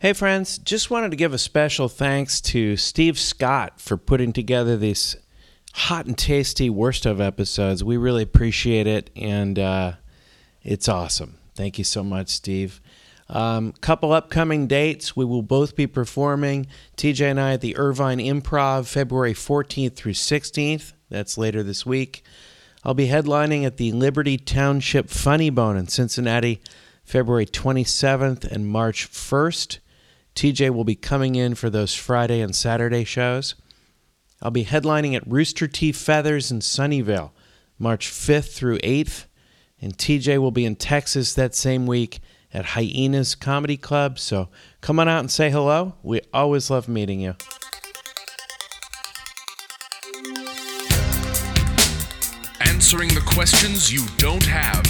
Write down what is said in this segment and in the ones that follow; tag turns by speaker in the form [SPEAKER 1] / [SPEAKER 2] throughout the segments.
[SPEAKER 1] Hey, friends, just wanted to give a special thanks to Steve Scott for putting together these hot and tasty worst of episodes. We really appreciate it, and uh, it's awesome. Thank you so much, Steve. Um, couple upcoming dates. We will both be performing TJ and I at the Irvine Improv February 14th through 16th. That's later this week. I'll be headlining at the Liberty Township Funny Bone in Cincinnati February 27th and March 1st. TJ will be coming in for those Friday and Saturday shows. I'll be headlining at Rooster Teeth Feathers in Sunnyvale, March 5th through 8th. And TJ will be in Texas that same week at Hyenas Comedy Club. So come on out and say hello. We always love meeting you.
[SPEAKER 2] Answering the questions you don't have.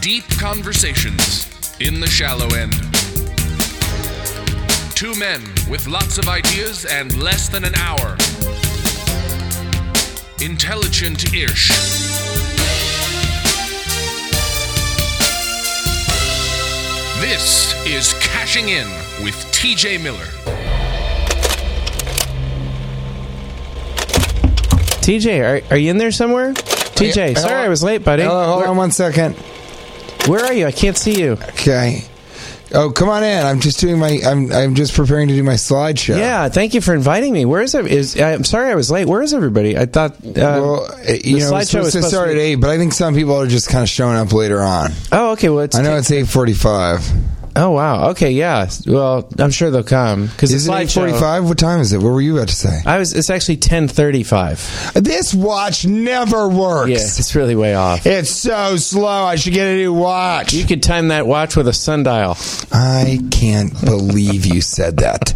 [SPEAKER 2] Deep conversations in the shallow end. Two men with lots of ideas and less than an hour. Intelligent ish. This is Cashing In with TJ Miller.
[SPEAKER 1] TJ, are, are you in there somewhere? TJ,
[SPEAKER 3] hello?
[SPEAKER 1] sorry I was late, buddy.
[SPEAKER 3] Hello, hold
[SPEAKER 1] where,
[SPEAKER 3] on one second.
[SPEAKER 1] where are you? I can't see you.
[SPEAKER 3] Okay. Oh, come on in. I'm just doing my. I'm. I'm just preparing to do my slideshow.
[SPEAKER 1] Yeah, thank you for inviting me. Where is it? Is I'm sorry I was late. Where is everybody? I thought. Uh,
[SPEAKER 3] Well, uh, you know,
[SPEAKER 1] slideshow
[SPEAKER 3] it's supposed
[SPEAKER 1] is
[SPEAKER 3] to
[SPEAKER 1] supposed
[SPEAKER 3] start
[SPEAKER 1] to
[SPEAKER 3] at
[SPEAKER 1] be-
[SPEAKER 3] eight, but I think some people are just kind of showing up later on.
[SPEAKER 1] oh, okay. Well, it's
[SPEAKER 3] I know it's eight forty-five.
[SPEAKER 1] Oh wow. Okay. Yeah. Well, I'm sure they'll come because
[SPEAKER 3] Is it eight forty-five? What time is it? What were you about to say?
[SPEAKER 1] I was. It's actually 10:35.
[SPEAKER 3] This watch never works.
[SPEAKER 1] Uh, Yeah, it's really way off.
[SPEAKER 3] It's so slow. I should get a new watch.
[SPEAKER 1] You could time that watch with a sundial.
[SPEAKER 3] I can't believe you said that.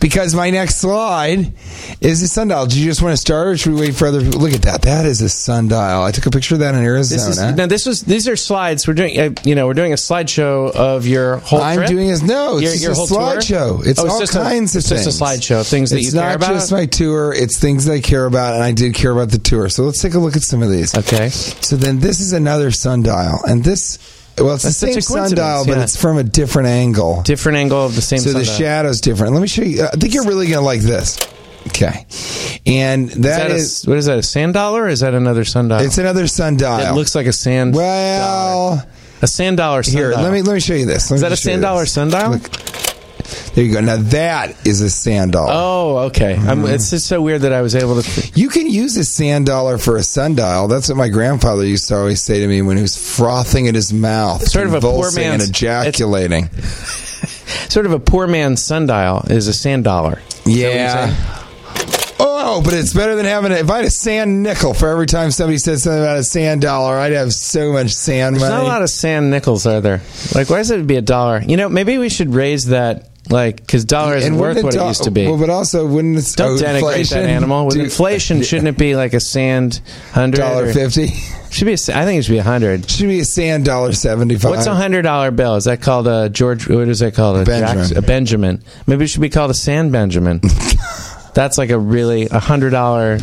[SPEAKER 3] Because my next slide is a sundial. Do you just want to start or should we wait for other people? Look at that. That is a sundial. I took a picture of that in
[SPEAKER 1] This is,
[SPEAKER 3] Arizona.
[SPEAKER 1] now this was these are slides. We're doing. Uh, you know, we're doing a slideshow of your whole.
[SPEAKER 3] I'm
[SPEAKER 1] trip?
[SPEAKER 3] doing this. No,
[SPEAKER 1] Your-
[SPEAKER 3] it's
[SPEAKER 1] your whole
[SPEAKER 3] just a
[SPEAKER 1] tour?
[SPEAKER 3] slideshow. It's
[SPEAKER 1] Oh,
[SPEAKER 3] all
[SPEAKER 1] just a-
[SPEAKER 3] kinds
[SPEAKER 1] it's
[SPEAKER 3] of things.
[SPEAKER 1] Just a slideshow. Things that
[SPEAKER 3] it's
[SPEAKER 1] you care
[SPEAKER 3] not
[SPEAKER 1] about.
[SPEAKER 3] just my tour. It's things that I care about, and I did care about the tour. So let's take a look at some of these.
[SPEAKER 1] Okay.
[SPEAKER 3] So then this is another sundial, and this well, it's
[SPEAKER 1] That's
[SPEAKER 3] the
[SPEAKER 1] such
[SPEAKER 3] same
[SPEAKER 1] a coincidence,
[SPEAKER 3] sundial, but
[SPEAKER 1] yeah.
[SPEAKER 3] it's from a different angle.
[SPEAKER 1] Different angle of the same.
[SPEAKER 3] So the
[SPEAKER 1] sundial.
[SPEAKER 3] shadow's different. Let me show you. Uh, I think you're really gonna like this. Okay, and
[SPEAKER 1] Is that
[SPEAKER 3] that
[SPEAKER 1] a-
[SPEAKER 3] is,
[SPEAKER 1] what is that? A sand dollar? Or is that another sundial?
[SPEAKER 3] it's another sundial.
[SPEAKER 1] it looks like a sand.
[SPEAKER 3] well.
[SPEAKER 1] a sand dollar.
[SPEAKER 3] Here,
[SPEAKER 1] sundial.
[SPEAKER 3] let me let me show you this. Let
[SPEAKER 1] Is
[SPEAKER 3] me
[SPEAKER 1] that a
[SPEAKER 3] show you
[SPEAKER 1] sand dollar
[SPEAKER 3] this.
[SPEAKER 1] sundial?
[SPEAKER 3] Look. There you go. Now that is a sand dollar.
[SPEAKER 1] Oh, okay. I'm,
[SPEAKER 3] Mm-hmm.
[SPEAKER 1] it's just so weird that I was able to.
[SPEAKER 3] You can use a sand dollar for a sundial. That's what my grandfather used to always say to me when he was frothing at his mouth,
[SPEAKER 1] Sort of a poor
[SPEAKER 3] convulsing and
[SPEAKER 1] man's-
[SPEAKER 3] ejaculating.
[SPEAKER 1] Sort of a poor man's sundial is a sand dollar.
[SPEAKER 3] Yeah. Oh, but it's better than having it. If I had a sand nickel for every time somebody said something about a sand dollar, I'd have so much sand
[SPEAKER 1] There's
[SPEAKER 3] money.
[SPEAKER 1] not a lot of sand nickels, are there? Like, why does it be a dollar? You know, maybe we should raise that, like, because dollar isn't worth
[SPEAKER 3] wouldn't
[SPEAKER 1] what
[SPEAKER 3] do-
[SPEAKER 1] it used to be.
[SPEAKER 3] Well, but also wouldn't it?
[SPEAKER 1] Don't
[SPEAKER 3] oh,
[SPEAKER 1] denigrate that animal. With
[SPEAKER 3] Dude,
[SPEAKER 1] inflation, shouldn't it be like a sand hundred?
[SPEAKER 3] dollar
[SPEAKER 1] or-
[SPEAKER 3] fifty
[SPEAKER 1] Should be. A, sa- I think it should be a hundred.
[SPEAKER 3] should be a sand dollar seventy five.
[SPEAKER 1] What's a hundred dollar bill? Is that called a George? What is that called? A
[SPEAKER 3] Benjamin.
[SPEAKER 1] Jackson- a Benjamin. Maybe it should be called a sand Benjamin. That's like a really a hundred dollar.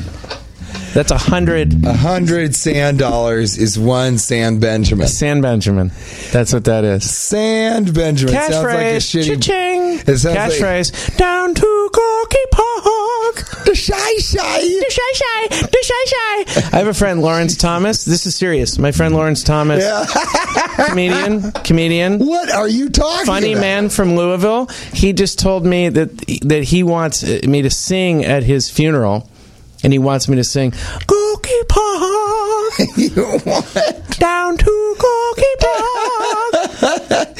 [SPEAKER 1] That's a hundred
[SPEAKER 3] A hundred sand dollars is one sand Benjamin.
[SPEAKER 1] sand Benjamin. That's what that is.
[SPEAKER 3] Sand Benjamin
[SPEAKER 1] Catchphrase.
[SPEAKER 3] sounds like a shitty.
[SPEAKER 1] Cha-ching.
[SPEAKER 3] It sounds like-
[SPEAKER 1] Catchphrase. down to Corky Park.
[SPEAKER 3] The shy shy.
[SPEAKER 1] The shy shy. The shy shy. I have a friend, Lawrence Thomas. This is serious. My friend Lawrence Thomas,
[SPEAKER 3] Yeah.
[SPEAKER 1] comedian, comedian,
[SPEAKER 3] what are you talking?
[SPEAKER 1] funny
[SPEAKER 3] about?
[SPEAKER 1] man from Louisville. He just told me that that he wants uh, me to sing at his funeral, and he wants me to sing. Go Park,
[SPEAKER 3] what?
[SPEAKER 1] down to Corky Park.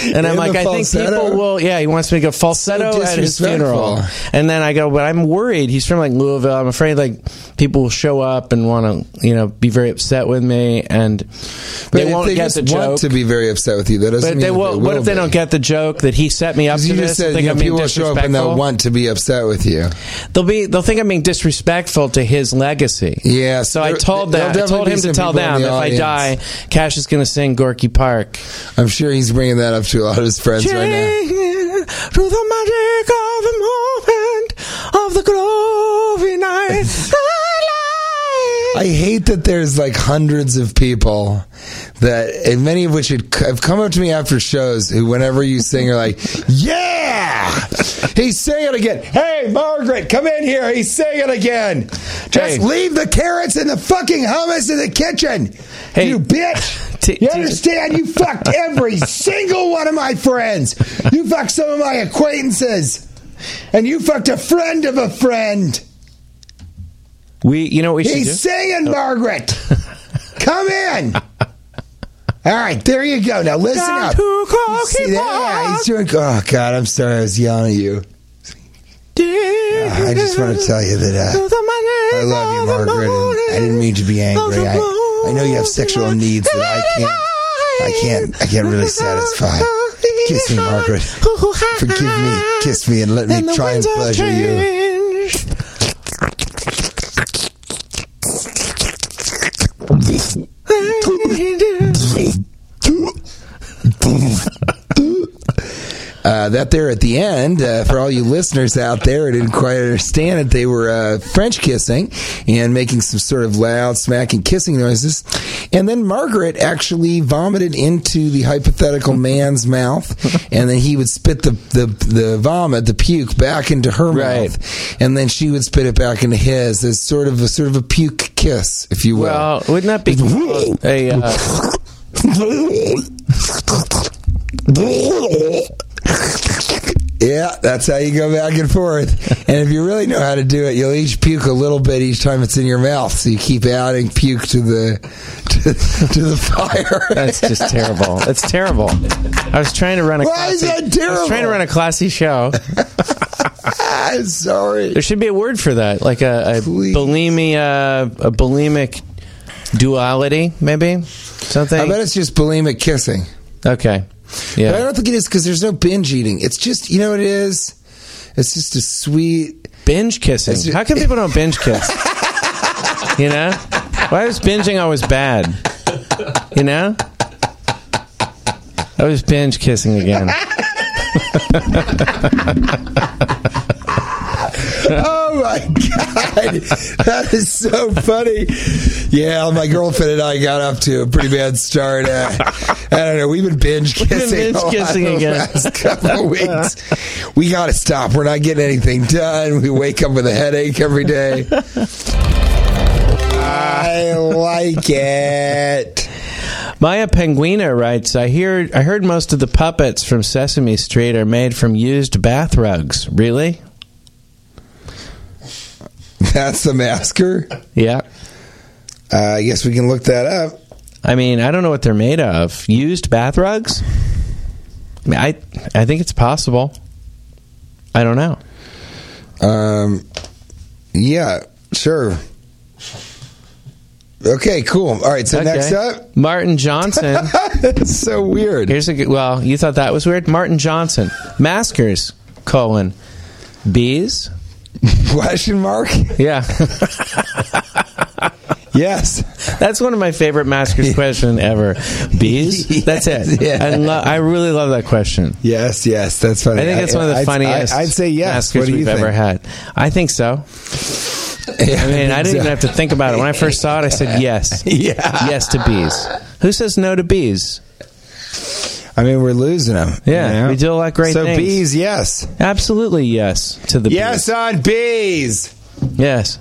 [SPEAKER 1] And I'm
[SPEAKER 3] In
[SPEAKER 1] like,
[SPEAKER 3] the
[SPEAKER 1] I think
[SPEAKER 3] falsetto?
[SPEAKER 1] people will. Yeah, he wants me to go falsetto
[SPEAKER 3] So
[SPEAKER 1] at his funeral.
[SPEAKER 3] disrespectful.
[SPEAKER 1] And then I go, but I'm worried. He's from like Louisville. I'm afraid like people will show up and want to, you know, be very upset with me, and
[SPEAKER 3] But
[SPEAKER 1] they
[SPEAKER 3] if
[SPEAKER 1] won't
[SPEAKER 3] they
[SPEAKER 1] get
[SPEAKER 3] just
[SPEAKER 1] the
[SPEAKER 3] want
[SPEAKER 1] joke.
[SPEAKER 3] to be very upset with you. That doesn't
[SPEAKER 1] but
[SPEAKER 3] mean
[SPEAKER 1] they
[SPEAKER 3] that
[SPEAKER 1] will, what if they
[SPEAKER 3] be.
[SPEAKER 1] don't get the joke that he set me up to
[SPEAKER 3] You
[SPEAKER 1] this?
[SPEAKER 3] just
[SPEAKER 1] and
[SPEAKER 3] said
[SPEAKER 1] think
[SPEAKER 3] you know,
[SPEAKER 1] I'm being
[SPEAKER 3] people will show up and
[SPEAKER 1] disrespectful?
[SPEAKER 3] they'll want to be upset with you.
[SPEAKER 1] They'll be they'll think I'm being disrespectful to his legacy.
[SPEAKER 3] Yeah,
[SPEAKER 1] So I
[SPEAKER 3] there-
[SPEAKER 1] told
[SPEAKER 3] there'll
[SPEAKER 1] them I told
[SPEAKER 3] definitely
[SPEAKER 1] him
[SPEAKER 3] be
[SPEAKER 1] to
[SPEAKER 3] some
[SPEAKER 1] tell
[SPEAKER 3] people in
[SPEAKER 1] them
[SPEAKER 3] the
[SPEAKER 1] if I
[SPEAKER 3] audience.
[SPEAKER 1] die, Cash is going to sing Gorky Park.
[SPEAKER 3] I'm sure he's bringing that up to a lot of his friends right now.
[SPEAKER 1] Chained To the magic of the moment of the glory night.
[SPEAKER 3] I hate that there's like hundreds of people that, and many of which had- have come up to me after shows who, whenever you sing, are like, yeah, he's singing again. Hey, Margaret, come in here. He's singing again. Just
[SPEAKER 1] Hey.
[SPEAKER 3] leave the carrots and the fucking hummus in the kitchen.
[SPEAKER 1] Hey.
[SPEAKER 3] You bitch.
[SPEAKER 1] T-
[SPEAKER 3] you
[SPEAKER 1] t-
[SPEAKER 3] understand? You fucked every single one of my friends. You fucked some of my acquaintances. And you fucked a friend of a friend.
[SPEAKER 1] we you know what we should
[SPEAKER 3] He's
[SPEAKER 1] do?
[SPEAKER 3] singing, Margaret. Come in. All right, there you go. Now listen
[SPEAKER 1] Down
[SPEAKER 3] up.
[SPEAKER 1] to Corky
[SPEAKER 3] See that?
[SPEAKER 1] Park.
[SPEAKER 3] He's doing. Oh God, I'm sorry. I was yelling at you. I just want to tell you that. Uh, I love you, Margaret. And I didn't mean to be angry. I, I know you have sexual needs that I can't. I can't. I can't really satisfy. Kiss me, Margaret. Forgive me. Kiss me and let me try and pleasure you. Uh, that there at the end, uh, for all you listeners out there who didn't quite understand it, they were uh, French kissing and making some sort of loud smacking kissing noises. And then Margaret actually vomited into the hypothetical man's mouth, and then he would spit the, the, the vomit, the puke, back into her
[SPEAKER 1] Right.
[SPEAKER 3] mouth, and then she would spit it back into his as sort of a sort of a puke kiss, if you will.
[SPEAKER 1] Well, wouldn't that be a uh,
[SPEAKER 3] Yeah, that's how you go back and forth. And if you really know how to do it, you'll each puke a little bit each time it's in your mouth. So you keep adding puke to the to, to the fire.
[SPEAKER 1] That's just terrible. That's terrible. I was trying to run a.
[SPEAKER 3] Why is
[SPEAKER 1] classy-
[SPEAKER 3] that terrible?
[SPEAKER 1] I was trying to run a classy show.
[SPEAKER 3] I'm sorry.
[SPEAKER 1] There should be a word for that, like a, a
[SPEAKER 3] Please.
[SPEAKER 1] bulimia, a bulimic duality, maybe something.
[SPEAKER 3] I bet it's just bulimic kissing.
[SPEAKER 1] okay,
[SPEAKER 3] But I
[SPEAKER 1] yeah.
[SPEAKER 3] don't think it is because there's no binge eating. It's just you know what it is. It's just a sweet.
[SPEAKER 1] Binge kissing.
[SPEAKER 3] It's ju-
[SPEAKER 1] How come people don't binge kiss? you know, why is binging always bad? You know, I was binge kissing again.
[SPEAKER 3] Oh my god, that is so funny. Yeah, my girlfriend and I got up to a pretty bad start. Uh, I don't know. We've been binge kissing.
[SPEAKER 1] been binge
[SPEAKER 3] a lot
[SPEAKER 1] kissing
[SPEAKER 3] over the
[SPEAKER 1] again.
[SPEAKER 3] Last couple of weeks. We got to stop. We're not getting anything done. We wake up with a headache every day. I like it.
[SPEAKER 1] Maya Penguina writes, "I hear I heard most of the puppets from Sesame Street are made from used bath rugs. Really?
[SPEAKER 3] That's the masker.
[SPEAKER 1] Yeah.
[SPEAKER 3] Uh, I guess we can look that up.
[SPEAKER 1] I mean, I don't know what they're made of. Used bath rugs? I mean, I I think it's possible. I don't know.
[SPEAKER 3] Um, yeah, sure. Okay, cool. All right, so
[SPEAKER 1] Okay.
[SPEAKER 3] next up,
[SPEAKER 1] Martin Johnson.
[SPEAKER 3] that's so weird.
[SPEAKER 1] Here's a good, well, you thought that was weird. Martin Johnson. Maskers, colon. Bees?
[SPEAKER 3] Question mark?
[SPEAKER 1] Yeah.
[SPEAKER 3] Yes.
[SPEAKER 1] That's one of my favorite maskers question ever. Bees? That's it.
[SPEAKER 3] Yeah.
[SPEAKER 1] I, lo- I really love that question.
[SPEAKER 3] Yes, yes, that's funny.
[SPEAKER 1] I think it's one of the
[SPEAKER 3] I'd-
[SPEAKER 1] funniest.
[SPEAKER 3] I, would say yes.
[SPEAKER 1] maskers
[SPEAKER 3] What do you
[SPEAKER 1] we've
[SPEAKER 3] think?
[SPEAKER 1] ever had. I think so. I mean, I didn't even have to think about it. When I first saw it, I said yes.
[SPEAKER 3] Yeah.
[SPEAKER 1] Yes to bees. Who says no to bees?
[SPEAKER 3] I mean, we're losing them.
[SPEAKER 1] Yeah, we do a lot of great
[SPEAKER 3] So
[SPEAKER 1] things.
[SPEAKER 3] bees, yes,
[SPEAKER 1] Absolutely yes to the
[SPEAKER 3] yes uh, on bees.
[SPEAKER 1] bees. Yes.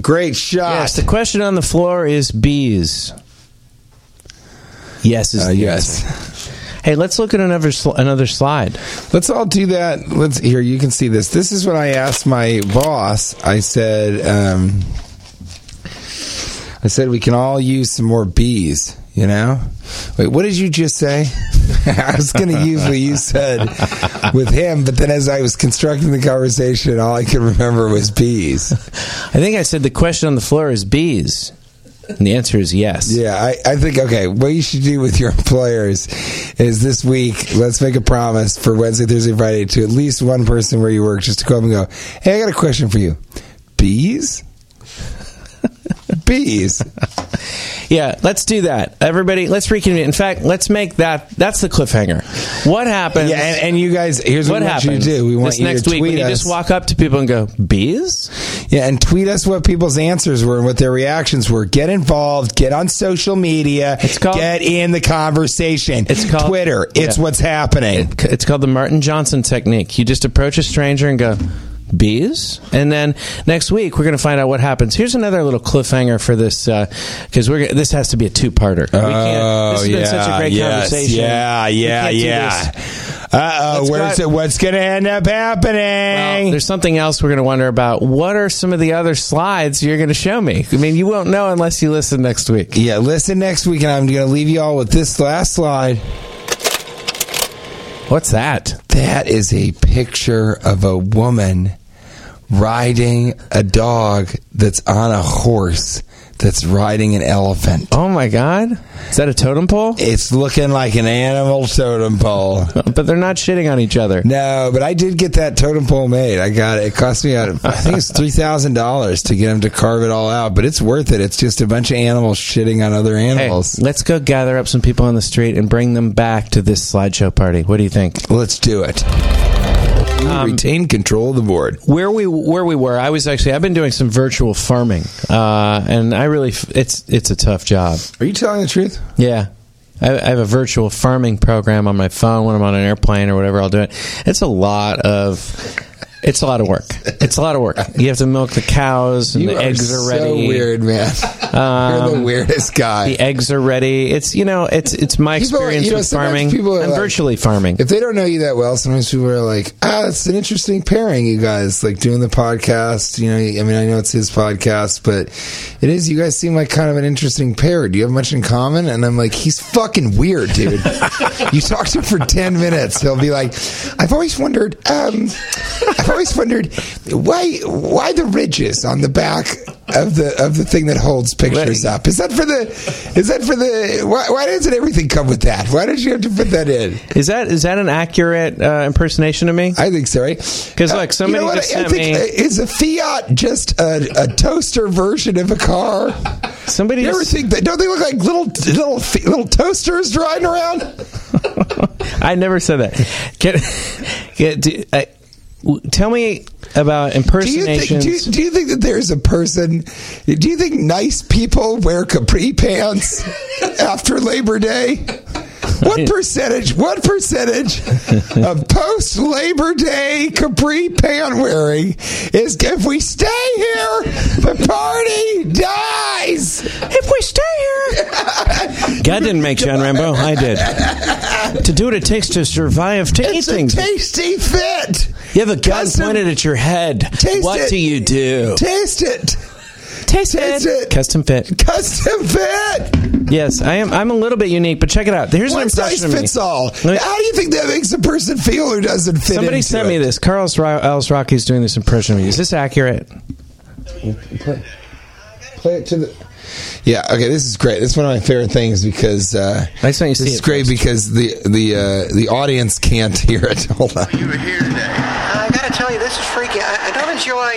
[SPEAKER 3] Great shot.
[SPEAKER 1] Yes. The question on the floor is bees. Yes is
[SPEAKER 3] Uh,
[SPEAKER 1] the
[SPEAKER 3] yes.
[SPEAKER 1] answer. Hey, let's look at another sl- another slide.
[SPEAKER 3] Let's all do that. Let's here. You can see this. This is what I asked my boss. I said. Um, I said we can all use some more bees. You know, wait, what did you just say? I was going to use what you said with him, but then as I was constructing the conversation, all I could remember was bees.
[SPEAKER 1] I think I said the question on the floor is bees. And the answer is yes.
[SPEAKER 3] Yeah, I, I think okay. What you should do with your employers is this week. Let's make a promise for Wednesday, Thursday, Friday to at least one person where you work, just to go up and go. Hey, I got a question for you. Bees. Bees.
[SPEAKER 1] Yeah, let's do that. Everybody, let's reconvene. In fact, let's make that that's the cliffhanger. What happens?
[SPEAKER 3] Yeah, and, and you guys, here's what,
[SPEAKER 1] what
[SPEAKER 3] we want
[SPEAKER 1] happens?
[SPEAKER 3] you to do. We want
[SPEAKER 1] this
[SPEAKER 3] you
[SPEAKER 1] next
[SPEAKER 3] to
[SPEAKER 1] week
[SPEAKER 3] tweet
[SPEAKER 1] when you
[SPEAKER 3] us.
[SPEAKER 1] just walk up to people and go, "Bees?"
[SPEAKER 3] Yeah, and tweet us what people's answers were and what their reactions were. Get involved. Get on social media.
[SPEAKER 1] It's called-
[SPEAKER 3] get in the conversation.
[SPEAKER 1] It's called-
[SPEAKER 3] Twitter. It's
[SPEAKER 1] Yeah.
[SPEAKER 3] what's happening.
[SPEAKER 1] C- It's called the Martin Johnson technique. You just approach a stranger and go, "Bees?" And then next week we're going to find out what happens. Here's another little cliffhanger for this because we're gonna, this has to be a two-parter. we can't, this has been such a great
[SPEAKER 3] Oh, yes,
[SPEAKER 1] conversation.
[SPEAKER 3] Yeah,
[SPEAKER 1] We
[SPEAKER 3] yeah,
[SPEAKER 1] can't do
[SPEAKER 3] yeah.
[SPEAKER 1] this.
[SPEAKER 3] Uh oh,
[SPEAKER 1] Let's
[SPEAKER 3] where's
[SPEAKER 1] go-
[SPEAKER 3] it? What's going to end up
[SPEAKER 1] Well,
[SPEAKER 3] happening?
[SPEAKER 1] there's something else we're going to wonder about. What are some of the other slides you're going to show me? I mean, you won't know unless you listen next week.
[SPEAKER 3] yeah, listen next week, and I'm going to leave you all with this last slide.
[SPEAKER 1] What's that?
[SPEAKER 3] That is a picture of a woman riding a dog that's on a horse that's riding an elephant.
[SPEAKER 1] Oh my God. Is that a totem pole?
[SPEAKER 3] It's looking like an animal totem pole.
[SPEAKER 1] But they're not shitting on each other.
[SPEAKER 3] No, but I did get that totem pole made. I got it. It cost me, uh, I think it's three thousand dollars to get him to carve it all out, but it's worth it. It's just a bunch of animals shitting on other
[SPEAKER 1] Hey,
[SPEAKER 3] animals.
[SPEAKER 1] let's go gather up some people on the street and bring them back to this slideshow party. What do you think?
[SPEAKER 3] Let's do it. We
[SPEAKER 1] Um,
[SPEAKER 3] retain control of the board.
[SPEAKER 1] where we where we were, I was actually I've been doing some virtual farming, uh, and I really f- it's it's a tough job.
[SPEAKER 3] Are you telling the truth?
[SPEAKER 1] Yeah. I, I have a virtual farming program on my phone when I'm on an airplane or whatever. I'll do it. It's a lot of. It's a lot of work. It's a lot of work. You have to milk the cows, and
[SPEAKER 3] You
[SPEAKER 1] the
[SPEAKER 3] are
[SPEAKER 1] eggs are ready. Um,
[SPEAKER 3] so weird, man. You're the weirdest guy.
[SPEAKER 1] The eggs are ready. It's you know, it's it's my
[SPEAKER 3] People are-
[SPEAKER 1] experience
[SPEAKER 3] you know,
[SPEAKER 1] with
[SPEAKER 3] sometimes
[SPEAKER 1] farming.
[SPEAKER 3] people are
[SPEAKER 1] I'm
[SPEAKER 3] like-
[SPEAKER 1] virtually farming.
[SPEAKER 3] if they don't know you that well, sometimes people are like, "Ah, it's an interesting pairing, you guys." Like doing the podcast, you know. I mean, I know it's his podcast, but it is. You guys seem like kind of an interesting pair. Do you have much in common? And I'm like, he's fucking weird, dude. you talk to him for ten minutes, he'll be like, "I've always wondered. Um, I've always wondered why why the ridges on the back." Of the of the thing that holds pictures up is that for the is that for the why, why doesn't everything come with that why did you have to put that in
[SPEAKER 1] Is that is that an accurate uh, impersonation of me?
[SPEAKER 3] I think so, right? Uh, Because
[SPEAKER 1] look, somebody just sent me-
[SPEAKER 3] uh, is a Fiat just a, a toaster version of a car?
[SPEAKER 1] Somebody
[SPEAKER 3] You
[SPEAKER 1] just-
[SPEAKER 3] ever think that? Don't they look like little little fi- little toasters riding around?
[SPEAKER 1] I never said that. Can, can, do, I, w- tell me about
[SPEAKER 3] Do you think?
[SPEAKER 1] impersonations.
[SPEAKER 3] Do you, do you think that there's a person? Do you think nice people wear capri pants after Labor Day? What percentage? What percentage of post Labor Day capri pant wearing is if we stay here, the party dies.
[SPEAKER 1] If we stay here. God didn't make John Rambo. I did. To do what it takes to survive, to eat
[SPEAKER 3] It's a
[SPEAKER 1] things.
[SPEAKER 3] tasty fit.
[SPEAKER 1] You have a gun
[SPEAKER 3] Custom-
[SPEAKER 1] pointed at your head.
[SPEAKER 3] Taste
[SPEAKER 1] What
[SPEAKER 3] it.
[SPEAKER 1] do you do?
[SPEAKER 3] Taste it.
[SPEAKER 1] Taste
[SPEAKER 3] taste it.
[SPEAKER 1] Custom fit.
[SPEAKER 3] Custom fit.
[SPEAKER 1] Yes, I am. I'm a little bit unique, but check it out. Here's
[SPEAKER 3] One
[SPEAKER 1] an impression
[SPEAKER 3] size
[SPEAKER 1] of me.
[SPEAKER 3] fits all.
[SPEAKER 1] Let me-
[SPEAKER 3] How do you think that makes a person feel who doesn't fit?
[SPEAKER 1] Somebody
[SPEAKER 3] into
[SPEAKER 1] sent
[SPEAKER 3] it?
[SPEAKER 1] me this. Carlos Ra- Els Rocky's doing this impression of me. Is this accurate?
[SPEAKER 3] Play it to the. Yeah. Okay. This is great. This is one of my favorite things because uh,
[SPEAKER 1] Nice when you
[SPEAKER 3] this
[SPEAKER 1] see
[SPEAKER 3] is
[SPEAKER 1] it
[SPEAKER 3] great because the the uh, the audience can't hear it. Hold on.
[SPEAKER 4] you were here today.
[SPEAKER 5] I gotta tell you, this is freaky. I, I don't enjoy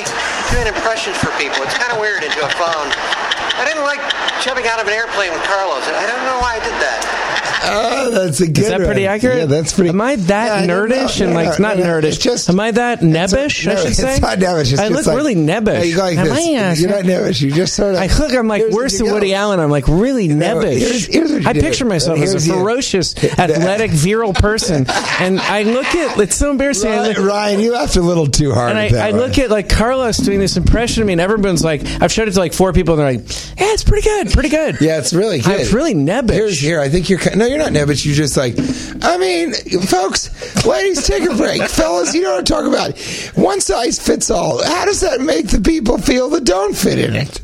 [SPEAKER 5] doing impressions for people. It's kind of weird into a phone. I didn't like jumping out of an airplane with Carlos. I don't know why I did that.
[SPEAKER 3] Oh, that's a good.
[SPEAKER 1] Is that pretty
[SPEAKER 3] one.
[SPEAKER 1] accurate?
[SPEAKER 3] Yeah, that's pretty.
[SPEAKER 1] Am I
[SPEAKER 3] Yeah,
[SPEAKER 1] that
[SPEAKER 3] I don't
[SPEAKER 1] nerdish
[SPEAKER 3] know.
[SPEAKER 1] and
[SPEAKER 3] No,
[SPEAKER 1] like
[SPEAKER 3] no,
[SPEAKER 1] not
[SPEAKER 3] no, no.
[SPEAKER 1] nerdish?
[SPEAKER 3] It's just.
[SPEAKER 1] Am I that nebbish? I
[SPEAKER 3] no,
[SPEAKER 1] should
[SPEAKER 3] it's
[SPEAKER 1] say.
[SPEAKER 3] not nebbish. It's
[SPEAKER 1] I
[SPEAKER 3] just
[SPEAKER 1] look
[SPEAKER 3] like-
[SPEAKER 1] really nebbish.
[SPEAKER 3] Yeah, you go like
[SPEAKER 1] Am
[SPEAKER 3] this.
[SPEAKER 1] I, uh,
[SPEAKER 3] You're not nebbish. You just sort of.
[SPEAKER 1] I look. I'm like
[SPEAKER 3] Here's
[SPEAKER 1] worse
[SPEAKER 3] what you
[SPEAKER 1] than Woody
[SPEAKER 3] go.
[SPEAKER 1] Allen. I'm like really
[SPEAKER 3] No,
[SPEAKER 1] nebbish.
[SPEAKER 3] here's- here's what you
[SPEAKER 1] I
[SPEAKER 3] do.
[SPEAKER 1] picture myself as a
[SPEAKER 3] Here's you.
[SPEAKER 1] ferocious, athletic, virile person, and I look at it's so embarrassing. I
[SPEAKER 3] Ryan,
[SPEAKER 1] look-
[SPEAKER 3] Ryan, you laughed a little too hard.
[SPEAKER 1] and
[SPEAKER 3] at that
[SPEAKER 1] I, I
[SPEAKER 3] one.
[SPEAKER 1] look at like Carlos doing this impression of me, and everyone's like, I've showed it to like four people, and they're like, "Yeah, it's pretty good, pretty good."
[SPEAKER 3] Yeah, it's really good.
[SPEAKER 1] It's really nebbish.
[SPEAKER 3] Here's here. I think you're. ki- No, you're not nebbish. You're just like. I mean, folks, ladies, take a break. Fellas, you know what I'm talking about. One size fits all. How does that make the people feel that don't fit in it?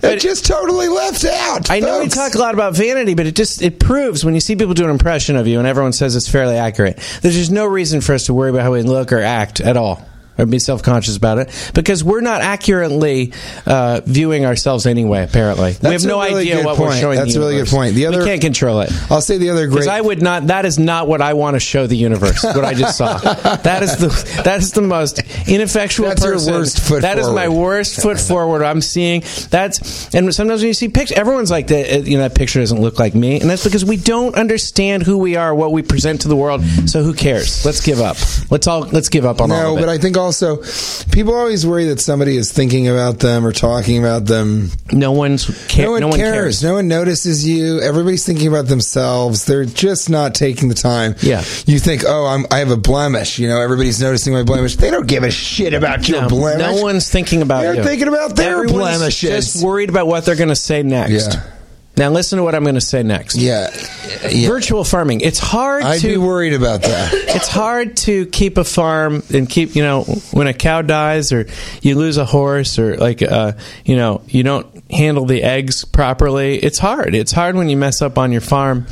[SPEAKER 3] It just totally left out.
[SPEAKER 1] I know we
[SPEAKER 3] folks.
[SPEAKER 1] talk a lot about vanity, but it just it proves when you see people do an impression of you and everyone says it's fairly accurate. There's just no reason for us to worry about how we look or act at all or be self conscious about it because we're not accurately uh, viewing ourselves anyway. Apparently, we have
[SPEAKER 3] That's a
[SPEAKER 1] no
[SPEAKER 3] really
[SPEAKER 1] idea
[SPEAKER 3] good
[SPEAKER 1] what we're
[SPEAKER 3] point.
[SPEAKER 1] showing.
[SPEAKER 3] That's
[SPEAKER 1] the
[SPEAKER 3] a really good
[SPEAKER 1] universe.
[SPEAKER 3] point. The other-
[SPEAKER 1] we can't control it.
[SPEAKER 3] I'll say the other
[SPEAKER 1] Because
[SPEAKER 3] great.
[SPEAKER 1] I would not. That is not what I want to show the universe. What I just saw. that is the that is the most ineffectual
[SPEAKER 3] That's your
[SPEAKER 1] person.
[SPEAKER 3] worst foot
[SPEAKER 1] That is my
[SPEAKER 3] forward.
[SPEAKER 1] worst foot forward. I'm seeing that's and sometimes when you see pictures, everyone's like that. You know that picture doesn't look like me, and that's because we don't understand who we are, what we present to the world. So who cares? Let's give up. Let's all let's give up on all
[SPEAKER 3] no,
[SPEAKER 1] of it.
[SPEAKER 3] but I think also people always worry that somebody is thinking about them or talking about them.
[SPEAKER 1] no one's care,
[SPEAKER 3] no one, cares. No one notices you. Everybody's thinking about themselves. They're just not taking the time.
[SPEAKER 1] Yeah.
[SPEAKER 3] You think, oh, I'm, I have a blemish. You know, everybody's noticing my blemish. They don't give a shit about your
[SPEAKER 1] No,
[SPEAKER 3] blemish.
[SPEAKER 1] no one's thinking about
[SPEAKER 3] They're
[SPEAKER 1] you.
[SPEAKER 3] thinking about their
[SPEAKER 1] Everyone's
[SPEAKER 3] blemishes.
[SPEAKER 1] Just worried about what they're going to say next.
[SPEAKER 3] Yeah.
[SPEAKER 1] Now listen to what I'm going to say next.
[SPEAKER 3] yeah. yeah.
[SPEAKER 1] Virtual farming. It's hard
[SPEAKER 3] I'd be
[SPEAKER 1] to
[SPEAKER 3] worried about that.
[SPEAKER 1] it's hard to keep a farm and keep you know when a cow dies or you lose a horse or like uh, you know you don't handle the eggs properly it's hard it's hard when you mess up on your farm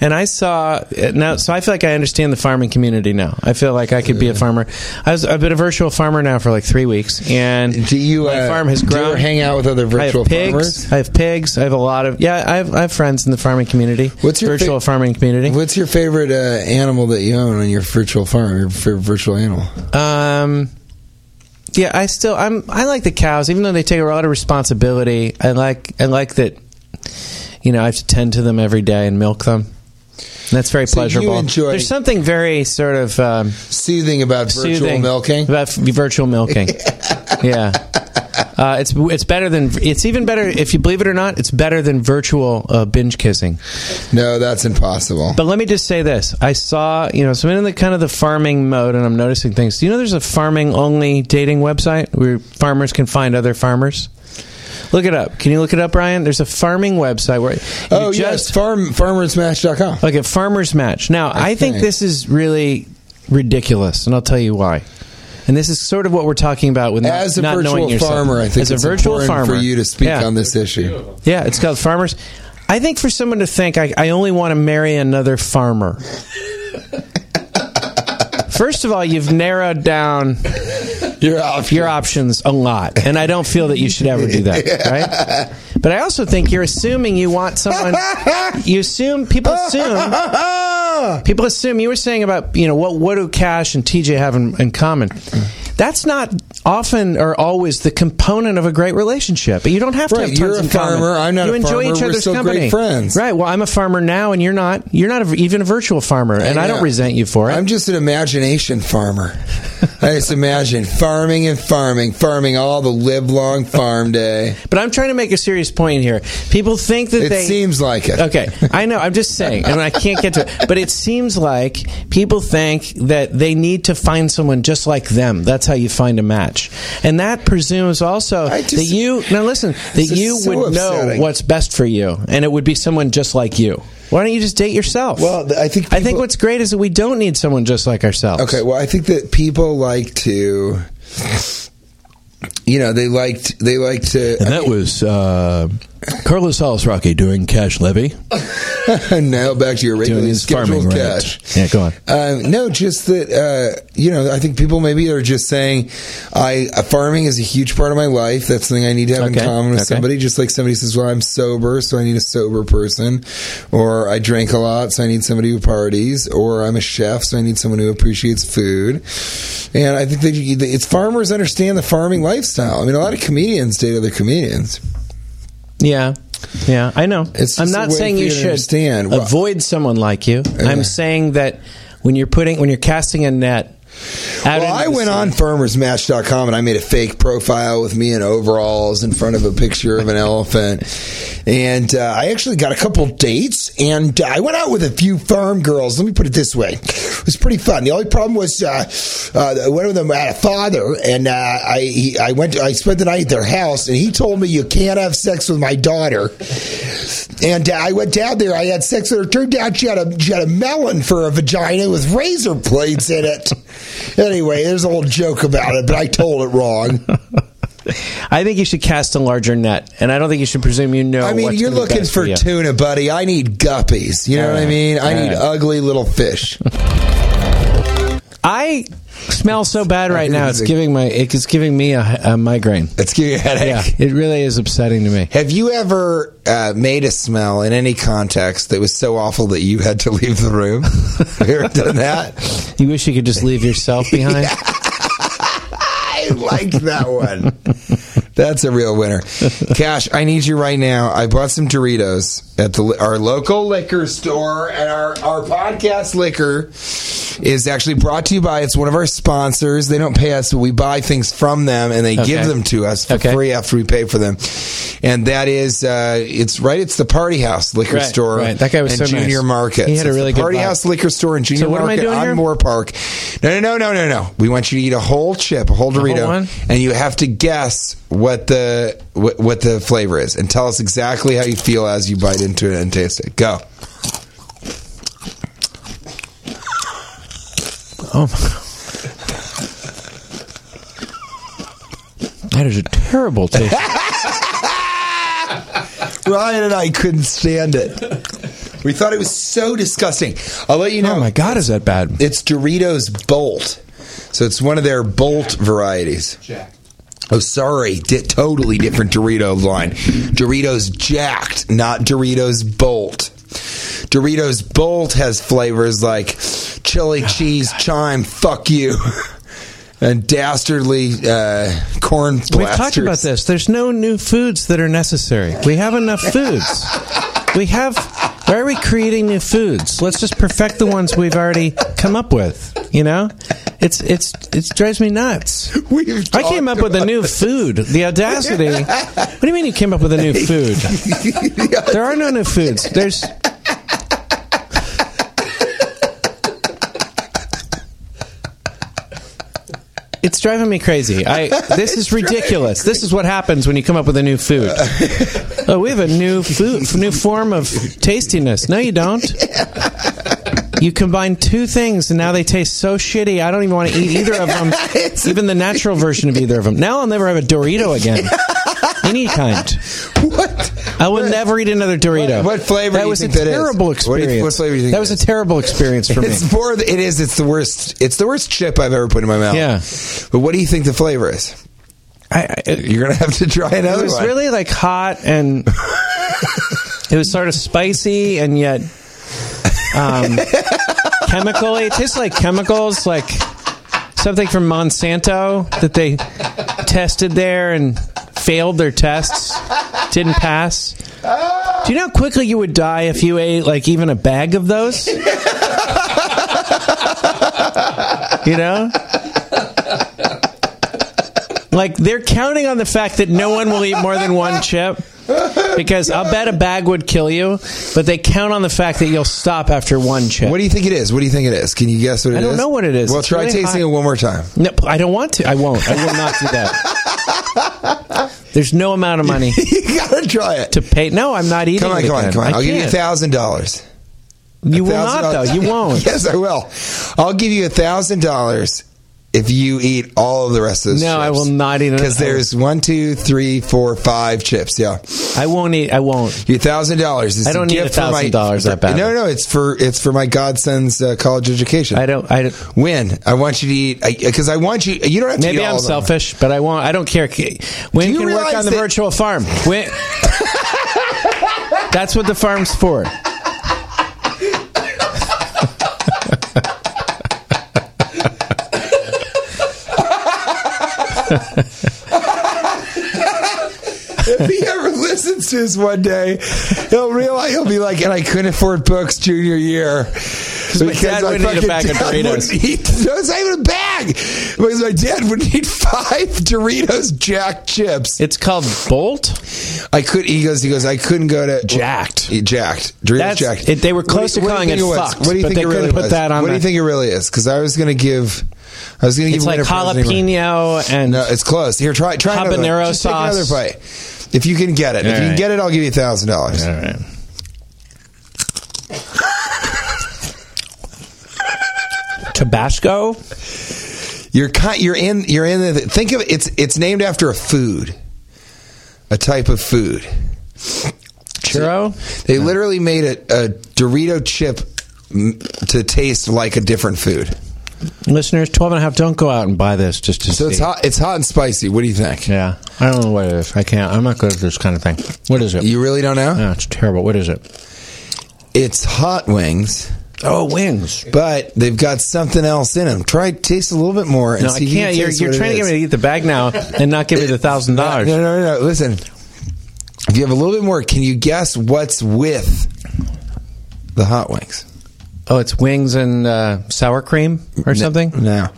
[SPEAKER 1] and I saw uh, now, so I feel like I understand the farming community now. I feel like I could be a farmer. I was, I've been a virtual farmer now for like three weeks, and
[SPEAKER 3] Do you
[SPEAKER 1] my
[SPEAKER 3] uh,
[SPEAKER 1] farm has
[SPEAKER 3] do you
[SPEAKER 1] grown.
[SPEAKER 3] hang out with other
[SPEAKER 1] I
[SPEAKER 3] virtual
[SPEAKER 1] have pigs.
[SPEAKER 3] farmers?
[SPEAKER 1] I have pigs. I have a lot of yeah. I have, I have friends in the farming community.
[SPEAKER 3] What's your
[SPEAKER 1] virtual
[SPEAKER 3] fa-
[SPEAKER 1] farming community?
[SPEAKER 3] What's your favorite uh, animal that you own on your virtual farm? Your favorite virtual animal?
[SPEAKER 1] Um, yeah, I still I'm I like the cows, even though they take a lot of responsibility. I like I like that. You know, I have to tend to them every day and milk them. And that's very
[SPEAKER 3] So you
[SPEAKER 1] pleasurable.
[SPEAKER 3] enjoy-
[SPEAKER 1] There's something very sort of um,
[SPEAKER 3] Soothing about virtual
[SPEAKER 1] soothing
[SPEAKER 3] milking.
[SPEAKER 1] about f- virtual milking. yeah. Uh, it's it's better than it's even better if you believe it or not it's better than virtual uh, binge kissing.
[SPEAKER 3] No, that's impossible.
[SPEAKER 1] But let me just say this: I saw, you know, so I'm in the kind of the farming mode, and I'm noticing things. Do you know there's a farming only dating website where farmers can find other farmers? Look it up. Can you look it up, Ryan? There's a farming website where you
[SPEAKER 3] oh
[SPEAKER 1] just
[SPEAKER 3] yes, farm farmersmatch.com.
[SPEAKER 1] like a farmers match. Now, I think
[SPEAKER 3] think.
[SPEAKER 1] this is really ridiculous, and I'll tell you why. And this is sort of what we're talking about with not-
[SPEAKER 3] As a
[SPEAKER 1] not knowing
[SPEAKER 3] virtual
[SPEAKER 1] yourself.
[SPEAKER 3] farmer, I think
[SPEAKER 1] as
[SPEAKER 3] it's
[SPEAKER 1] a virtual
[SPEAKER 3] important
[SPEAKER 1] farmer
[SPEAKER 3] for you to speak
[SPEAKER 1] Yeah.
[SPEAKER 3] on this issue.
[SPEAKER 1] Yeah, it's called Farmers. I think for someone to think I, I only want to marry another farmer. First of all, you've narrowed down
[SPEAKER 3] You're off.
[SPEAKER 1] your options a lot, and I don't feel that you should ever do that, right? But I also think you're assuming you want someone. You assume people assume people assume you were saying about you know what what do Cash and TJ have in, in common? That's not often or always the component of a great relationship. You don't have to
[SPEAKER 3] Right,
[SPEAKER 1] have tons
[SPEAKER 3] you're a
[SPEAKER 1] in common.
[SPEAKER 3] farmer, I'm not
[SPEAKER 1] You
[SPEAKER 3] a
[SPEAKER 1] enjoy
[SPEAKER 3] farmer,
[SPEAKER 1] each
[SPEAKER 3] we're
[SPEAKER 1] other's
[SPEAKER 3] still great
[SPEAKER 1] company,
[SPEAKER 3] friends.
[SPEAKER 1] Right. Well, I'm a farmer now, and you're not. You're not a, even a virtual farmer, and I,
[SPEAKER 3] know.
[SPEAKER 1] don't resent you for it.
[SPEAKER 3] I'm just an imagination farmer. I just imagine farming and farming, farming all the livelong farm day.
[SPEAKER 1] but I'm trying to make a serious point here. People think that
[SPEAKER 3] It
[SPEAKER 1] they
[SPEAKER 3] seems like it.
[SPEAKER 1] Okay, I know. I'm just saying, and I can't get to it. But it seems like people think that they need to find someone just like them. That's how you find a match, and that presumes also
[SPEAKER 3] I just-
[SPEAKER 1] that you now listen that
[SPEAKER 3] This is
[SPEAKER 1] you
[SPEAKER 3] so
[SPEAKER 1] would
[SPEAKER 3] upsetting.
[SPEAKER 1] know what's best for you, and it would be someone just like you. Why don't you just date yourself?
[SPEAKER 3] Well, th- I think
[SPEAKER 1] I think
[SPEAKER 3] people-
[SPEAKER 1] what's great is that we don't need someone just like ourselves.
[SPEAKER 3] Okay, well, I think that people like to, you know, they liked they like to.
[SPEAKER 4] And that was uh, Carlos Alesroque doing Cash Levy.
[SPEAKER 3] now back to your
[SPEAKER 4] Doing
[SPEAKER 3] regularly
[SPEAKER 4] his farming
[SPEAKER 3] scheduled
[SPEAKER 4] right.
[SPEAKER 3] catch.
[SPEAKER 4] Yeah, go on.
[SPEAKER 3] Um, no, just that uh, you know. I think people maybe are just saying, "I uh, farming is a huge part of my life. That's something I need to have in
[SPEAKER 1] Okay,
[SPEAKER 3] common with
[SPEAKER 1] okay.
[SPEAKER 3] somebody." Just like somebody says, "Well, I'm sober, so I need a sober person," or "I drink a lot, so I need somebody who parties," or "I'm a chef, so I need someone who appreciates food." And I think that you- that it's farmers understand the farming lifestyle. I mean, a lot of comedians date other comedians.
[SPEAKER 1] Yeah. Yeah, I know.
[SPEAKER 3] It's just
[SPEAKER 1] I'm
[SPEAKER 3] a
[SPEAKER 1] not
[SPEAKER 3] way
[SPEAKER 1] saying
[SPEAKER 3] for
[SPEAKER 1] you
[SPEAKER 3] you to
[SPEAKER 1] should
[SPEAKER 3] understand. Well-
[SPEAKER 1] avoid someone like you. I'm saying that when you're putting when you're casting a net. Out
[SPEAKER 3] Well,
[SPEAKER 1] into
[SPEAKER 3] I
[SPEAKER 1] the
[SPEAKER 3] went
[SPEAKER 1] sea-
[SPEAKER 3] on farmersmatch.com and I made a fake profile with me in overalls in front of a picture of an elephant. And uh, I actually got a couple dates and uh, I went out with a few farm girls. Let me put it this way it was pretty fun. The only problem was uh, uh, one of them had a father and uh, I, he, I went. I spent the night at their house and he told me, You can't have sex with my daughter. And uh, I went down there. I had sex with her. Turned out she had a she had a melon for a vagina with razor blades in it. anyway, there's a whole joke about it, but I told it wrong.
[SPEAKER 1] I think you should cast a larger net, and I don't think you should presume you know.
[SPEAKER 3] I mean,
[SPEAKER 1] what's
[SPEAKER 3] you're
[SPEAKER 1] gonna be
[SPEAKER 3] looking
[SPEAKER 1] best
[SPEAKER 3] for
[SPEAKER 1] you.
[SPEAKER 3] tuna, buddy. I need guppies. You know what I
[SPEAKER 1] Alright,
[SPEAKER 3] mean? I need
[SPEAKER 1] alright.
[SPEAKER 3] ugly little fish.
[SPEAKER 1] I smell so bad right now. It's
[SPEAKER 3] Amazing.
[SPEAKER 1] giving my it's giving me a, a migraine.
[SPEAKER 3] Let's give you a headache.
[SPEAKER 1] Yeah, it really is upsetting to me.
[SPEAKER 3] Have you ever uh, made a smell in any context that was so awful that you had to leave the room? Have you ever done that?
[SPEAKER 1] You wish you could just leave yourself behind.
[SPEAKER 3] I like that one. That's a real winner. Cash, I need you right now. I bought some Doritos at the our local liquor store, and our, our podcast liquor is actually brought to you by it's one of our sponsors. They don't pay us, but we buy things from them, and they give
[SPEAKER 1] Okay.
[SPEAKER 3] them to us for
[SPEAKER 1] Okay.
[SPEAKER 3] free after we pay for them. And that is, uh, it's right. It's the Party House Liquor
[SPEAKER 1] Right,
[SPEAKER 3] Store.
[SPEAKER 1] right. That guy was
[SPEAKER 3] and
[SPEAKER 1] so nice.
[SPEAKER 3] Junior Market.
[SPEAKER 1] He had a
[SPEAKER 3] It's the
[SPEAKER 1] really good
[SPEAKER 3] Party
[SPEAKER 1] vibe.
[SPEAKER 3] House Liquor Store and Junior
[SPEAKER 1] So what am I
[SPEAKER 3] Market
[SPEAKER 1] doing
[SPEAKER 3] on
[SPEAKER 1] here?
[SPEAKER 3] Moore Park. No, no, no, no, no, no. We want you to eat a whole chip, a whole Dorito,
[SPEAKER 1] one?
[SPEAKER 3] and you have to guess what the what, what the flavor is, and tell us exactly how you feel as you bite into it and taste it. Go.
[SPEAKER 1] Oh my That is a terrible taste.
[SPEAKER 3] Ryan and I couldn't stand it. We thought it was so disgusting. I'll let you know.
[SPEAKER 1] Oh my god, is that bad?
[SPEAKER 3] It's Doritos Bolt. So it's one of their Bolt varieties. Jack. Oh, sorry. Di- totally different Dorito line. Doritos Jacked, not Doritos Bolt. Doritos Bolt has flavors like chili cheese, chime, fuck you, and dastardly uh, corn
[SPEAKER 1] We've talked about
[SPEAKER 3] blasters.
[SPEAKER 1] this. There's no new foods that are necessary. We have enough foods. We have. Why are we creating new foods? Let's just perfect the ones we've already come up with. You know, it's it's it drives me nuts.
[SPEAKER 3] We've
[SPEAKER 1] I came up
[SPEAKER 3] talked
[SPEAKER 1] with a
[SPEAKER 3] about
[SPEAKER 1] new food. The audacity. What do you mean you came up with a new food? There are no new foods. There's. It's driving me crazy. I this is ridiculous. This is what happens when you come up with a new food. Oh, we have a new food, new form of tastiness. No, you don't. You combine two things and now they taste so shitty. I don't even want to eat either of them, even the natural version of either of them. Now I'll never have a Dorito again, any kind.
[SPEAKER 3] What?
[SPEAKER 1] I will never eat another Dorito.
[SPEAKER 3] What- what flavor
[SPEAKER 1] That
[SPEAKER 3] do you
[SPEAKER 1] was
[SPEAKER 3] think
[SPEAKER 1] a
[SPEAKER 3] that is?
[SPEAKER 1] terrible
[SPEAKER 3] What do you- what
[SPEAKER 1] experience.
[SPEAKER 3] flavor do you think
[SPEAKER 1] that
[SPEAKER 3] it
[SPEAKER 1] was a
[SPEAKER 3] is?
[SPEAKER 1] terrible experience for me.
[SPEAKER 3] It's more. It is. It's the worst. It's the worst chip I've ever put in my mouth.
[SPEAKER 1] Yeah.
[SPEAKER 3] But what do you think the flavor is?
[SPEAKER 1] I, I,
[SPEAKER 3] You're gonna have to try another
[SPEAKER 1] it was
[SPEAKER 3] one.
[SPEAKER 1] really like hot and it was sort of spicy and yet um, chemical it tastes like chemicals like something from monsanto that they tested there and failed their tests didn't pass do you know how quickly you would die if you ate like even a bag of those you know like they're counting on the fact that no one will eat more than one chip because I'll bet a bag would kill you, but they count on the fact that you'll stop after one chip.
[SPEAKER 3] What do you think it is? What do you think it is? Can you guess what it
[SPEAKER 1] I
[SPEAKER 3] is?
[SPEAKER 1] don't know what it is.
[SPEAKER 3] Well,
[SPEAKER 1] It's
[SPEAKER 3] try
[SPEAKER 1] really
[SPEAKER 3] tasting
[SPEAKER 1] hot.
[SPEAKER 3] it one more time.
[SPEAKER 1] no, I don't want to. I won't. I will not do that. There's no amount of money
[SPEAKER 3] you gotta try it.
[SPEAKER 1] to pay. No, I'm not eating.
[SPEAKER 3] Come on,
[SPEAKER 1] it
[SPEAKER 3] come on,
[SPEAKER 1] again.
[SPEAKER 3] come on.
[SPEAKER 1] I
[SPEAKER 3] I'll give you a
[SPEAKER 1] can't.
[SPEAKER 3] thousand dollars.
[SPEAKER 1] You will not
[SPEAKER 3] $1,000.
[SPEAKER 1] though. You won't.
[SPEAKER 3] yes, I will. I'll give you a thousand dollars if you eat all of the rest of those.
[SPEAKER 1] No, I will not eat it.
[SPEAKER 3] Because there's one, two, three, four, five chips. Yeah,
[SPEAKER 1] I won't eat. I won't.
[SPEAKER 3] your thousand dollars.
[SPEAKER 1] I don't need $1,000 that
[SPEAKER 3] bad.
[SPEAKER 1] badly.
[SPEAKER 3] No, no, it's for it's for my godson's uh, college education.
[SPEAKER 1] I don't. I don't.
[SPEAKER 3] When I want you to eat, because I, want you. You don't have to. eat
[SPEAKER 1] Maybe I'm
[SPEAKER 3] all of them.
[SPEAKER 1] selfish, but I won't. I don't care. When
[SPEAKER 3] you
[SPEAKER 1] can work
[SPEAKER 3] realize
[SPEAKER 1] on the
[SPEAKER 3] that-
[SPEAKER 1] virtual farm? When... That's what the farm's for.
[SPEAKER 3] if he ever listens to this one day, he'll realize he'll be like, and I couldn't afford books junior year because
[SPEAKER 1] my dad wouldn't eat a
[SPEAKER 3] fucking
[SPEAKER 1] bag of
[SPEAKER 3] dad
[SPEAKER 1] Doritos."
[SPEAKER 3] wouldn't eat- no, it's not even a bag because my dad would eat five Doritos Jack chips.
[SPEAKER 1] It's called Bolt.
[SPEAKER 3] I could. He goes. He goes. I couldn't go to
[SPEAKER 1] Jacked.
[SPEAKER 3] He- Jacked. Doritos
[SPEAKER 1] That's-
[SPEAKER 3] jacked.
[SPEAKER 1] it- they were
[SPEAKER 3] What do
[SPEAKER 1] close
[SPEAKER 3] you-
[SPEAKER 1] to
[SPEAKER 3] what do you
[SPEAKER 1] calling
[SPEAKER 3] think
[SPEAKER 1] it
[SPEAKER 3] was?
[SPEAKER 1] fucked,
[SPEAKER 3] What do you
[SPEAKER 1] but
[SPEAKER 3] think
[SPEAKER 1] they
[SPEAKER 3] it really
[SPEAKER 1] couldn't put
[SPEAKER 3] was?
[SPEAKER 1] that on
[SPEAKER 3] What do you
[SPEAKER 1] the-
[SPEAKER 3] think it really is? Because I was going to give. I was going to give.
[SPEAKER 1] It's like
[SPEAKER 3] winner for his name.
[SPEAKER 1] jalapeno and
[SPEAKER 3] No, it's close. Here, try try another one.
[SPEAKER 1] Habanero
[SPEAKER 3] Just take
[SPEAKER 1] sauce.
[SPEAKER 3] another bite. If you can get it, if you can
[SPEAKER 1] right.
[SPEAKER 3] get it, I'll give you thousand dollars.
[SPEAKER 1] right. Tabasco.
[SPEAKER 3] You're con- you're in you're in the think of it's it's named after a food, a type of food.
[SPEAKER 1] Churro?
[SPEAKER 3] They literally made a, a Dorito chip mm, to taste like a different food.
[SPEAKER 1] Listeners, 12 and a half, don't go out and buy this just to
[SPEAKER 3] So
[SPEAKER 1] see.
[SPEAKER 3] it's hot it's hot and spicy. What do you think?
[SPEAKER 1] Yeah. I don't know what it is. I can't. I'm not good at this kind of thing. What is it?
[SPEAKER 3] You really don't know?
[SPEAKER 1] oh, it's terrible. What is it?
[SPEAKER 3] It's hot wings,
[SPEAKER 1] Oh, wings.
[SPEAKER 3] but they've got something else in them. Try taste a little bit more. And
[SPEAKER 1] No, I
[SPEAKER 3] see if you
[SPEAKER 1] can't. You're,
[SPEAKER 3] taste
[SPEAKER 1] you're
[SPEAKER 3] what it
[SPEAKER 1] trying to get
[SPEAKER 3] E is.
[SPEAKER 1] me to eat the bag now and not give me the thousand
[SPEAKER 3] No, no,
[SPEAKER 1] dollars.
[SPEAKER 3] no, no. Listen, if you have a little bit more, can you guess what's with the hot wings
[SPEAKER 1] Oh, it's wings and uh, sour cream or something.
[SPEAKER 3] No,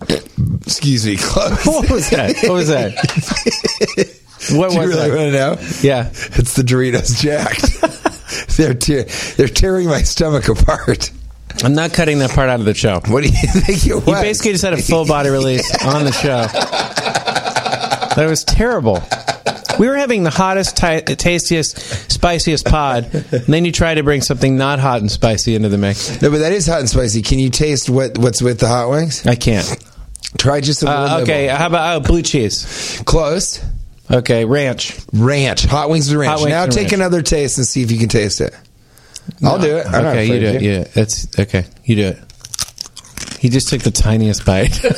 [SPEAKER 3] excuse me, close.
[SPEAKER 1] What was that? What was that? What
[SPEAKER 3] Do you
[SPEAKER 1] was
[SPEAKER 3] really
[SPEAKER 1] that?
[SPEAKER 3] want to know?
[SPEAKER 1] Yeah.
[SPEAKER 3] It's the Doritos jacked. they're tear they're tearing my stomach apart.
[SPEAKER 1] I'm not cutting that part out of the show.
[SPEAKER 3] What do you think it was?
[SPEAKER 1] You basically just had a full body release on the show. That was terrible. We were having the hottest, ti- tastiest, spiciest pod, and then you try to bring something not hot and spicy into the mix.
[SPEAKER 3] no, but that is hot and spicy. Can you taste what what's with the hot wings?
[SPEAKER 1] I can't.
[SPEAKER 3] Try just a little
[SPEAKER 1] Uh,
[SPEAKER 3] bit.
[SPEAKER 1] okay, how about oh, blue cheese?
[SPEAKER 3] close.
[SPEAKER 1] Okay, ranch.
[SPEAKER 3] Ranch, hot wings with ranch.
[SPEAKER 1] wings
[SPEAKER 3] now
[SPEAKER 1] with
[SPEAKER 3] take
[SPEAKER 1] ranch.
[SPEAKER 3] another taste and see if you can taste it. I'll do it. I'm not
[SPEAKER 1] okay, you
[SPEAKER 3] afraid
[SPEAKER 1] do
[SPEAKER 3] of
[SPEAKER 1] it.
[SPEAKER 3] you.
[SPEAKER 1] Yeah, that's okay. You do it. He just took the tiniest bite.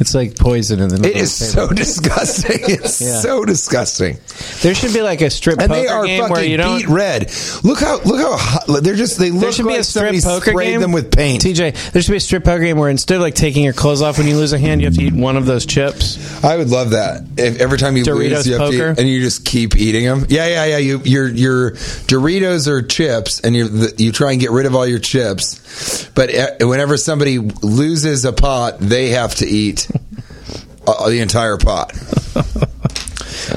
[SPEAKER 1] it's like poison in the middle.
[SPEAKER 3] It is
[SPEAKER 1] of the
[SPEAKER 3] so disgusting. It's
[SPEAKER 1] Yeah.
[SPEAKER 3] so disgusting.
[SPEAKER 1] table. There should be like a strip
[SPEAKER 3] And
[SPEAKER 1] poker
[SPEAKER 3] they are
[SPEAKER 1] game
[SPEAKER 3] fucking
[SPEAKER 1] where you don't.
[SPEAKER 3] beat red. Look how look how hot, they're just they look
[SPEAKER 1] there should
[SPEAKER 3] like
[SPEAKER 1] be a
[SPEAKER 3] somebody
[SPEAKER 1] strip poker
[SPEAKER 3] sprayed
[SPEAKER 1] game.
[SPEAKER 3] them with paint.
[SPEAKER 1] TJ, there should be a strip poker game where instead of like taking your clothes off when you lose a hand, you have to eat one of those chips.
[SPEAKER 3] I would love that. If every time you
[SPEAKER 1] Doritos
[SPEAKER 3] lose, you have
[SPEAKER 1] poker?
[SPEAKER 3] to eat, and you just keep eating them. Yeah, yeah, yeah. You your your Doritos are chips, and you the- you try and get rid of all your chips. But eh, whenever somebody loses a pot, they have to eat uh, the entire pot.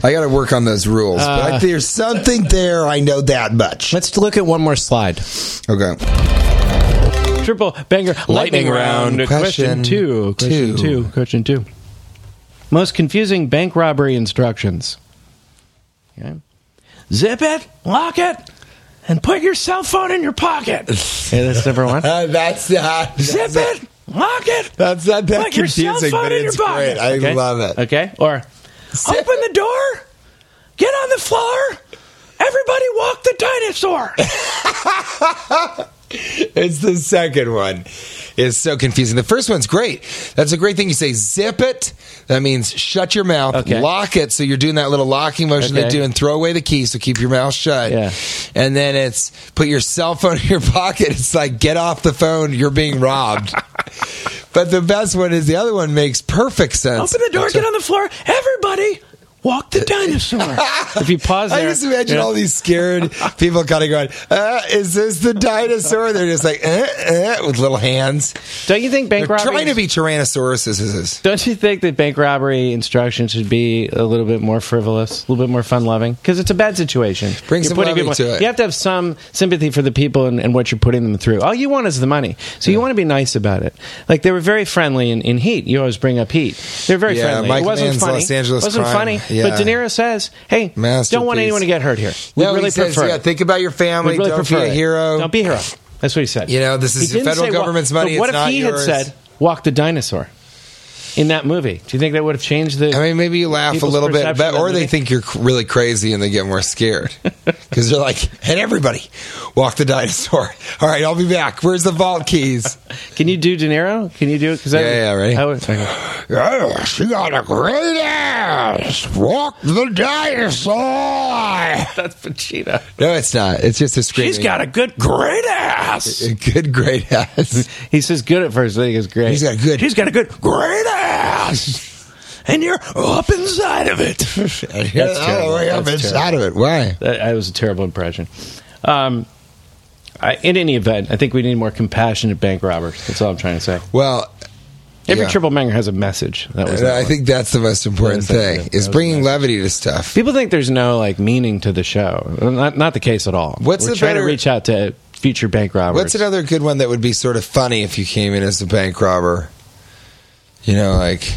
[SPEAKER 3] I got to work on those rules.
[SPEAKER 1] Uh.
[SPEAKER 3] but I, there's something there. I know that much.
[SPEAKER 1] Let's look at one more slide.
[SPEAKER 3] Okay.
[SPEAKER 1] Triple banger lightning, round.
[SPEAKER 3] Question
[SPEAKER 1] Question, two. Question
[SPEAKER 3] two.
[SPEAKER 1] two. Question two. Most confusing bank robbery instructions. Okay. Zip it, lock it, and put your cell phone in your pocket. okay, that's number one.
[SPEAKER 3] Uh, that's not.
[SPEAKER 1] Zip it, lock it.
[SPEAKER 3] That's not that
[SPEAKER 1] Put your cell
[SPEAKER 3] confusing,
[SPEAKER 1] phone
[SPEAKER 3] but
[SPEAKER 1] in your
[SPEAKER 3] it's
[SPEAKER 1] pocket.
[SPEAKER 3] great. I love it.
[SPEAKER 1] Okay, or open the door, get on the floor. Everybody, walk the dinosaur.
[SPEAKER 3] It's the second one. It's so confusing. The first one's great. That's a great thing. You say zip it. That means shut your mouth.
[SPEAKER 1] Okay.
[SPEAKER 3] Lock it. So you're doing that little locking motion they
[SPEAKER 1] Okay.
[SPEAKER 3] do and throw away the key. So keep your mouth shut.
[SPEAKER 1] Yeah.
[SPEAKER 3] And then it's put your cell phone in your pocket. It's like get off the phone. You're being robbed. but the best one is the other one makes perfect sense.
[SPEAKER 1] Open the door, get on the floor. Everybody, walk the dinosaur. if you pause
[SPEAKER 3] I
[SPEAKER 1] there,
[SPEAKER 3] just
[SPEAKER 1] you
[SPEAKER 3] imagine
[SPEAKER 1] know,
[SPEAKER 3] all these scared people kind of going, uh, "Is this the dinosaur?" They're just like, uh, uh, with little hands.
[SPEAKER 1] Don't you think bank
[SPEAKER 3] They're
[SPEAKER 1] robbery?
[SPEAKER 3] trying to be Tyrannosauruses.
[SPEAKER 1] Don't you think that bank robbery instructions should be a little bit more frivolous, a little bit more fun loving? Because it's a bad situation.
[SPEAKER 3] Bring some
[SPEAKER 1] putting
[SPEAKER 3] levity
[SPEAKER 1] people-
[SPEAKER 3] to it.
[SPEAKER 1] You have to have some sympathy for the people and, and what you're putting them through. All you want is the money, so you want to be nice about it. Like they were very friendly in, in Heat. You always bring up Heat. They're very
[SPEAKER 3] Yeah,
[SPEAKER 1] friendly.
[SPEAKER 3] Mike
[SPEAKER 1] it wasn't
[SPEAKER 3] Mann's
[SPEAKER 1] funny.
[SPEAKER 3] Los Angeles
[SPEAKER 1] wasn't
[SPEAKER 3] Crime.
[SPEAKER 1] funny.
[SPEAKER 3] Yeah.
[SPEAKER 1] But De Niro says, "Hey, don't want
[SPEAKER 3] Masterpiece.
[SPEAKER 1] anyone to get hurt here. We
[SPEAKER 3] No,
[SPEAKER 1] really
[SPEAKER 3] he says,
[SPEAKER 1] prefer.
[SPEAKER 3] yeah,
[SPEAKER 1] it.
[SPEAKER 3] think about your family.
[SPEAKER 1] We'd really
[SPEAKER 3] don't
[SPEAKER 1] prefer
[SPEAKER 3] be a
[SPEAKER 1] it.
[SPEAKER 3] hero.
[SPEAKER 1] Don't be a hero. That's what he said.
[SPEAKER 3] You know, this is
[SPEAKER 1] He didn't
[SPEAKER 3] federal
[SPEAKER 1] say wa-
[SPEAKER 3] government's money,
[SPEAKER 1] But what
[SPEAKER 3] it's
[SPEAKER 1] if
[SPEAKER 3] not
[SPEAKER 1] he
[SPEAKER 3] yours.
[SPEAKER 1] had said, "Walk the dinosaur"? In that movie, do you think that would have changed the?
[SPEAKER 3] I mean, maybe you laugh a
[SPEAKER 1] people's
[SPEAKER 3] little bit,
[SPEAKER 1] perception
[SPEAKER 3] but,
[SPEAKER 1] of
[SPEAKER 3] or
[SPEAKER 1] the
[SPEAKER 3] they
[SPEAKER 1] movie?
[SPEAKER 3] think you're c- really crazy and they get more scared because they're like, "Hey, everybody, walk the dinosaur." All right, I'll be back. Where's the vault keys?
[SPEAKER 1] Can you do De Niro? Can you do it? Cause
[SPEAKER 3] Yeah, yeah, ready?
[SPEAKER 1] I would, okay.
[SPEAKER 3] oh, she got a great ass. Walk the dinosaur.
[SPEAKER 1] That's Pacino.
[SPEAKER 3] No, it's not. It's just a screaming.
[SPEAKER 1] He's got a good, great ass.
[SPEAKER 3] a good, great ass.
[SPEAKER 1] He says good at first. I think it's great.
[SPEAKER 3] He's got a good.
[SPEAKER 1] He's got a good, great ass, and you're up inside of it. That's
[SPEAKER 3] all the way up
[SPEAKER 1] That's
[SPEAKER 3] inside of it. Why?
[SPEAKER 1] That, that was a terrible impression. Um, I, in any event, I think we need more compassionate bank robbers. That's all I'm trying to say.
[SPEAKER 3] Well,
[SPEAKER 1] Every
[SPEAKER 3] Yeah.
[SPEAKER 1] triple banger has a message. That was.
[SPEAKER 3] And
[SPEAKER 1] that
[SPEAKER 3] I
[SPEAKER 1] one.
[SPEAKER 3] think that's the most
[SPEAKER 1] That
[SPEAKER 3] important
[SPEAKER 1] is that-
[SPEAKER 3] thing
[SPEAKER 1] that-
[SPEAKER 3] is
[SPEAKER 1] that was
[SPEAKER 3] bringing
[SPEAKER 1] nice.
[SPEAKER 3] levity to stuff.
[SPEAKER 1] people think there's no like meaning to the show. Not, not the case at all.
[SPEAKER 3] What's
[SPEAKER 1] We're
[SPEAKER 3] the
[SPEAKER 1] trying
[SPEAKER 3] better-
[SPEAKER 1] to reach out to future bank robbers?
[SPEAKER 3] What's another good one that would be sort of funny if you came in as a bank robber? You know, like,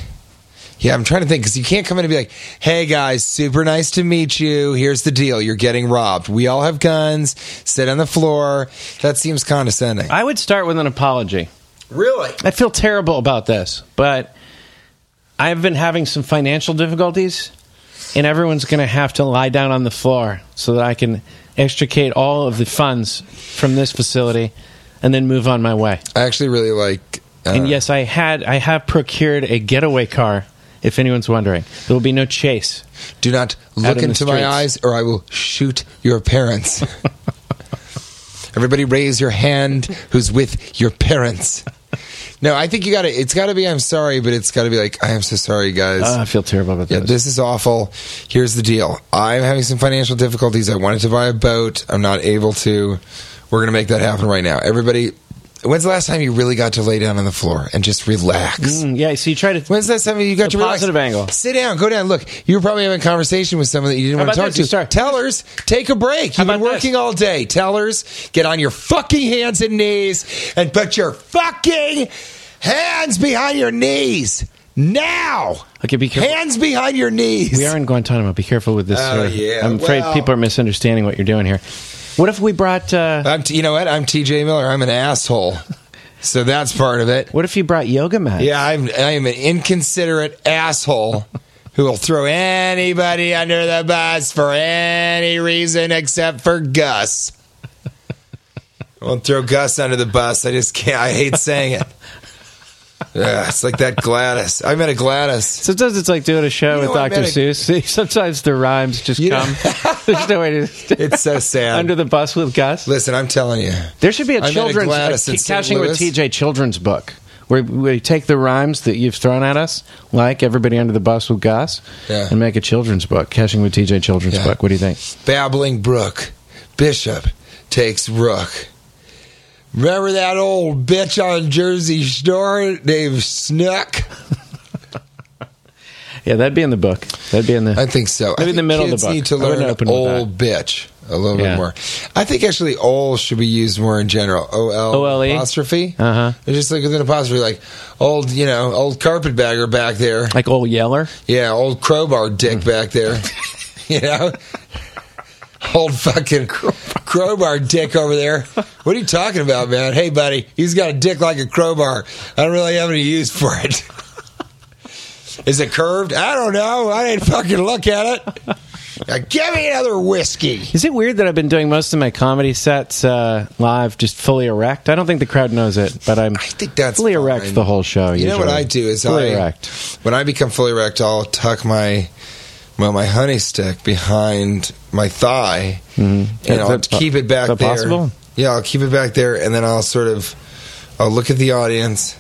[SPEAKER 3] yeah, I'm trying to think because you can't come in and be like, "Hey guys, super nice to meet you. Here's the deal: you're getting robbed. We all have guns. Sit on the floor." That seems condescending.
[SPEAKER 1] I would start with an apology.
[SPEAKER 3] Really?
[SPEAKER 1] I feel terrible about this, but I've been having some financial difficulties, and everyone's going to have to lie down on the floor so that I can extricate all of the funds from this facility and then move on my way.
[SPEAKER 3] I actually really like. Uh,
[SPEAKER 1] and yes, I had I have procured a getaway car. If anyone's wondering, there will be no chase.
[SPEAKER 3] Do not
[SPEAKER 1] Out
[SPEAKER 3] look
[SPEAKER 1] in the
[SPEAKER 3] into my
[SPEAKER 1] streets.
[SPEAKER 3] eyes or I will shoot your parents. Everybody raise your hand who's with your parents. No, I think you got to it's got to be I'm sorry, but it's got to be like I am so sorry guys.
[SPEAKER 1] Ah, I feel terrible about
[SPEAKER 3] yeah,
[SPEAKER 1] this.
[SPEAKER 3] this is awful. Here's the deal. I'm having some financial difficulties. I wanted to buy a boat. I'm not able to. We're going to make that happen right now. Everybody, when's the last time you really got to lay down on the floor and just relax?
[SPEAKER 1] Mm, yeah, so you try to.
[SPEAKER 3] When's the last time you got
[SPEAKER 1] The
[SPEAKER 3] to relax?
[SPEAKER 1] positive angle.
[SPEAKER 3] Sit down, go down. Look, you were probably having a conversation with someone that you didn't
[SPEAKER 1] How
[SPEAKER 3] want to
[SPEAKER 1] about
[SPEAKER 3] talk
[SPEAKER 1] this? You
[SPEAKER 3] to.
[SPEAKER 1] start-
[SPEAKER 3] Tellers, take a break. You've been
[SPEAKER 1] about
[SPEAKER 3] working
[SPEAKER 1] this?
[SPEAKER 3] all day. Tellers, get on your fucking hands and knees and put your fucking hands behind your knees now.
[SPEAKER 1] Okay, be careful.
[SPEAKER 3] Hands behind your knees.
[SPEAKER 1] We are in Guantanamo. Be careful with this.
[SPEAKER 3] Oh,
[SPEAKER 1] uh,
[SPEAKER 3] yeah,
[SPEAKER 1] I'm afraid
[SPEAKER 3] well-
[SPEAKER 1] people are misunderstanding what you're doing here. What if we brought? Uh,
[SPEAKER 3] I'm t- you know what? I'm TJ Miller. I'm an asshole. So that's part of it.
[SPEAKER 1] what if you brought yoga mats?
[SPEAKER 3] Yeah, I'm I am an inconsiderate asshole who will throw anybody under the bus for any reason except for Gus. I won't throw Gus under the bus. I just can't. I hate saying it. Ugh, it's like that Gladys. I met a Gladys.
[SPEAKER 1] Sometimes it's like doing a show
[SPEAKER 3] You know,
[SPEAKER 1] with
[SPEAKER 3] I
[SPEAKER 1] Dr.
[SPEAKER 3] met a-
[SPEAKER 1] Seuss. Sometimes the rhymes just
[SPEAKER 3] You know-
[SPEAKER 1] come. There's no way to
[SPEAKER 3] It's so sad.
[SPEAKER 1] under the bus with Gus.
[SPEAKER 3] Listen, I'm telling you.
[SPEAKER 1] There should be
[SPEAKER 3] I
[SPEAKER 1] a
[SPEAKER 3] met a
[SPEAKER 1] children's a
[SPEAKER 3] Gladys in
[SPEAKER 1] t-
[SPEAKER 3] St.
[SPEAKER 1] catching with
[SPEAKER 3] Louis.
[SPEAKER 1] TJ children's book where we take the rhymes that you've thrown at us, like everybody under the bus with Gus,
[SPEAKER 3] Yeah.
[SPEAKER 1] and make a children's book. Catching with TJ children's
[SPEAKER 3] Yeah.
[SPEAKER 1] book. What do you think?
[SPEAKER 3] Babbling Brook. Bishop takes Rook. Remember that old bitch on Jersey Shore named Snook?
[SPEAKER 1] Yeah, that'd be in the book. That'd be in the.
[SPEAKER 3] I think so. I
[SPEAKER 1] Maybe in
[SPEAKER 3] think
[SPEAKER 1] the middle of the
[SPEAKER 3] kids
[SPEAKER 1] book.
[SPEAKER 3] need to
[SPEAKER 1] I wouldn't
[SPEAKER 3] learn
[SPEAKER 1] open with
[SPEAKER 3] old bitch a little bit
[SPEAKER 1] Yeah.
[SPEAKER 3] more. I think actually "ol" should be used more in general. O L
[SPEAKER 1] OLE?
[SPEAKER 3] apostrophe.
[SPEAKER 1] E? Uh-huh.
[SPEAKER 3] It's Just like with an apostrophe, like old, you know, old carpetbagger back there.
[SPEAKER 1] like old Yeller.
[SPEAKER 3] Yeah, old crowbar dick back there. you know, old fucking crowbar dick over there. What are you talking about, man? Hey, buddy, he's got a dick like a crowbar. I don't really have any use for it. Is it curved? I don't know. I didn't fucking look at it. Now give me another whiskey.
[SPEAKER 1] Is it weird that I've been doing most of my comedy sets uh, live, just fully erect? I don't think the crowd knows it, but I'm
[SPEAKER 3] I think that's
[SPEAKER 1] fully erect
[SPEAKER 3] fine.
[SPEAKER 1] the whole show.
[SPEAKER 3] You know what I do is
[SPEAKER 1] fully
[SPEAKER 3] I
[SPEAKER 1] erect.
[SPEAKER 3] when I become fully erect, I'll tuck my well my honey stick behind my thigh, and
[SPEAKER 1] Mm-hmm. Is
[SPEAKER 3] I'll
[SPEAKER 1] that po-
[SPEAKER 3] keep it back
[SPEAKER 1] is that
[SPEAKER 3] there.
[SPEAKER 1] possible?
[SPEAKER 3] Yeah, I'll keep it back there, and then I'll sort of I'll look at the audience.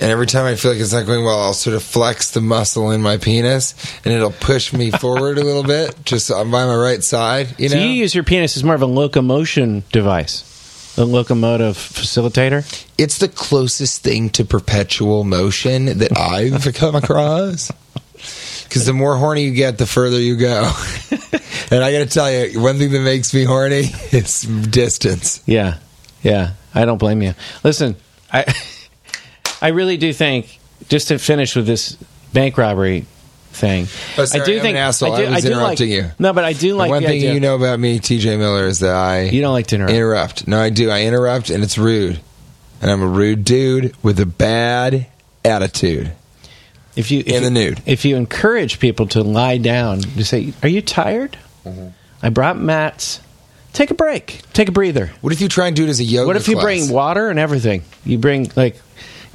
[SPEAKER 3] And every time I feel like it's not going well, I'll sort of flex the muscle in my penis, and it'll push me forward a little bit, just on by my right side. You know,
[SPEAKER 1] So you use your penis as more of a locomotion device, a locomotive facilitator.
[SPEAKER 3] it's the closest thing to perpetual motion that I've come across. Because the more horny you get, the further you go. and I got to tell you, one thing that makes me horny is distance.
[SPEAKER 1] Yeah, yeah. I don't blame you. Listen, I, I really do think just to finish with this bank robbery thing.
[SPEAKER 3] Oh, sorry,
[SPEAKER 1] I do
[SPEAKER 3] I'm
[SPEAKER 1] think
[SPEAKER 3] an asshole. I was interrupting
[SPEAKER 1] like,
[SPEAKER 3] you.
[SPEAKER 1] No, but I do like
[SPEAKER 3] one
[SPEAKER 1] the
[SPEAKER 3] thing
[SPEAKER 1] idea-
[SPEAKER 3] you know about me, TJ Miller, is that I
[SPEAKER 1] You don't like to interrupt.
[SPEAKER 3] interrupt. No, I do. I interrupt, and it's rude. And I'm a rude dude with a bad attitude.
[SPEAKER 1] If you if
[SPEAKER 3] In the
[SPEAKER 1] you-
[SPEAKER 3] nude.
[SPEAKER 1] if you encourage people to lie down, to say, "Are you tired?
[SPEAKER 3] Mm-hmm.
[SPEAKER 1] I brought mats. Take a break. Take a breather.
[SPEAKER 3] What if you try and do it as a yoga
[SPEAKER 1] what if you
[SPEAKER 3] class?
[SPEAKER 1] bring water and everything? You bring like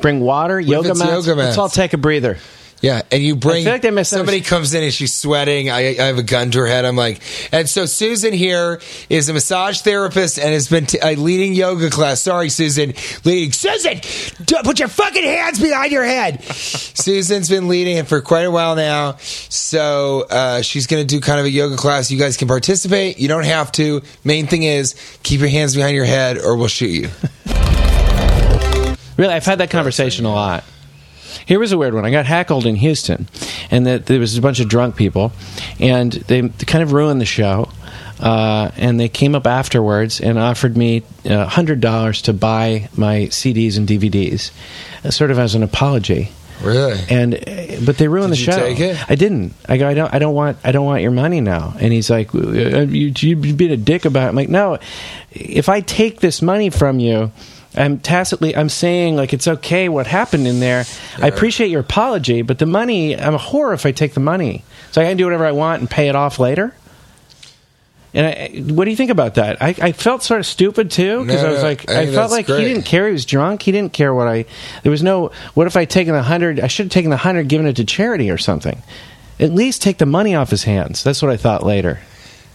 [SPEAKER 1] bring water, yoga,
[SPEAKER 3] it's
[SPEAKER 1] mats.
[SPEAKER 3] yoga mats?
[SPEAKER 1] Let's all take a breather.
[SPEAKER 3] Yeah, and you bring.
[SPEAKER 1] I feel like they misunderstood-
[SPEAKER 3] somebody comes in and she's sweating. I, I have a gun to her head. I'm like, and so Susan here is a massage therapist and has been t- a leading yoga class. Sorry, Susan, leading Susan. d- Put your fucking hands behind your head. Susan's been leading it for quite a while now, so uh, she's going to do kind of a yoga class. You guys can participate. You don't have to. Main thing is keep your hands behind your head, or we'll shoot you.
[SPEAKER 1] Really, I've had that conversation a lot. Here was a weird one. I got heckled in Houston, and that there was a bunch of drunk people, and they kind of ruined the show. Uh, and they came up afterwards and offered me uh, hundred dollars to buy my CDs and DVDs, uh, sort of as an apology.
[SPEAKER 3] Really?
[SPEAKER 1] And uh, but they ruined
[SPEAKER 3] Did
[SPEAKER 1] the
[SPEAKER 3] you
[SPEAKER 1] show.
[SPEAKER 3] take it?
[SPEAKER 1] I didn't. I go. I don't. I don't want. I don't want your money now. And he's like, uh, you you being a dick about. It. I'm like, no. If I take this money from you, I'm tacitly I'm saying like it's okay what happened in there. I appreciate your apology, but the money I'm a whore if I take the money, so I can do whatever I want and pay it off later. And I, what do you think about that? I, I felt sort of stupid too because
[SPEAKER 3] No,
[SPEAKER 1] I was
[SPEAKER 3] no,
[SPEAKER 1] like
[SPEAKER 3] I
[SPEAKER 1] I,
[SPEAKER 3] think
[SPEAKER 1] felt
[SPEAKER 3] that's
[SPEAKER 1] like
[SPEAKER 3] great.
[SPEAKER 1] he didn't care. He was drunk. He didn't care what I. There was no. What if I taken the hundred? I should have taken the hundred, given it to charity or something. At least take the money off his hands. That's what I thought later.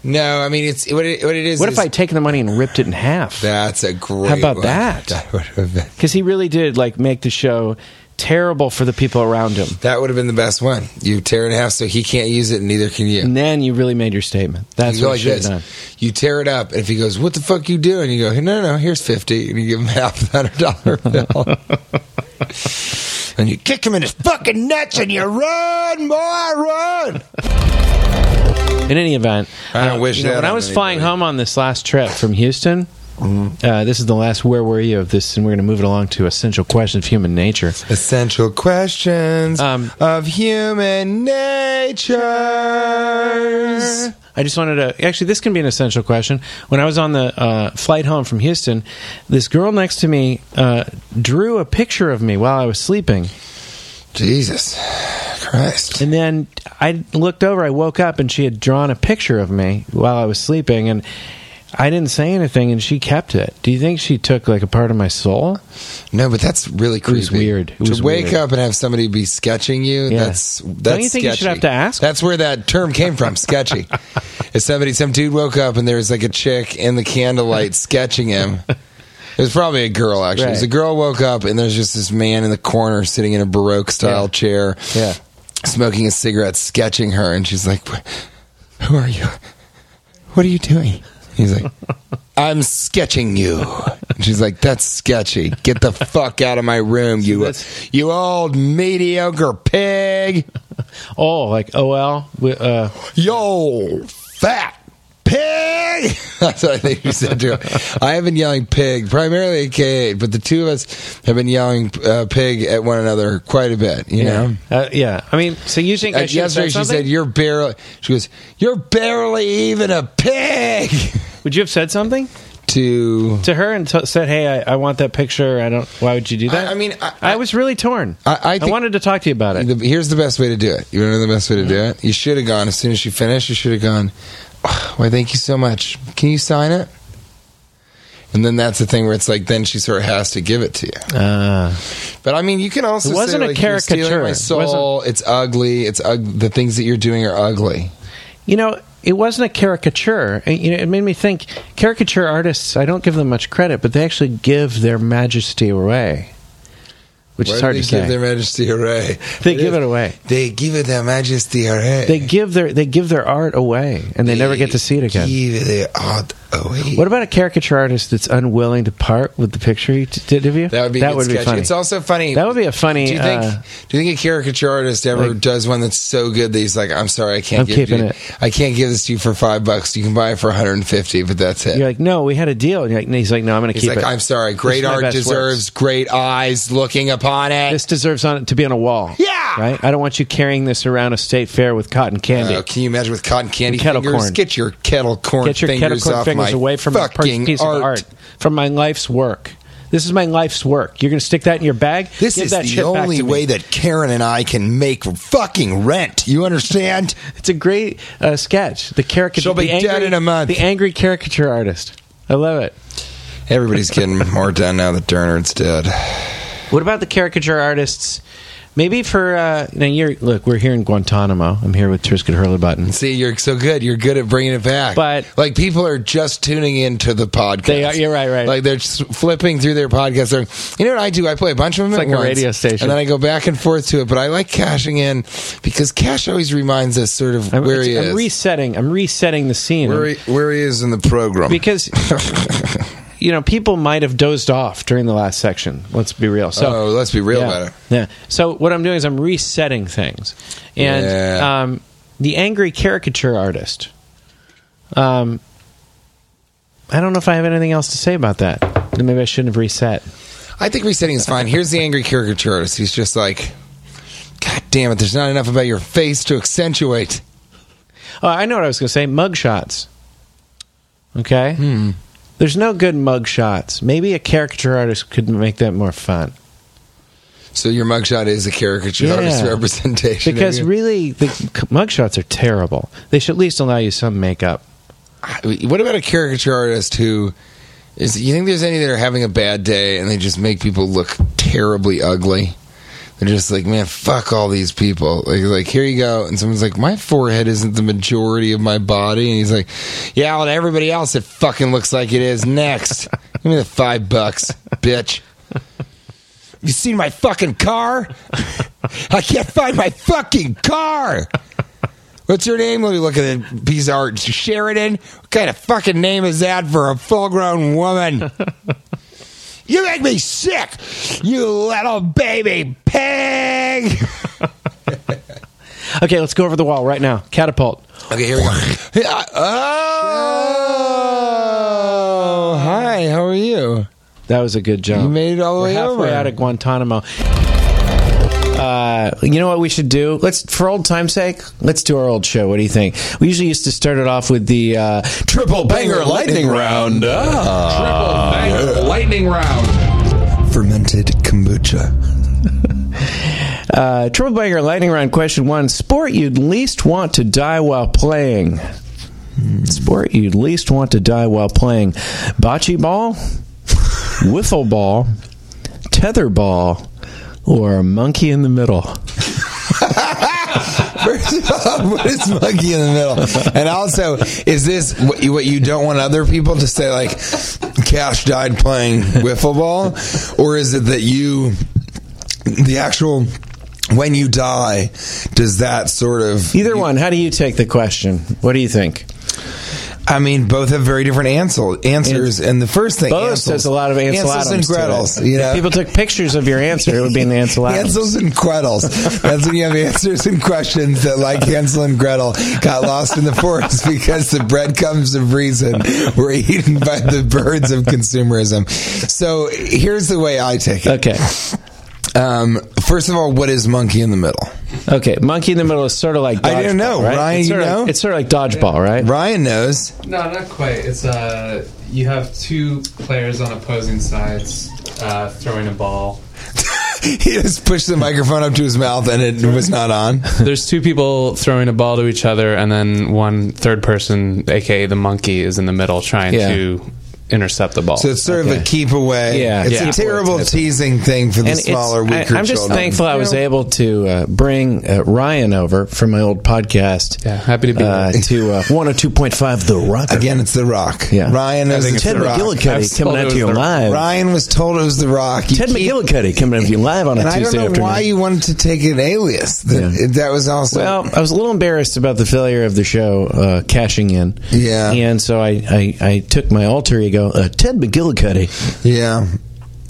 [SPEAKER 3] No, I mean it's what it, what it is.
[SPEAKER 1] What
[SPEAKER 3] is-
[SPEAKER 1] if I taken the money and ripped it in half?
[SPEAKER 3] That's a great.
[SPEAKER 1] How about
[SPEAKER 3] one.
[SPEAKER 1] that?
[SPEAKER 3] That would have been.
[SPEAKER 1] because he really did like make the show terrible for the people around him.
[SPEAKER 3] That would have been the best one. You tear it in half so he can't use it, and neither can you.
[SPEAKER 1] And then you really made your statement. Mm, That's
[SPEAKER 3] you go
[SPEAKER 1] what I
[SPEAKER 3] like
[SPEAKER 1] should have
[SPEAKER 3] this.
[SPEAKER 1] done.
[SPEAKER 3] You tear it up, and if he goes, "What the fuck you doing?" You go, "No, no, no here's 50 and you give him half the hundred dollar bill, and you kick him in his fucking nuts, and you run, boy, run.
[SPEAKER 1] In any event, uh,
[SPEAKER 3] I don't wish
[SPEAKER 1] you know,
[SPEAKER 3] that
[SPEAKER 1] when I
[SPEAKER 3] on
[SPEAKER 1] was flying
[SPEAKER 3] anybody. Mm-hmm.
[SPEAKER 1] home on this last trip from Houston, uh, this is the last "Where were you?" of this, and we're going to move it along to essential question of human nature.
[SPEAKER 3] Essential questions
[SPEAKER 1] Um,
[SPEAKER 3] of human nature.
[SPEAKER 1] I just wanted to actually. This can be an essential question. When I was on the uh, flight home from Houston, this girl next to me uh, drew a picture of me while I was sleeping.
[SPEAKER 3] Jesus Christ.
[SPEAKER 1] And then I looked over, I woke up, and she had drawn a picture of me while I was sleeping, and I didn't say anything, and she kept it. Do you think she took like a part of my soul?
[SPEAKER 3] No, but that's really creepy.
[SPEAKER 1] was weird. It was
[SPEAKER 3] to wake
[SPEAKER 1] weird.
[SPEAKER 3] up and have somebody be sketching you,
[SPEAKER 1] Yeah.
[SPEAKER 3] that's
[SPEAKER 1] Don't
[SPEAKER 3] that's
[SPEAKER 1] you think you should
[SPEAKER 3] sketchy.
[SPEAKER 1] have to ask?
[SPEAKER 3] That's where that term came from, sketchy. If somebody some dude woke up and there was like a chick in the candlelight sketching him. It was probably a girl actually. It was
[SPEAKER 1] Right.
[SPEAKER 3] a girl woke up and there's just this man in the corner sitting in a baroque style
[SPEAKER 1] Yeah.
[SPEAKER 3] chair.
[SPEAKER 1] Yeah.
[SPEAKER 3] Smoking a cigarette, sketching her, and she's like, "Wh- Who are you? What are you doing? He's like, I'm sketching you. And she's like, That's sketchy. Get the fuck out of my room, you
[SPEAKER 1] that's-
[SPEAKER 3] you old mediocre pig.
[SPEAKER 1] Oh, like oh well, we- uh,
[SPEAKER 3] Yo, fat pig. That's what I think you said to her. I have been yelling pig, primarily at K8, but the two of us have been yelling uh, pig at one another quite a bit, you know?
[SPEAKER 1] uh, yeah. I mean, so you think I
[SPEAKER 3] Uh,
[SPEAKER 1] should have
[SPEAKER 3] yesterday
[SPEAKER 1] said
[SPEAKER 3] she
[SPEAKER 1] something?
[SPEAKER 3] said, You're barely, she goes, You're barely even a pig.
[SPEAKER 1] Would you have said something
[SPEAKER 3] To
[SPEAKER 1] to her and t- said, "Hey, I, I want that picture. I don't. Why would you do that?"
[SPEAKER 3] I- I mean, I-
[SPEAKER 1] was really torn.
[SPEAKER 3] I- I think-
[SPEAKER 1] wanted to talk to you about it.
[SPEAKER 3] The, here's the best way to do it. You know the best way to do it? You should have gone as soon as she finished. You should have gone. "Oh, Why? Thank you so much. Can you sign it? And then that's the thing where it's like then she sort of has to give it to you.
[SPEAKER 1] Uh,
[SPEAKER 3] But I mean, you can also
[SPEAKER 1] It wasn't
[SPEAKER 3] say,
[SPEAKER 1] a
[SPEAKER 3] like, you're stealing
[SPEAKER 1] caricature.
[SPEAKER 3] My
[SPEAKER 1] It
[SPEAKER 3] soul. It's ugly. It's ug- the things that you're doing are ugly.
[SPEAKER 1] you know it wasn't a caricature it, you know, it made me think caricature artists i don't give them much credit but they actually give their majesty away which
[SPEAKER 3] Why
[SPEAKER 1] is
[SPEAKER 3] do
[SPEAKER 1] hard
[SPEAKER 3] they
[SPEAKER 1] to
[SPEAKER 3] give
[SPEAKER 1] say
[SPEAKER 3] their majesty array.
[SPEAKER 1] They give it away.
[SPEAKER 3] They give it their majesty array.
[SPEAKER 1] they give their they give their art away and they, never get to see it again
[SPEAKER 3] Give it their art away.
[SPEAKER 1] what about a caricature artist that's unwilling to part with the picture he t- did of you
[SPEAKER 3] That would be a
[SPEAKER 1] that
[SPEAKER 3] bit
[SPEAKER 1] would be
[SPEAKER 3] sketchy.
[SPEAKER 1] funny
[SPEAKER 3] It's also funny.
[SPEAKER 1] That would be a funny,
[SPEAKER 3] Do you think?
[SPEAKER 1] uh,
[SPEAKER 3] do you think a caricature artist ever
[SPEAKER 1] like-
[SPEAKER 3] does one that's so good that he's like, "I'm sorry, I can't
[SPEAKER 1] I'm
[SPEAKER 3] give
[SPEAKER 1] keeping
[SPEAKER 3] you,
[SPEAKER 1] it."
[SPEAKER 3] I can't give this to you for five bucks. You can buy it for 150, but that's it."
[SPEAKER 1] you're like no we had a deal and, you're like, and he's like no i'm gonna
[SPEAKER 3] he's
[SPEAKER 1] keep
[SPEAKER 3] like,
[SPEAKER 1] it
[SPEAKER 3] "I'm sorry,
[SPEAKER 1] This
[SPEAKER 3] great
[SPEAKER 1] is my
[SPEAKER 3] art
[SPEAKER 1] best
[SPEAKER 3] deserves
[SPEAKER 1] works.
[SPEAKER 3] great eyes looking upon it."
[SPEAKER 1] this deserves on to be on a wall
[SPEAKER 3] Yeah!
[SPEAKER 1] right i don't want you carrying this around a state fair with cotton candy
[SPEAKER 3] Oh, can you imagine with cotton candy
[SPEAKER 1] And kettle
[SPEAKER 3] fingers?
[SPEAKER 1] corn.
[SPEAKER 3] Get your kettle corn
[SPEAKER 1] Get your
[SPEAKER 3] fingers
[SPEAKER 1] kettle corn
[SPEAKER 3] off
[SPEAKER 1] fingers
[SPEAKER 3] my
[SPEAKER 1] away from my per-
[SPEAKER 3] fucking
[SPEAKER 1] piece
[SPEAKER 3] art.
[SPEAKER 1] of art, from my life's work. This is my life's work. You're going to stick that in your bag.
[SPEAKER 3] This
[SPEAKER 1] Give
[SPEAKER 3] is
[SPEAKER 1] that
[SPEAKER 3] the
[SPEAKER 1] shit back
[SPEAKER 3] only
[SPEAKER 1] to me.
[SPEAKER 3] way that Karen and I can make fucking rent. You understand?
[SPEAKER 1] It's a great uh, sketch. The caricature.
[SPEAKER 3] She'll be
[SPEAKER 1] the angry,
[SPEAKER 3] dead in a month.
[SPEAKER 1] The angry caricature artist. I love it.
[SPEAKER 3] Everybody's getting more done now that Dernard's dead.
[SPEAKER 1] What about the caricature artists? Maybe for uh, now, you're look. We're here in Guantanamo. I'm here with Trisket Hurleybuttons.
[SPEAKER 3] See, you're so good. You're good at bringing it back.
[SPEAKER 1] But-
[SPEAKER 3] like, people are just tuning into the podcast.
[SPEAKER 1] They are- you're right, right.
[SPEAKER 3] Like they're just flipping through their podcast. They're, you know what I do? I play a bunch of them.
[SPEAKER 1] It's
[SPEAKER 3] at
[SPEAKER 1] like a
[SPEAKER 3] once,
[SPEAKER 1] radio station.
[SPEAKER 3] and then I go back and forth to it. But I like cashing in because cash always reminds us sort of
[SPEAKER 1] I'm,
[SPEAKER 3] where
[SPEAKER 1] it's-
[SPEAKER 3] he
[SPEAKER 1] I'm
[SPEAKER 3] is,
[SPEAKER 1] resetting. I'm resetting the scene.
[SPEAKER 3] where he, where he is in the program.
[SPEAKER 1] because you know people might have dozed off during the last section. Let's be real. So
[SPEAKER 3] Oh, let's be real
[SPEAKER 1] yeah,
[SPEAKER 3] about it.
[SPEAKER 1] Yeah. So what I'm doing is I'm resetting things, and
[SPEAKER 3] Yeah.
[SPEAKER 1] um, the angry caricature artist. Um, I don't know if I have anything else to say about that. Then Maybe I shouldn't have reset.
[SPEAKER 3] I think resetting is fine. Here's the angry caricature artist. He's just like, God damn it! There's not enough about your face to accentuate. Hmm.
[SPEAKER 1] Oh, I know what I was going to say. Mugshots. Okay. There's no good mug shots. Maybe a caricature artist could make that more fun.
[SPEAKER 3] So your mugshot is a caricature
[SPEAKER 1] Yeah.
[SPEAKER 3] artist representation. of
[SPEAKER 1] Because
[SPEAKER 3] you.
[SPEAKER 1] really, the c- mugshots are terrible. They should at least allow you some makeup.
[SPEAKER 3] I- what about a caricature artist who is? You think there's any that are having a bad day and they just make people look terribly ugly? They're just like, man, fuck all these people. Like, like here you go, and someone's like, my forehead isn't the majority of my body, and he's like, yeah, well, to everybody else, it fucking looks like it is. Next, give me the five bucks, bitch. You seen my fucking car? I can't find my fucking car. What's your name? Let me look at the piece of art. Sheridan? What kind of fucking name is that for a full grown woman? you make me sick, you little baby pig.
[SPEAKER 1] Okay, let's go over the wall right now. Catapult.
[SPEAKER 3] Okay, here we go. Yeah, oh, hi, how are you?
[SPEAKER 1] That was a good jump.
[SPEAKER 3] You made it all the
[SPEAKER 1] We're
[SPEAKER 3] way
[SPEAKER 1] halfway
[SPEAKER 3] over.
[SPEAKER 1] out of Guantanamo. Uh, you know what we should do? Let's, for old time's sake, let's do our old show. What do you think? We usually used to start it off with the uh,
[SPEAKER 4] Triple banger lightning round. Ah.
[SPEAKER 2] Triple banger lightning round.
[SPEAKER 3] Fermented kombucha.
[SPEAKER 1] uh, Triple Banger Lightning Round question one. Sport you'd least want to die while playing. Sport you'd least want to die while playing. Bocce ball, wiffle ball, tether ball, or monkey in the middle.
[SPEAKER 3] First of all, what is monkey in the middle? And also, is this what you, what you don't want other people to say, like, Cash died playing wiffle ball? Or is it that you, the actual, when you die, does that sort of.
[SPEAKER 1] Either one. How do you take the question? What do you think?
[SPEAKER 3] I mean, both have very different ansel, answers. And the first thing.
[SPEAKER 1] Both
[SPEAKER 3] Ansels-
[SPEAKER 1] says a lot of Ansel
[SPEAKER 3] Ansels
[SPEAKER 1] Adams.
[SPEAKER 3] and Gretels.
[SPEAKER 1] to it.
[SPEAKER 3] You know?
[SPEAKER 1] If people took pictures of your answer, it would be in the Ansel Adams.
[SPEAKER 3] Hansels and Gretels. That's when you have answers and questions that, like Hansel and Gretel, got lost in the forest because the breadcrumbs of reason were eaten by the birds of consumerism. So here's the way I take it.
[SPEAKER 1] Okay.
[SPEAKER 3] Um, first of all, what is monkey in the middle?
[SPEAKER 1] Okay. Monkey in the middle is sort of like. Dodgeball,
[SPEAKER 3] I don't know.
[SPEAKER 1] right?
[SPEAKER 3] Ryan,
[SPEAKER 1] it's sort
[SPEAKER 3] you
[SPEAKER 1] of,
[SPEAKER 3] know?
[SPEAKER 1] It's sort of like dodgeball, right?
[SPEAKER 3] Ryan knows.
[SPEAKER 6] No, not quite. It's uh, you have two players on opposing sides uh, throwing a ball.
[SPEAKER 3] He just pushed the microphone up to his mouth and it was not on.
[SPEAKER 6] There's two people throwing a ball to each other, and then one third person, aka the monkey, is in the middle trying
[SPEAKER 1] Yeah.
[SPEAKER 6] to intercept the ball.
[SPEAKER 3] So it's sort of
[SPEAKER 1] Okay.
[SPEAKER 3] a keep away.
[SPEAKER 1] Yeah.
[SPEAKER 3] It's
[SPEAKER 6] Yeah.
[SPEAKER 3] a terrible teasing thing for the
[SPEAKER 1] And it's-
[SPEAKER 3] smaller,
[SPEAKER 1] I,
[SPEAKER 3] weaker
[SPEAKER 1] I'm just
[SPEAKER 3] children.
[SPEAKER 1] thankful I was able to uh, bring uh, Ryan over from my old podcast.
[SPEAKER 6] Yeah, happy to be
[SPEAKER 1] uh,
[SPEAKER 6] here.
[SPEAKER 1] to uh, 102.5 The Rock.
[SPEAKER 3] Again, it's The Rock.
[SPEAKER 1] Yeah.
[SPEAKER 3] Ryan knows it's
[SPEAKER 1] Ted
[SPEAKER 3] The Rock.
[SPEAKER 6] I've
[SPEAKER 1] McGillicuddy coming
[SPEAKER 6] told it
[SPEAKER 1] out
[SPEAKER 6] was
[SPEAKER 1] to you
[SPEAKER 6] The Rock.
[SPEAKER 1] live.
[SPEAKER 3] Ryan was told it was The Rock. You
[SPEAKER 1] Ted
[SPEAKER 3] keep-
[SPEAKER 1] McGillicuddy coming out to you live on a
[SPEAKER 3] And I
[SPEAKER 1] Tuesday
[SPEAKER 3] don't know
[SPEAKER 1] afternoon.
[SPEAKER 3] why you wanted to take an alias. That,
[SPEAKER 1] Yeah.
[SPEAKER 3] that was also
[SPEAKER 1] Well, I was a little embarrassed about the failure of the show uh, cashing in.
[SPEAKER 3] Yeah.
[SPEAKER 1] And so I, I, I took my alter ego, uh, Ted McGillicuddy.
[SPEAKER 3] yeah.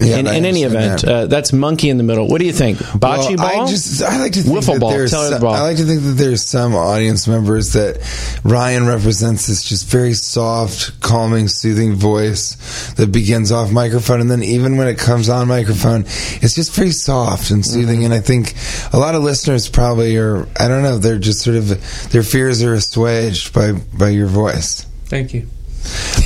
[SPEAKER 3] yeah.
[SPEAKER 1] in
[SPEAKER 3] I
[SPEAKER 1] in any
[SPEAKER 3] understand
[SPEAKER 1] event,
[SPEAKER 3] that.
[SPEAKER 1] uh, that's monkey in the middle. What do you think? Bocce
[SPEAKER 3] Well,
[SPEAKER 1] ball?
[SPEAKER 3] I just I like to think
[SPEAKER 1] Wiffle
[SPEAKER 3] that
[SPEAKER 1] ball.
[SPEAKER 3] There's
[SPEAKER 1] Tether
[SPEAKER 3] some,
[SPEAKER 1] ball.
[SPEAKER 3] I like to think that there's some audience members that Ryan represents this just very soft, calming, soothing voice that begins off microphone, and then even when it comes on microphone, it's just very soft
[SPEAKER 1] Mm-hmm.
[SPEAKER 3] and soothing. And I think a lot of listeners probably are I don't know they're just sort of their fears are assuaged by by your voice.
[SPEAKER 6] Thank you.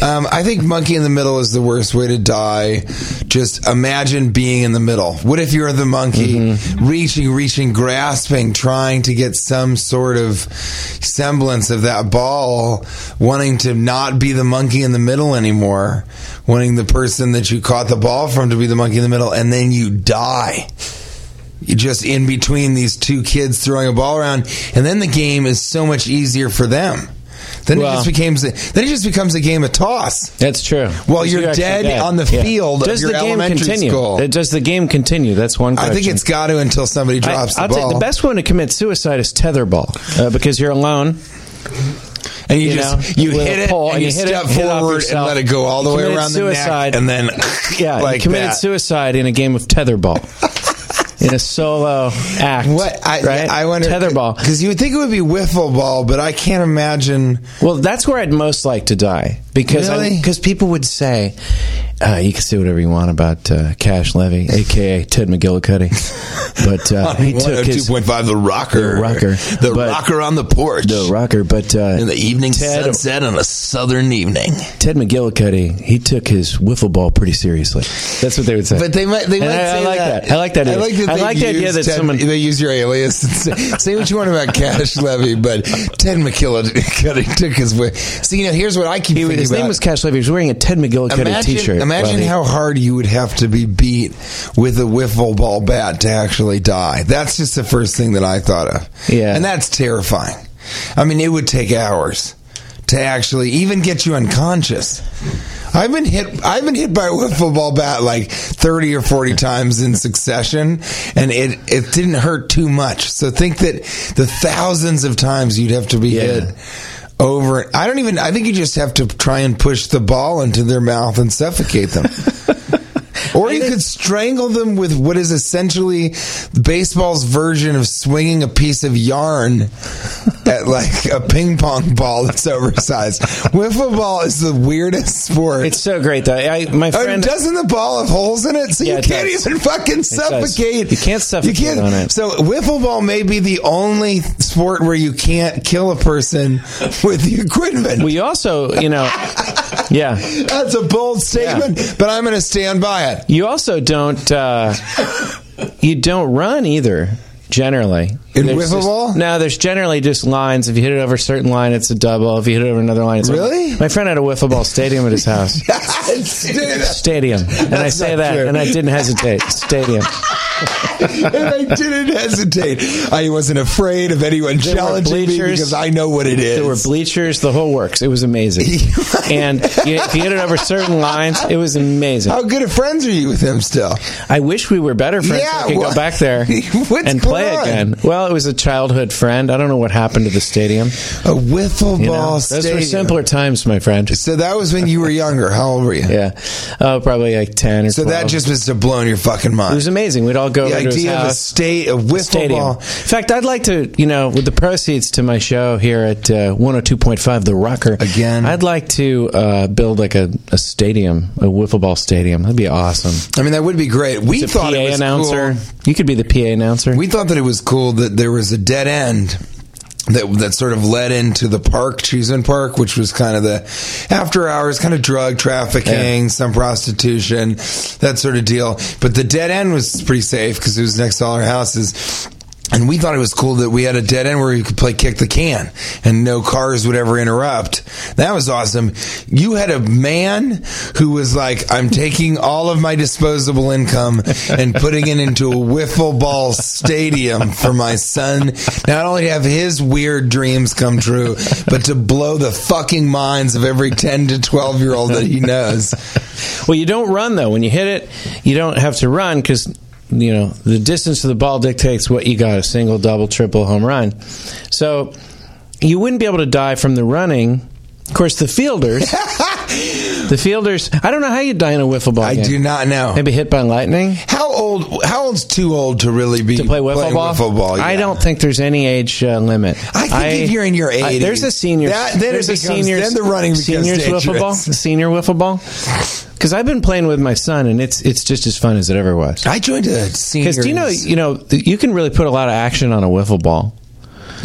[SPEAKER 3] Um, I think monkey in the middle is the worst way to die. Just imagine being in the middle. What if you're the monkey, reaching, reaching, grasping, trying to get some sort of semblance of that ball, wanting to not be the monkey in the middle anymore, wanting the person that you caught the ball from to be the monkey in the middle, and then you die you just in between these two kids throwing a ball around, and then the game is so much easier for them. Then
[SPEAKER 1] Well-
[SPEAKER 3] it just becomes then it just becomes a game of toss.
[SPEAKER 1] that's true.
[SPEAKER 3] Well,
[SPEAKER 1] Because
[SPEAKER 3] you're
[SPEAKER 1] actually
[SPEAKER 3] dead on the field of
[SPEAKER 1] Does
[SPEAKER 3] your
[SPEAKER 1] the game
[SPEAKER 3] elementary
[SPEAKER 1] continue?
[SPEAKER 3] school.
[SPEAKER 1] Uh, Does the game continue? That's one
[SPEAKER 3] I
[SPEAKER 1] question.
[SPEAKER 3] think it's got to until somebody
[SPEAKER 1] I-
[SPEAKER 3] drops
[SPEAKER 1] I'll
[SPEAKER 3] the
[SPEAKER 1] tell you,
[SPEAKER 3] ball,
[SPEAKER 1] the best one to commit suicide is tetherball uh, because you're alone.
[SPEAKER 3] and you,
[SPEAKER 1] you
[SPEAKER 3] just
[SPEAKER 1] know,
[SPEAKER 3] you
[SPEAKER 1] with
[SPEAKER 3] hit
[SPEAKER 1] a
[SPEAKER 3] it
[SPEAKER 1] pole, and
[SPEAKER 3] and, you
[SPEAKER 1] you hit
[SPEAKER 3] step
[SPEAKER 1] it- hit off
[SPEAKER 3] forward and
[SPEAKER 1] yourself.
[SPEAKER 3] let it go all the
[SPEAKER 1] You
[SPEAKER 3] way
[SPEAKER 1] committed
[SPEAKER 3] around
[SPEAKER 1] suicide.
[SPEAKER 3] the neck, and then
[SPEAKER 1] Yeah,
[SPEAKER 3] like
[SPEAKER 1] he committed
[SPEAKER 3] that.
[SPEAKER 1] suicide in a game of tetherball. in a solo act.
[SPEAKER 3] What I,
[SPEAKER 1] right?
[SPEAKER 3] I wonder
[SPEAKER 1] tetherball.
[SPEAKER 3] because you would think it would be wiffle ball, but I can't imagine.
[SPEAKER 1] Well, that's where I'd most like to die. because I-
[SPEAKER 3] Really?
[SPEAKER 1] because people would say uh, you can say whatever you want about uh, Cash Levy, aka Ted McGillicuddy, but uh, he took his
[SPEAKER 7] 2.5 The Rocker.
[SPEAKER 1] The Rocker.
[SPEAKER 7] The
[SPEAKER 1] But-
[SPEAKER 7] Rocker on the porch.
[SPEAKER 1] the rocker. But uh,
[SPEAKER 7] In the evening
[SPEAKER 1] Ted-
[SPEAKER 7] sunset on a southern evening.
[SPEAKER 1] Ted McGillicuddy, he took his wiffle ball pretty seriously. That's what they would say.
[SPEAKER 3] But they might. They
[SPEAKER 1] And
[SPEAKER 3] might
[SPEAKER 1] I- I
[SPEAKER 3] say
[SPEAKER 1] like that. I like that
[SPEAKER 3] I
[SPEAKER 1] idea.
[SPEAKER 3] like, that
[SPEAKER 1] I
[SPEAKER 3] they
[SPEAKER 1] like the idea
[SPEAKER 3] use
[SPEAKER 1] that
[SPEAKER 3] Ted-
[SPEAKER 1] someone-
[SPEAKER 3] they use your alias. and say, say what you want about Cash Levy, but Ted McKillicuddy took his way. See, you know, here's what I keep
[SPEAKER 1] He-
[SPEAKER 3] thinking
[SPEAKER 1] his
[SPEAKER 3] about.
[SPEAKER 1] name was Cash Levy. He was wearing a Ted McGillicuddy
[SPEAKER 3] Imagine,
[SPEAKER 1] T-shirt.
[SPEAKER 3] imagine
[SPEAKER 1] Well,
[SPEAKER 3] how hard you would have to be beat with a wiffle ball bat to actually die. That's just the first thing that I thought of.
[SPEAKER 1] Yeah.
[SPEAKER 3] And that's terrifying. I mean, it would take hours to actually even get you unconscious. I've been hit I've been hit by a wiffle ball bat like 30 or 40 times in succession and it it didn't hurt too much. So think that the thousands of times you'd have to be
[SPEAKER 1] Yeah.
[SPEAKER 3] hit over I don't even I think you just have to try and push the ball into their mouth and suffocate them. Or you could strangle them with what is essentially baseball's version of swinging a piece of yarn at like a ping pong ball that's oversized. Wiffle ball is the weirdest sport.
[SPEAKER 1] it's so great though. I, my
[SPEAKER 3] Oh,
[SPEAKER 1] friend,
[SPEAKER 3] doesn't the ball have holes in it? So
[SPEAKER 1] Yeah,
[SPEAKER 3] you
[SPEAKER 1] it
[SPEAKER 3] can't
[SPEAKER 1] does.
[SPEAKER 3] even fucking
[SPEAKER 1] does.
[SPEAKER 3] suffocate.
[SPEAKER 1] You can't suffocate on it.
[SPEAKER 3] So wiffle ball may be the only sport where you can't kill a person with the equipment.
[SPEAKER 1] we also, you know, yeah,
[SPEAKER 3] That's a bold statement, but I'm going to stand by it.
[SPEAKER 1] you also don't uh, you don't run either. Generally,
[SPEAKER 3] In
[SPEAKER 1] There's
[SPEAKER 3] wiffle
[SPEAKER 1] just-
[SPEAKER 3] ball?
[SPEAKER 1] No, there's generally just lines. If you hit it over a certain line, it's a double. If you hit it over another line, it's a-
[SPEAKER 3] Really?
[SPEAKER 1] My friend had a wiffle ball stadium at his house.
[SPEAKER 3] Dude,
[SPEAKER 1] Stadium, and I
[SPEAKER 3] That's
[SPEAKER 1] say
[SPEAKER 3] not
[SPEAKER 1] that,
[SPEAKER 3] true.
[SPEAKER 1] and I didn't hesitate. Stadium.
[SPEAKER 3] and I didn't hesitate. I wasn't afraid of anyone
[SPEAKER 1] were
[SPEAKER 3] challenging me
[SPEAKER 1] bleachers.
[SPEAKER 3] because I know what it is.
[SPEAKER 1] There were bleachers, the whole works. It was amazing. and you, if you hit it over certain lines, it was amazing.
[SPEAKER 3] How good of friends are you with him still?
[SPEAKER 1] I wish we were better friends.
[SPEAKER 3] Yeah,
[SPEAKER 1] so I could
[SPEAKER 3] what-
[SPEAKER 1] go back there
[SPEAKER 3] What's
[SPEAKER 1] and play
[SPEAKER 3] going on?
[SPEAKER 1] again. Well, it was a childhood friend. I don't know what happened to the stadium.
[SPEAKER 3] A wiffle ball
[SPEAKER 1] You know, those
[SPEAKER 3] stadium.
[SPEAKER 1] were simpler times, my friend.
[SPEAKER 3] So that was when you were younger. How old were you?
[SPEAKER 1] Yeah, uh, probably like ten or.
[SPEAKER 3] So that
[SPEAKER 1] 12.
[SPEAKER 3] just must have blown your fucking
[SPEAKER 1] It
[SPEAKER 3] mind.
[SPEAKER 1] was amazing. We'd all go
[SPEAKER 3] the
[SPEAKER 1] over to his
[SPEAKER 3] idea of a
[SPEAKER 1] house.
[SPEAKER 3] state a wiffle
[SPEAKER 1] stadium. In
[SPEAKER 3] ball.
[SPEAKER 1] fact, I'd like to, you know, with the proceeds to my show here at uh, 102.5 The Rocker,
[SPEAKER 3] Again.
[SPEAKER 1] I'd like to uh, build like a, a stadium, a wiffle ball stadium. That'd be awesome.
[SPEAKER 3] I mean, that would be great. We
[SPEAKER 1] It's a
[SPEAKER 3] thought
[SPEAKER 1] PA
[SPEAKER 3] it was
[SPEAKER 1] announcer.
[SPEAKER 3] cool.
[SPEAKER 1] You could be the PA announcer.
[SPEAKER 3] We thought that it was cool that there was a dead end that that sort of led into the park, Cheeseman Park, which was kind of the after hours, kind of drug trafficking, some prostitution, that sort of deal. But the dead end was pretty safe because it was next to all our houses. And we thought it was cool that we had a dead end where you could play kick the can and no cars would ever interrupt. That was awesome. You had a man who was like, I'm taking all of my disposable income and putting it into a wiffle ball stadium for my son. Not only to have his weird dreams come true, but to blow the fucking minds of every 10 to 12 year old that he knows.
[SPEAKER 1] well, you don't run, though. When you hit it, you don't have to run because. You know, the distance of the ball dictates what you got a single, double, triple, home run. So you wouldn't be able to die from the running. Of course, the fielders, the fielders, I don't know how you die in a wiffle ball.
[SPEAKER 3] I
[SPEAKER 1] game.
[SPEAKER 3] do not know.
[SPEAKER 1] Maybe hit by lightning
[SPEAKER 3] How old? How old's too old to really be
[SPEAKER 1] to play wiffle
[SPEAKER 3] playing
[SPEAKER 1] ball.
[SPEAKER 3] wiffle ball?
[SPEAKER 1] I
[SPEAKER 3] Yeah.
[SPEAKER 1] don't think there's any age uh, limit.
[SPEAKER 3] I think if you're in your
[SPEAKER 1] I-
[SPEAKER 3] 80s,
[SPEAKER 1] there's a senior.
[SPEAKER 3] that- then it
[SPEAKER 1] there's a
[SPEAKER 3] becomes-
[SPEAKER 1] senior.
[SPEAKER 3] then the running becomes
[SPEAKER 1] seniors wiffle ball.
[SPEAKER 3] dangerous.
[SPEAKER 1] Senior wiffle ball. Because I've been playing with my son, and it's it's just as fun as it ever was.
[SPEAKER 3] I joined a senior.
[SPEAKER 1] Because do you know you know th- you can really put a lot of action on a wiffle ball.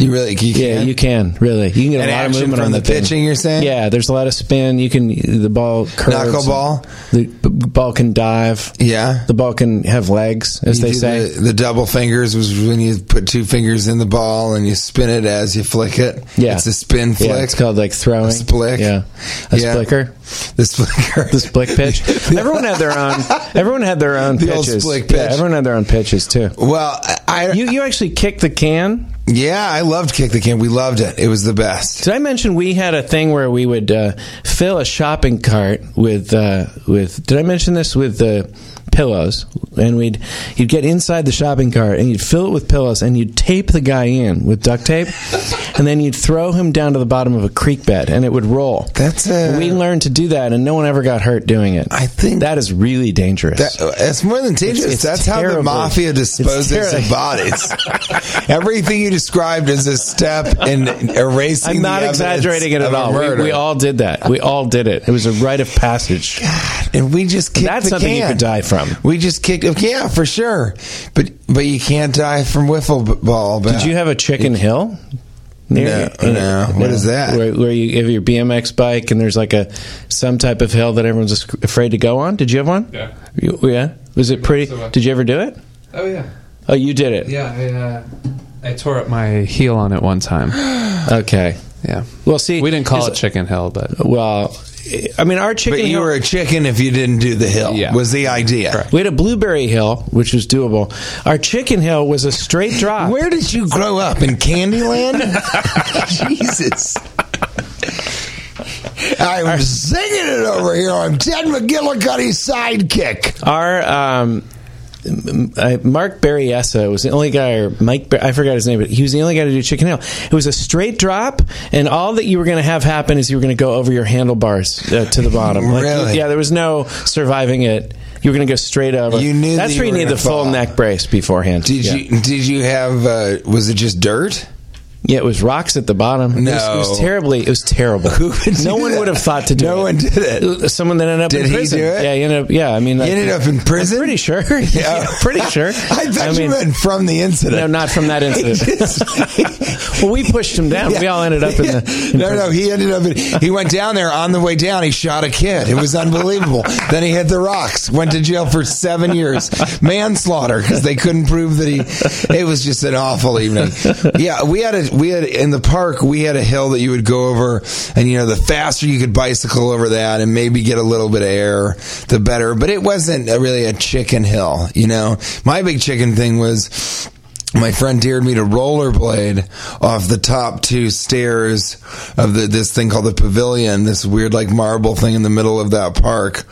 [SPEAKER 3] You really you
[SPEAKER 1] Yeah,
[SPEAKER 3] can.
[SPEAKER 1] you can really. You can get
[SPEAKER 3] And
[SPEAKER 1] a lot of
[SPEAKER 3] action
[SPEAKER 1] movement
[SPEAKER 3] from
[SPEAKER 1] on
[SPEAKER 3] the
[SPEAKER 1] the thing.
[SPEAKER 3] pitching, you're saying?
[SPEAKER 1] Yeah, there's a lot of spin. You can the ball curves.
[SPEAKER 3] Knuckleball?
[SPEAKER 1] The b- ball can dive.
[SPEAKER 3] Yeah.
[SPEAKER 1] The ball can have legs, as
[SPEAKER 3] You
[SPEAKER 1] they
[SPEAKER 3] do
[SPEAKER 1] say.
[SPEAKER 3] the, the double fingers was when you put two fingers in the ball and you spin it as you flick it.
[SPEAKER 1] Yeah.
[SPEAKER 3] it's a spin flick.
[SPEAKER 1] Yeah, it's called like throwing.
[SPEAKER 3] A splick.
[SPEAKER 1] Yeah. A
[SPEAKER 3] Yeah.
[SPEAKER 1] splicker.
[SPEAKER 3] the splicker.
[SPEAKER 1] The splick pitch. everyone had their own everyone had their own
[SPEAKER 3] The old
[SPEAKER 1] pitches.
[SPEAKER 3] splick
[SPEAKER 1] Yeah,
[SPEAKER 3] pitch.
[SPEAKER 1] everyone had their own pitches too.
[SPEAKER 3] Well, I, I
[SPEAKER 1] You you actually kicked the can.
[SPEAKER 3] yeah, I loved kick the can. We loved it. It was the best.
[SPEAKER 1] Did I mention we had a thing where we would uh, fill a shopping cart with uh, with did I mention this with the pillows and we'd you'd get inside the shopping cart and you'd fill it with pillows and you'd tape the guy in with duct tape and then you'd throw him down to the bottom of a creek bed, and it would roll.
[SPEAKER 3] That's a-
[SPEAKER 1] we learned to do that, and no one ever got hurt doing it.
[SPEAKER 3] I think-
[SPEAKER 1] that is really dangerous.
[SPEAKER 3] That, it's more than dangerous.
[SPEAKER 1] It's- it's
[SPEAKER 3] That's how the
[SPEAKER 1] terrible.
[SPEAKER 3] mafia
[SPEAKER 1] It's
[SPEAKER 3] disposes
[SPEAKER 1] terrible.
[SPEAKER 3] of bodies. Everything you described is a step in erasing.
[SPEAKER 1] I'm not
[SPEAKER 3] the evidence
[SPEAKER 1] exaggerating it
[SPEAKER 3] of
[SPEAKER 1] at
[SPEAKER 3] a
[SPEAKER 1] all. We,
[SPEAKER 3] murder.
[SPEAKER 1] we all did that. We all did it. It was a rite of passage.
[SPEAKER 3] and we just kicked
[SPEAKER 1] That's
[SPEAKER 3] the
[SPEAKER 1] something you
[SPEAKER 3] can.
[SPEAKER 1] could die from.
[SPEAKER 3] We just kicked. Yeah, for sure. But but you can't die from wiffle ball. But
[SPEAKER 1] Did you have a chicken hill?
[SPEAKER 3] No, no. What is that?
[SPEAKER 1] Where, where you have your BMX bike and there's like a some type of hill that everyone's just afraid to go on. Did you have one?
[SPEAKER 6] Yeah.
[SPEAKER 1] You- yeah. Was it pretty?
[SPEAKER 6] So, uh,
[SPEAKER 1] Did you ever do it?
[SPEAKER 6] Oh yeah.
[SPEAKER 1] Oh, you did it.
[SPEAKER 6] Yeah. I, uh, I tore up my heel on it one time.
[SPEAKER 1] Okay.
[SPEAKER 6] Yeah.
[SPEAKER 1] Well, see,
[SPEAKER 6] We didn't call it
[SPEAKER 1] is-
[SPEAKER 6] Chicken Hill, but
[SPEAKER 1] Well, I mean, our chicken.
[SPEAKER 3] But you
[SPEAKER 1] hill-
[SPEAKER 3] were a chicken if you didn't do the hill.
[SPEAKER 6] Yeah.
[SPEAKER 3] Was the idea?
[SPEAKER 1] we had a blueberry hill, which was doable. Our chicken hill was a straight drop.
[SPEAKER 3] Where did you grow up in Candyland? Jesus. I'm singing it over here. I'm Ted McGillicuddy's sidekick.
[SPEAKER 1] Our um, m- uh, Mark Barriessa was the only guy, or Mike, Bar- I forgot his name, but he was the only guy to do Chicken Hill. It was a straight drop, and all that you were going to have happen is you were going to go over your handlebars uh, to the bottom. Like,
[SPEAKER 3] Really?
[SPEAKER 1] Yeah, there was no surviving it. You were going to go straight over.
[SPEAKER 3] You knew
[SPEAKER 1] That's
[SPEAKER 3] that
[SPEAKER 1] where
[SPEAKER 3] you
[SPEAKER 1] you
[SPEAKER 3] were
[SPEAKER 1] need
[SPEAKER 3] gonna
[SPEAKER 1] the full
[SPEAKER 3] fall.
[SPEAKER 1] neck brace beforehand.
[SPEAKER 3] Did
[SPEAKER 1] yeah.
[SPEAKER 3] you did you have uh, was it just dirt?
[SPEAKER 1] Yeah, it was rocks at the bottom. It was, it was
[SPEAKER 3] No.
[SPEAKER 1] terribly. It was terrible.
[SPEAKER 3] Who would
[SPEAKER 1] no
[SPEAKER 3] do
[SPEAKER 1] one
[SPEAKER 3] that?
[SPEAKER 1] would have thought to do it.
[SPEAKER 3] No one did it.
[SPEAKER 1] Uh, Someone that ended up
[SPEAKER 3] Did
[SPEAKER 1] in
[SPEAKER 3] he
[SPEAKER 1] prison.
[SPEAKER 3] do it?
[SPEAKER 1] Yeah, you ended up, yeah. I mean,
[SPEAKER 3] You ended up in prison?
[SPEAKER 1] pretty sure. Yeah, pretty sure.
[SPEAKER 3] I thought you meant from the incident.
[SPEAKER 1] No, not from that incident. well, we pushed him down. We all ended up in the. in
[SPEAKER 3] no, no,
[SPEAKER 1] prison.
[SPEAKER 3] he ended up. In, he went down there on the way down. He shot a kid. It was unbelievable. then he hit the rocks. Went to jail for seven years, manslaughter because they couldn't prove that he. It was just an awful evening. Yeah, we had a we had in the park. We had a hill that you would go over, and you know the faster you could bicycle over that, and maybe get a little bit of air, the better. But it wasn't a, really a chicken hill. You know, my big chicken thing was my friend dared me to rollerblade off the top two stairs of the, this thing called the pavilion, this weird like marble thing in the middle of that park,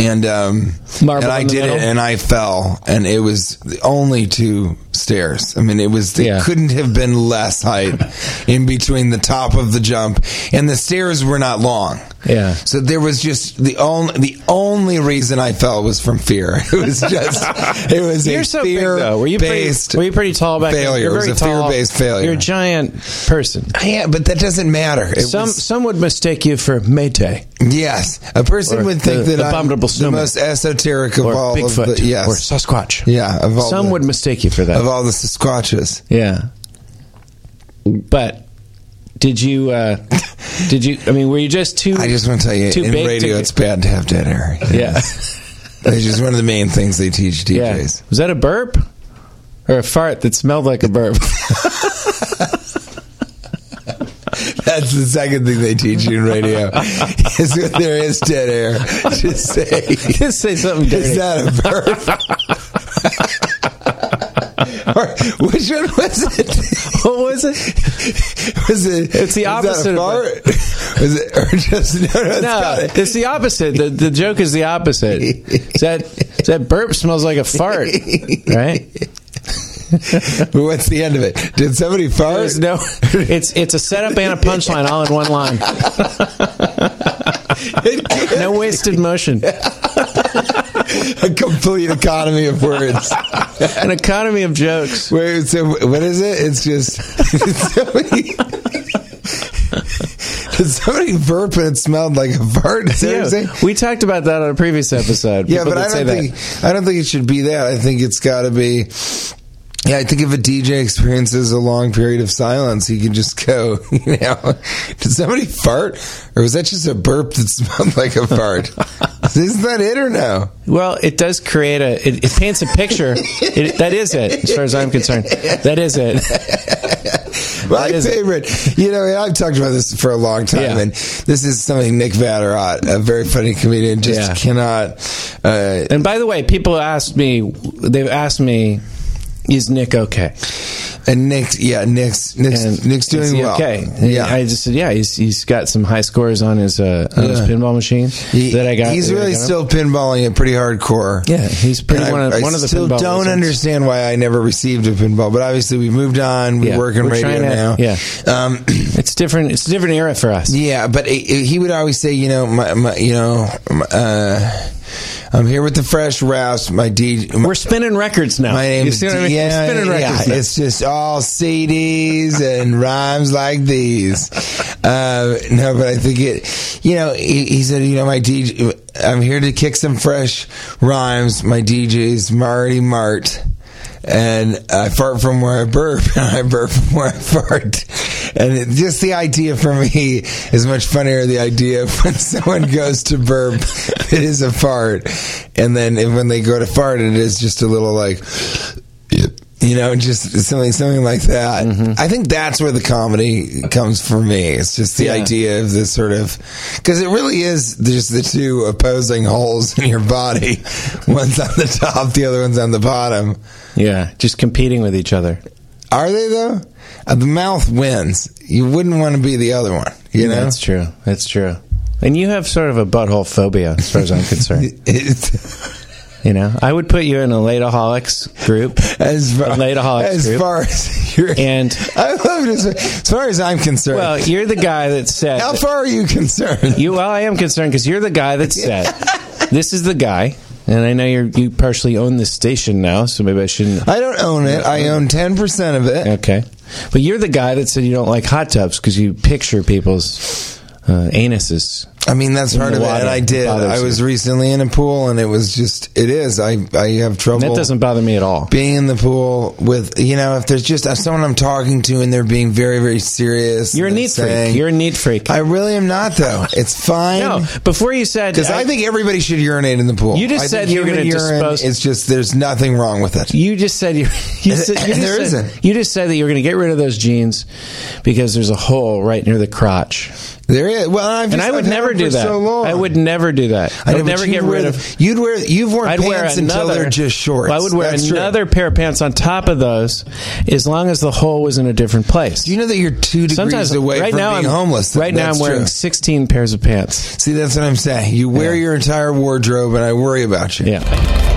[SPEAKER 3] and um,
[SPEAKER 1] Marble
[SPEAKER 3] and I
[SPEAKER 1] in the
[SPEAKER 3] did it,
[SPEAKER 1] middle?
[SPEAKER 3] and I fell, and it was the only two stairs. I mean, it was it
[SPEAKER 1] Yeah.
[SPEAKER 3] couldn't have been less height in between the top of the jump, and the stairs were not long.
[SPEAKER 1] Yeah.
[SPEAKER 3] So there was just the only the only reason I fell was from fear. It was just it was
[SPEAKER 1] You're
[SPEAKER 3] a
[SPEAKER 1] so big
[SPEAKER 3] fear
[SPEAKER 1] though. Were you
[SPEAKER 3] based
[SPEAKER 1] pretty? Were you pretty tall back then?
[SPEAKER 3] failure.
[SPEAKER 1] You're
[SPEAKER 3] It was
[SPEAKER 1] very
[SPEAKER 3] a
[SPEAKER 1] tall.
[SPEAKER 3] fear-based failure.
[SPEAKER 1] You're a giant person.
[SPEAKER 3] Yeah, but that doesn't matter. It
[SPEAKER 1] Some
[SPEAKER 3] was-
[SPEAKER 1] some would mistake you for Maytay
[SPEAKER 3] yes, a person
[SPEAKER 1] Or
[SPEAKER 3] would think
[SPEAKER 1] the
[SPEAKER 3] that I'm
[SPEAKER 1] abominable
[SPEAKER 3] the
[SPEAKER 1] snowman.
[SPEAKER 3] most esoteric of
[SPEAKER 1] or
[SPEAKER 3] all of
[SPEAKER 1] Bigfoot
[SPEAKER 3] the yes,
[SPEAKER 1] or Sasquatch.
[SPEAKER 3] yeah, of all
[SPEAKER 1] Some
[SPEAKER 3] the,
[SPEAKER 1] would mistake you for that.
[SPEAKER 3] of all the Sasquatches.
[SPEAKER 1] Yeah. But did you? Uh, did you? I mean, were you just too?
[SPEAKER 3] I just want to tell you,
[SPEAKER 1] Too
[SPEAKER 3] in
[SPEAKER 1] big
[SPEAKER 3] radio,
[SPEAKER 1] to-
[SPEAKER 3] it's bad to have dead air.
[SPEAKER 1] yeah,
[SPEAKER 3] it's just one of the main things they teach
[SPEAKER 1] yeah.
[SPEAKER 3] DJs.
[SPEAKER 1] Was that a burp or a fart that smelled like a burp?
[SPEAKER 3] That's the second thing they teach you in radio. is when there is dead air, just say
[SPEAKER 1] just say something dirty.
[SPEAKER 3] Is that a burp? or which one was it?
[SPEAKER 1] what was it?
[SPEAKER 3] Was it?
[SPEAKER 1] It's the
[SPEAKER 3] was that a
[SPEAKER 1] opposite of
[SPEAKER 3] fart? Was it or just no? No, it's
[SPEAKER 1] No,
[SPEAKER 3] got it.
[SPEAKER 1] it's the opposite. The, the joke is the opposite. Is that is that burp smells like a fart, right?
[SPEAKER 3] But what's the end of it? Did somebody fart?
[SPEAKER 1] There's no, it's it's a setup and a punchline all in one line. No wasted motion.
[SPEAKER 3] a complete economy of words.
[SPEAKER 1] An economy of jokes.
[SPEAKER 3] Wait, so what is it? It's just did somebody, did somebody burp and it smelled like a fart? Is that what you're saying?
[SPEAKER 1] Yeah, we talked about that on a previous episode.
[SPEAKER 3] Yeah,
[SPEAKER 1] People
[SPEAKER 3] but
[SPEAKER 1] did
[SPEAKER 3] I
[SPEAKER 1] say
[SPEAKER 3] don't
[SPEAKER 1] that.
[SPEAKER 3] think I don't think it should be that. I think it's got to be. Yeah, I think if a DJ experiences a long period of silence, he can just go. You know, did somebody fart, or was that just a burp that smelled like a fart? Isn't that it or no?
[SPEAKER 1] Well, it does create a. It, it paints a picture. it, that is it, as far as I'm concerned. That is it.
[SPEAKER 3] My
[SPEAKER 1] is-
[SPEAKER 3] favorite. You know, and I've talked about this for a long time,
[SPEAKER 1] Yeah.
[SPEAKER 3] and this is something Nick Vatterott, a very funny comedian, just
[SPEAKER 1] Yeah.
[SPEAKER 3] cannot. Uh,
[SPEAKER 1] And by the way, people asked me. They've asked me, "Is Nick okay?"
[SPEAKER 3] And Nick's yeah, Nick's Nick's
[SPEAKER 1] And
[SPEAKER 3] Nick's
[SPEAKER 1] is
[SPEAKER 3] doing
[SPEAKER 1] he
[SPEAKER 3] well.
[SPEAKER 1] Okay.
[SPEAKER 3] Yeah.
[SPEAKER 1] I just said, yeah, he's, he's got some high scores on his, uh, on his
[SPEAKER 3] Yeah.
[SPEAKER 1] pinball machine
[SPEAKER 3] He-
[SPEAKER 1] that I got.
[SPEAKER 3] He's
[SPEAKER 1] that I
[SPEAKER 3] really
[SPEAKER 1] got him.
[SPEAKER 3] still pinballing it pretty hardcore.
[SPEAKER 1] Yeah, he's pretty
[SPEAKER 3] And
[SPEAKER 1] one of,
[SPEAKER 3] I,
[SPEAKER 1] one
[SPEAKER 3] I
[SPEAKER 1] of the
[SPEAKER 3] still
[SPEAKER 1] pinball
[SPEAKER 3] don't
[SPEAKER 1] wizards.
[SPEAKER 3] understand why I never received a pinball, but obviously we've moved on. We
[SPEAKER 1] Yeah,
[SPEAKER 3] work in
[SPEAKER 1] we're
[SPEAKER 3] radio
[SPEAKER 1] trying to-
[SPEAKER 3] now.
[SPEAKER 1] yeah.
[SPEAKER 3] um,
[SPEAKER 1] It's different. It's a different era for us.
[SPEAKER 3] yeah. But it, it- he would always say, you know, my, my you know, my, uh, I'm here with the fresh raps. My D, my,
[SPEAKER 1] We're spinning records now.
[SPEAKER 3] my name
[SPEAKER 1] you
[SPEAKER 3] is
[SPEAKER 1] see what I mean?
[SPEAKER 3] yeah,
[SPEAKER 1] We're spinning
[SPEAKER 3] yeah,
[SPEAKER 1] records now.
[SPEAKER 3] It's just all CDs and rhymes like these. Uh, no, but I think it. You know, he, he said, you know, my DJ. I'm here to kick some fresh rhymes. My DJ's Marty Mart. And I fart from where I burp, and I burp from where I fart. And it, just the idea for me is much funnier. The idea of when someone goes to burp, it is a fart, and then when they go to fart, it is just a little like, you know, just something, something like that.
[SPEAKER 1] Mm-hmm.
[SPEAKER 3] I think that's where the comedy comes for me. It's just the idea of this sort of, because it really is just the two opposing holes in your body. One's on the top, the other one's on the bottom.
[SPEAKER 1] Yeah, just competing with each other.
[SPEAKER 3] Are they though? Uh, the mouth wins. You wouldn't want to be the other one. You know,
[SPEAKER 1] That's true. That's true. And you have sort of a butthole phobia, as far as I'm concerned.
[SPEAKER 3] It's-
[SPEAKER 1] You know, I would put you in a lateaholics group.
[SPEAKER 3] as far
[SPEAKER 1] Lateaholics
[SPEAKER 3] as
[SPEAKER 1] group.
[SPEAKER 3] far as you're,
[SPEAKER 1] And-
[SPEAKER 3] I love it. As, as far as I'm concerned,
[SPEAKER 1] Well, you're the guy that said
[SPEAKER 3] how far are you concerned?
[SPEAKER 1] you. Well, I am concerned because you're the guy that said this is the guy, and I know you you partially own this station now, so maybe I shouldn't.
[SPEAKER 3] I don't own it. I own ten percent of it.
[SPEAKER 1] Okay, but you're the guy that said you don't like hot tubs because you picture people's uh, anuses.
[SPEAKER 3] I mean, that's
[SPEAKER 1] In
[SPEAKER 3] part
[SPEAKER 1] the
[SPEAKER 3] of it.
[SPEAKER 1] water.
[SPEAKER 3] And I did.
[SPEAKER 1] It bothers
[SPEAKER 3] I was
[SPEAKER 1] you.
[SPEAKER 3] recently in a pool, and it was just. It is. I I have trouble.
[SPEAKER 1] That doesn't bother me at all.
[SPEAKER 3] being in the pool with you know if there's just if someone I'm talking to and they're being very very serious.
[SPEAKER 1] You're a
[SPEAKER 3] and
[SPEAKER 1] neat
[SPEAKER 3] they're saying-
[SPEAKER 1] freak. You're a neat freak.
[SPEAKER 3] I really am not though. It's fine.
[SPEAKER 1] no, before you said
[SPEAKER 3] Because I, think everybody should urinate in the pool.
[SPEAKER 1] You just
[SPEAKER 3] I
[SPEAKER 1] said
[SPEAKER 3] think
[SPEAKER 1] you were
[SPEAKER 3] human
[SPEAKER 1] gonna
[SPEAKER 3] urine
[SPEAKER 1] dispose-
[SPEAKER 3] It's just there's nothing wrong with it.
[SPEAKER 1] You just said you. you, said, you just
[SPEAKER 3] There
[SPEAKER 1] said-
[SPEAKER 3] isn't.
[SPEAKER 1] You just said that you were going to get rid of those jeans because there's a hole right near the crotch,
[SPEAKER 3] There is. Well, I've
[SPEAKER 1] and
[SPEAKER 3] just-
[SPEAKER 1] I would
[SPEAKER 3] I've had
[SPEAKER 1] never
[SPEAKER 3] them
[SPEAKER 1] do
[SPEAKER 3] for
[SPEAKER 1] that.
[SPEAKER 3] So long.
[SPEAKER 1] I would never do that. I
[SPEAKER 3] know,
[SPEAKER 1] would
[SPEAKER 3] but
[SPEAKER 1] never
[SPEAKER 3] you'd
[SPEAKER 1] get
[SPEAKER 3] wear
[SPEAKER 1] rid
[SPEAKER 3] the-
[SPEAKER 1] of.
[SPEAKER 3] You'd wear. You've worn
[SPEAKER 1] I'd
[SPEAKER 3] pants
[SPEAKER 1] wear another,
[SPEAKER 3] until they're just shorts.
[SPEAKER 1] I would wear
[SPEAKER 3] That's true.
[SPEAKER 1] another pair of pants on top of those, as long as the hole was in a different place.
[SPEAKER 3] Do you know that you're two degrees
[SPEAKER 1] Sometimes
[SPEAKER 3] away
[SPEAKER 1] right
[SPEAKER 3] from
[SPEAKER 1] now
[SPEAKER 3] being
[SPEAKER 1] I'm
[SPEAKER 3] homeless?
[SPEAKER 1] Right now
[SPEAKER 3] That's
[SPEAKER 1] I'm wearing
[SPEAKER 3] true.
[SPEAKER 1] 16 pairs of pants.
[SPEAKER 3] See, that's what I'm saying. You wear your entire wardrobe, and I worry about you.
[SPEAKER 1] Yeah,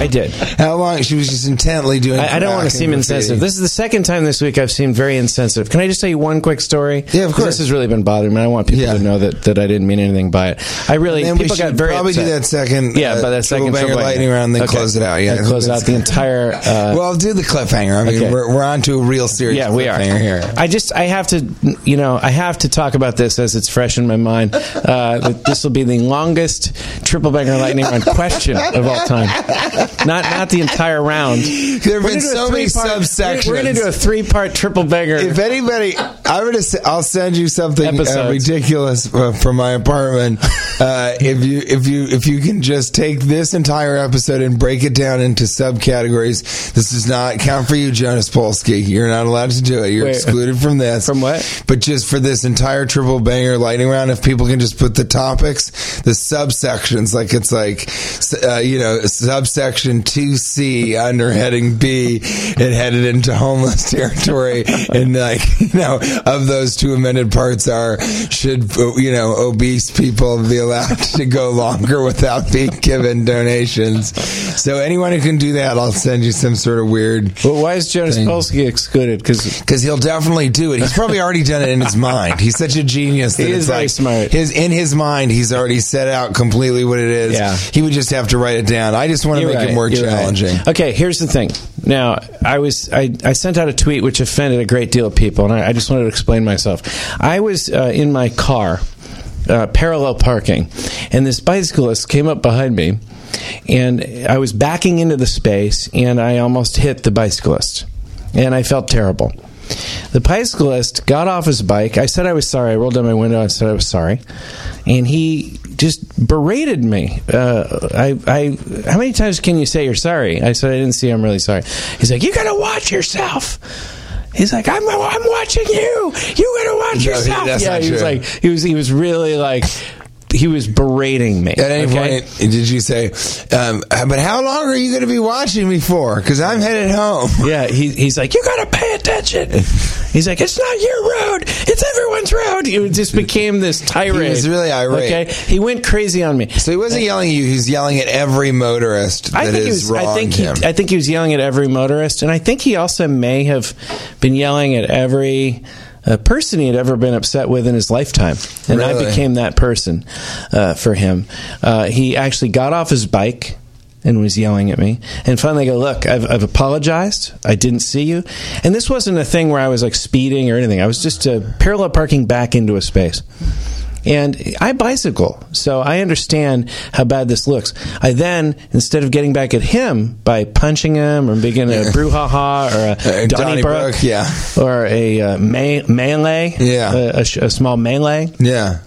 [SPEAKER 1] I did.
[SPEAKER 3] How long? She was just intently doing.
[SPEAKER 1] I, I don't want
[SPEAKER 3] crack
[SPEAKER 1] to
[SPEAKER 3] and
[SPEAKER 1] seem
[SPEAKER 3] graffiti.
[SPEAKER 1] insensitive. This is the second time this week I've seemed very insensitive. Can I just tell you one quick story?
[SPEAKER 3] Yeah, of
[SPEAKER 1] 'Cause
[SPEAKER 3] course.
[SPEAKER 1] This has really been bothering me. I want people
[SPEAKER 3] Yeah.
[SPEAKER 1] to know that, that I didn't mean anything by it. I really
[SPEAKER 3] And then we
[SPEAKER 1] people got
[SPEAKER 3] should
[SPEAKER 1] very
[SPEAKER 3] probably
[SPEAKER 1] upset.
[SPEAKER 3] do that second.
[SPEAKER 1] Yeah,
[SPEAKER 3] uh,
[SPEAKER 1] by that second
[SPEAKER 3] triple banger
[SPEAKER 1] triple
[SPEAKER 3] lightning round, then
[SPEAKER 1] Okay.
[SPEAKER 3] close it out. Yeah,
[SPEAKER 1] And close out the entire. Uh,
[SPEAKER 3] well, do the cliffhanger. I mean,
[SPEAKER 1] Okay.
[SPEAKER 3] we're, we're on to a real serious.
[SPEAKER 1] yeah, we are.
[SPEAKER 3] cliffhanger here.
[SPEAKER 1] I just I have to you know I have to talk about this as it's fresh in my mind. Uh, this will be the longest triple banger lightning round question of all time. Not not the entire round.
[SPEAKER 3] There have
[SPEAKER 1] We're gonna
[SPEAKER 3] been
[SPEAKER 1] do a
[SPEAKER 3] so many
[SPEAKER 1] three-part-
[SPEAKER 3] subsections.
[SPEAKER 1] We're gonna do a three part triple banger.
[SPEAKER 3] if anybody, I'm gonna. s will send you something uh,
[SPEAKER 1] Episodes.
[SPEAKER 3] ridiculous uh, from my apartment. Uh, if you if you if you can just take this entire episode and break it down into subcategories, this does not count for you, Jonas Polsky. You're not allowed to do it. You're
[SPEAKER 1] Wait.
[SPEAKER 3] excluded from this.
[SPEAKER 1] From what?
[SPEAKER 3] But just for this entire triple banger lightning round, if people can just put the topics, the subsections, like it's like, uh, you know, subsection 2C under heading B, it headed into homeless territory. And like, you know, of those two amended parts are, should, uh, you know, obese people be allowed to go longer without being given donations? So anyone who can do that, I'll send you some sort of weird
[SPEAKER 1] But why is Jonas Polsky excluded? Because
[SPEAKER 3] because he'll definitely do it. He's probably already done it in his mind. He's such a genius. That
[SPEAKER 1] He
[SPEAKER 3] it's
[SPEAKER 1] is very
[SPEAKER 3] like
[SPEAKER 1] smart.
[SPEAKER 3] His in his mind, he's already set out completely what it is.
[SPEAKER 1] Yeah.
[SPEAKER 3] he would just have to write it down. I just want to make it more challenging.
[SPEAKER 1] Okay, here's the thing. Now, I was I, I sent out a tweet which offended a great deal of people, and I, I just wanted to explain myself. I was uh, in my car, uh, parallel parking, and this bicyclist came up behind me, and I was backing into the space, and I almost hit the bicyclist, and I felt terrible. The bicyclist got off his bike. I said I was sorry. I rolled down my window and said I was sorry, and he just berated me. Uh, I, I, how many times can you say you're sorry? I said I didn't see. I'm really sorry. He's like, you gotta watch yourself. He's like, I'm, I'm watching you. You gotta watch
[SPEAKER 3] No,
[SPEAKER 1] yourself.
[SPEAKER 3] that's
[SPEAKER 1] yeah,
[SPEAKER 3] not
[SPEAKER 1] he was
[SPEAKER 3] true.
[SPEAKER 1] like, he was, he was really like. he was berating me.
[SPEAKER 3] At any
[SPEAKER 1] okay?
[SPEAKER 3] point, did you say, um, but how long are you going to be watching me for? Because I'm headed home.
[SPEAKER 1] Yeah, he, he's like, you gotta pay attention. He's like, it's not your road, it's everyone's road. It just became this tirade.
[SPEAKER 3] He was really irate.
[SPEAKER 1] Okay, he went crazy on me.
[SPEAKER 3] So he wasn't yelling at you. He's yelling at every motorist that
[SPEAKER 1] I
[SPEAKER 3] is
[SPEAKER 1] think, he was,
[SPEAKER 3] wronged
[SPEAKER 1] I, think he,
[SPEAKER 3] him.
[SPEAKER 1] I think he was yelling at every motorist, and I think he also may have been yelling at every uh, person he had ever been upset with in his lifetime. And I
[SPEAKER 3] Really?
[SPEAKER 1] became that person uh, for him. Uh, he actually got off his bike and was yelling at me. And finally, I go, Look, I've, I've apologized. I didn't see you. And this wasn't a thing where I was like speeding or anything, I was just uh, parallel parking back into a space. And I bicycle, so I understand how bad this looks. I then, instead of getting back at him by punching him or being a brouhaha or a
[SPEAKER 3] Uh,
[SPEAKER 1] Donnybrook,
[SPEAKER 3] Donnybrook, yeah.
[SPEAKER 1] or a uh, me- melee,
[SPEAKER 3] Yeah.
[SPEAKER 1] a, a, sh- a small melee,
[SPEAKER 3] yeah.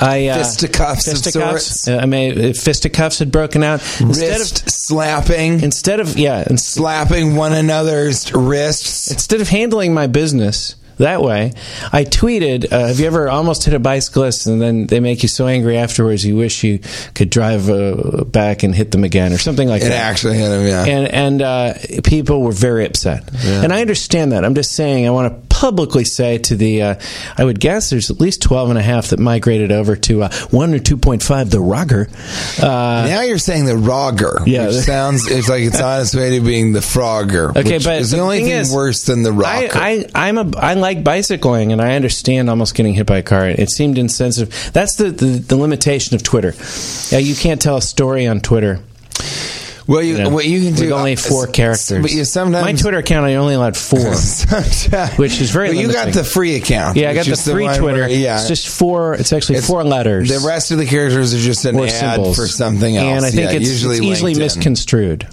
[SPEAKER 1] I uh,
[SPEAKER 3] Fisticuffs of
[SPEAKER 1] fisticuffs.
[SPEAKER 3] sorts.
[SPEAKER 1] Uh, I mean, if fisticuffs had broken out. Instead
[SPEAKER 3] Wrist
[SPEAKER 1] of
[SPEAKER 3] slapping,
[SPEAKER 1] instead of yeah, ins-
[SPEAKER 3] slapping one another's wrists.
[SPEAKER 1] instead of handling my business that way, I tweeted, uh, "Have you ever almost hit a bicyclist and then they make you so angry afterwards you wish you could drive uh, back and hit them again or something like
[SPEAKER 3] It
[SPEAKER 1] that?"
[SPEAKER 3] actually hit him, yeah.
[SPEAKER 1] And and uh, people were very upset, and I understand that. I'm just saying I want to publicly say to the, uh, I would guess there's at least 12 and a half that migrated over to uh, one or 2.5 the Rocker. Uh,
[SPEAKER 3] now you're saying the Rogger,
[SPEAKER 1] Yeah.
[SPEAKER 3] which sounds it's like it's on its way to being the Frogger.
[SPEAKER 1] Okay,
[SPEAKER 3] which
[SPEAKER 1] but
[SPEAKER 3] is
[SPEAKER 1] the
[SPEAKER 3] the only
[SPEAKER 1] thing
[SPEAKER 3] thing,
[SPEAKER 1] is,
[SPEAKER 3] worse than the Rocker.
[SPEAKER 1] I, I, I'm a, I like bicycling, and I understand almost getting hit by a car. It seemed insensitive. That's the, the, the limitation of Twitter. Yeah, you can't tell a story on Twitter.
[SPEAKER 3] well, you,
[SPEAKER 1] you know,
[SPEAKER 3] what you can
[SPEAKER 1] with
[SPEAKER 3] do uh,
[SPEAKER 1] only four
[SPEAKER 3] s-
[SPEAKER 1] characters.
[SPEAKER 3] But you sometimes
[SPEAKER 1] my Twitter account, I only allowed four.
[SPEAKER 3] sometimes-
[SPEAKER 1] Which is very
[SPEAKER 3] Well, you got
[SPEAKER 1] limiting.
[SPEAKER 3] the free account.
[SPEAKER 1] yeah, I got
[SPEAKER 3] which
[SPEAKER 1] the
[SPEAKER 3] is
[SPEAKER 1] free
[SPEAKER 3] one
[SPEAKER 1] Twitter.
[SPEAKER 3] where- yeah,
[SPEAKER 1] it's just four. It's actually
[SPEAKER 3] It's-
[SPEAKER 1] four letters.
[SPEAKER 3] The rest of the characters are just an
[SPEAKER 1] or
[SPEAKER 3] ad
[SPEAKER 1] symbols
[SPEAKER 3] for something else.
[SPEAKER 1] and I think
[SPEAKER 3] Yeah,
[SPEAKER 1] it's,
[SPEAKER 3] usually
[SPEAKER 1] it's easily
[SPEAKER 3] LinkedIn.
[SPEAKER 1] misconstrued.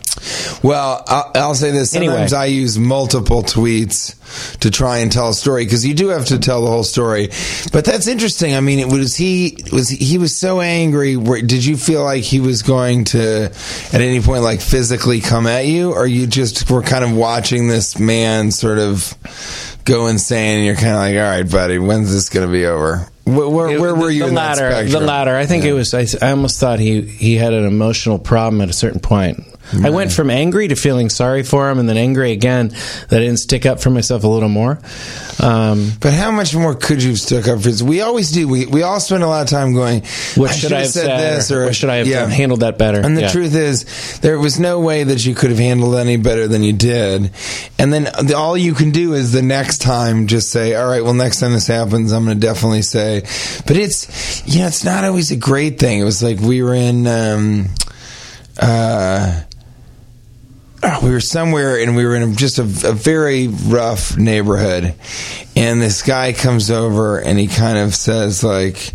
[SPEAKER 3] Well, I'll, I'll say this.
[SPEAKER 1] Anyway.
[SPEAKER 3] Sometimes I use multiple tweets to try and tell a story because you do have to tell the whole story. But that's interesting. I mean, it was he was he was so angry. Where, did you feel like he was going to at any point like physically come at you, or you just were kind of watching this man sort of go insane? And you're kind of like, all right, buddy, when's this going to be over? Where, where, where
[SPEAKER 1] the,
[SPEAKER 3] were you
[SPEAKER 1] The
[SPEAKER 3] in that
[SPEAKER 1] latter. the
[SPEAKER 3] spectrum?
[SPEAKER 1] latter. I think it was. I, s- I almost thought he he had an emotional problem at a certain point. I went from angry to feeling sorry for him, and then angry again that I didn't stick up for myself a little more. Um,
[SPEAKER 3] But how much more could you have stuck up for this? We always do. We, we all spend a lot of time going,
[SPEAKER 1] what should I have said? or, what should I have
[SPEAKER 3] yeah.
[SPEAKER 1] done, handled that better?
[SPEAKER 3] And the
[SPEAKER 1] Yeah.
[SPEAKER 3] truth is, there was no way that you could have handled any better than you did. And then the, all you can do is the next time just say, all right, well, next time this happens, I'm going to definitely say. But it's, you know, it's not always a great thing. It was like we were in, um, uh, oh, we were somewhere and we were in just a, a very rough neighborhood and this guy comes over and he kind of says like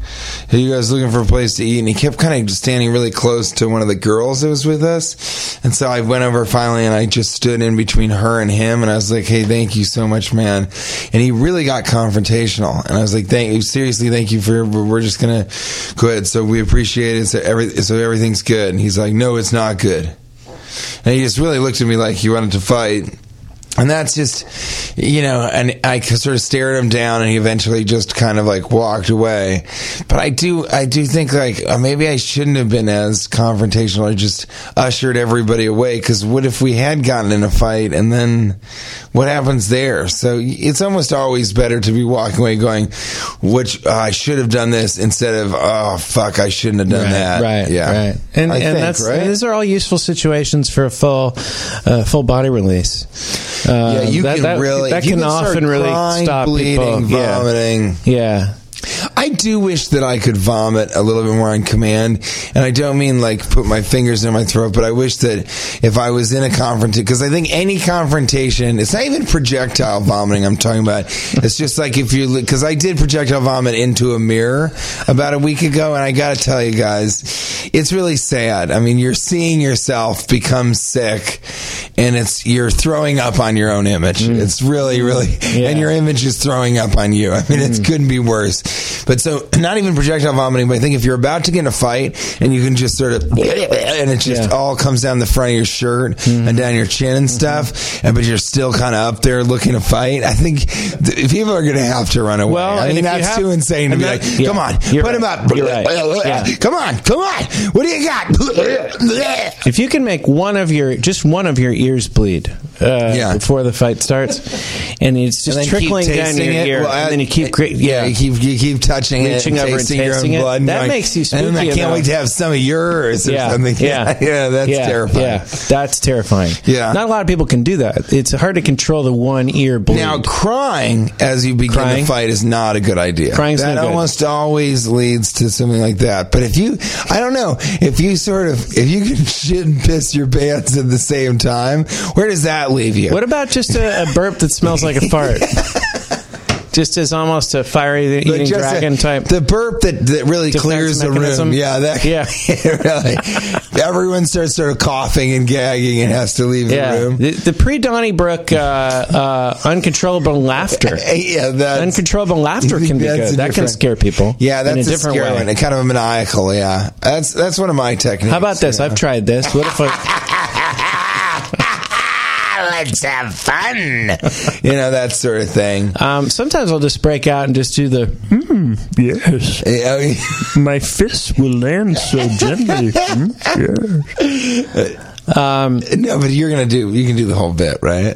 [SPEAKER 3] are you guys looking for a place to eat and he kept kind of standing really close to one of the girls that was with us and so i went over finally and i just stood in between her and him and i was like hey thank you so much man and he really got confrontational and i was like thank you seriously thank you for we're just gonna go ahead so we appreciate it so, every, so everything's good and he's like no it's not good and he just really looked at me like he wanted to fight. And that's just, you know, and I sort of stared him down, and he eventually just kind of like walked away. But I do, I do think like uh, maybe I shouldn't have been as confrontational. I just ushered everybody away because what if we had gotten in a fight, and then what happens there? So it's almost always better to be walking away going, "Which uh, I should have done this," instead of "Oh fuck, I shouldn't have done
[SPEAKER 1] Right,
[SPEAKER 3] that."
[SPEAKER 1] Right.
[SPEAKER 3] yeah,
[SPEAKER 1] Right. And,
[SPEAKER 3] I
[SPEAKER 1] and
[SPEAKER 3] think,
[SPEAKER 1] that's
[SPEAKER 3] right?
[SPEAKER 1] these are all useful situations for a full, uh, full body release. Uh,
[SPEAKER 3] Yeah, you
[SPEAKER 1] that,
[SPEAKER 3] can
[SPEAKER 1] that,
[SPEAKER 3] really
[SPEAKER 1] that
[SPEAKER 3] you
[SPEAKER 1] can,
[SPEAKER 3] start
[SPEAKER 1] often really
[SPEAKER 3] crying,
[SPEAKER 1] stop
[SPEAKER 3] bleeding,
[SPEAKER 1] people. Yeah.
[SPEAKER 3] vomiting.
[SPEAKER 1] yeah.
[SPEAKER 3] I do wish that I could vomit a little bit more on command, and I don't mean like put my fingers in my throat, but I wish that if I was in a confrontation, because I think any confrontation, it's not even projectile vomiting. I'm talking about. It's just like if you, because I did projectile vomit into a mirror about a week ago, and I got to tell you guys, it's really sad. I mean, you're seeing yourself become sick, and it's you're throwing up on your own image. It's really, really,
[SPEAKER 1] Yeah. Hmm.
[SPEAKER 3] and your image is throwing up on you. I mean, it couldn't be worse. But But so not even projectile vomiting, but I think if you're about to get in a fight and you can just sort of and it just
[SPEAKER 1] Yeah. Hmm.
[SPEAKER 3] all comes down the front of your shirt and down your chin and stuff, and but you're still kind of up there looking to fight. I think th- people are going to have to run away.
[SPEAKER 1] Well,
[SPEAKER 3] I
[SPEAKER 1] and
[SPEAKER 3] mean
[SPEAKER 1] if you
[SPEAKER 3] that's
[SPEAKER 1] have-
[SPEAKER 3] too insane to
[SPEAKER 1] and
[SPEAKER 3] be
[SPEAKER 1] that-
[SPEAKER 3] like,
[SPEAKER 1] yeah,
[SPEAKER 3] come on, put
[SPEAKER 1] you're
[SPEAKER 3] him
[SPEAKER 1] right.
[SPEAKER 3] up.
[SPEAKER 1] You're right. Yeah.
[SPEAKER 3] Come on, come on. What do you got?
[SPEAKER 1] If you can make one of your just one of your ears bleed uh,
[SPEAKER 3] Yeah.
[SPEAKER 1] before the fight starts, and it's just
[SPEAKER 3] And then keep
[SPEAKER 1] trickling down
[SPEAKER 3] tasting
[SPEAKER 1] your
[SPEAKER 3] it.
[SPEAKER 1] ear,
[SPEAKER 3] Well, I-
[SPEAKER 1] and then you keep great, yeah,
[SPEAKER 3] Yeah, you keep you keep touching
[SPEAKER 1] Reaching
[SPEAKER 3] it,
[SPEAKER 1] over and
[SPEAKER 3] and tasting, your own
[SPEAKER 1] tasting it.
[SPEAKER 3] blood. and
[SPEAKER 1] That
[SPEAKER 3] you're
[SPEAKER 1] makes you
[SPEAKER 3] And I
[SPEAKER 1] spooky
[SPEAKER 3] can't
[SPEAKER 1] enough."
[SPEAKER 3] wait to have some of yours or
[SPEAKER 1] yeah,
[SPEAKER 3] something.
[SPEAKER 1] yeah,
[SPEAKER 3] yeah, that's
[SPEAKER 1] yeah,
[SPEAKER 3] terrifying.
[SPEAKER 1] Yeah, that's terrifying.
[SPEAKER 3] Yeah.
[SPEAKER 1] not a lot of people can do that. It's hard to control the one ear bleed.
[SPEAKER 3] Now, crying as you begin
[SPEAKER 1] Crying?
[SPEAKER 3] the fight is not a good idea.
[SPEAKER 1] Crying's
[SPEAKER 3] that
[SPEAKER 1] no good.
[SPEAKER 3] almost always leads to something like that. But if you, I don't know, if you sort of, if you can shit and piss your pants at the same time, where does that leave you?
[SPEAKER 1] what about just a, a burp that smells like a fart? Just as almost a fiery
[SPEAKER 3] Like
[SPEAKER 1] eating
[SPEAKER 3] just
[SPEAKER 1] dragon
[SPEAKER 3] a-
[SPEAKER 1] type.
[SPEAKER 3] The burp that, that really
[SPEAKER 1] Defense
[SPEAKER 3] clears the
[SPEAKER 1] mechanism?
[SPEAKER 3] room. Yeah, that.
[SPEAKER 1] Yeah.
[SPEAKER 3] really. Everyone starts sort of coughing and gagging and has to leave
[SPEAKER 1] yeah,
[SPEAKER 3] the room.
[SPEAKER 1] the, the pre Donnybrook uh, uh, uncontrollable laughter.
[SPEAKER 3] yeah, that's
[SPEAKER 1] uncontrollable laughter can be
[SPEAKER 3] That's
[SPEAKER 1] good.
[SPEAKER 3] a
[SPEAKER 1] That can
[SPEAKER 3] different-
[SPEAKER 1] scare people.
[SPEAKER 3] Yeah, that's
[SPEAKER 1] in a, different
[SPEAKER 3] scary
[SPEAKER 1] way.
[SPEAKER 3] one. Kind of a maniacal. Yeah, that's that's one of my techniques.
[SPEAKER 1] How about this? I've tried this. What if I?
[SPEAKER 3] Let's have fun. you know that sort of thing.
[SPEAKER 1] Um, sometimes I'll just break out and just do the.
[SPEAKER 8] Yes,
[SPEAKER 3] Yeah,
[SPEAKER 8] my fists will land so gently. Hmm?
[SPEAKER 3] no, but you're gonna do. You can do the whole bit, right?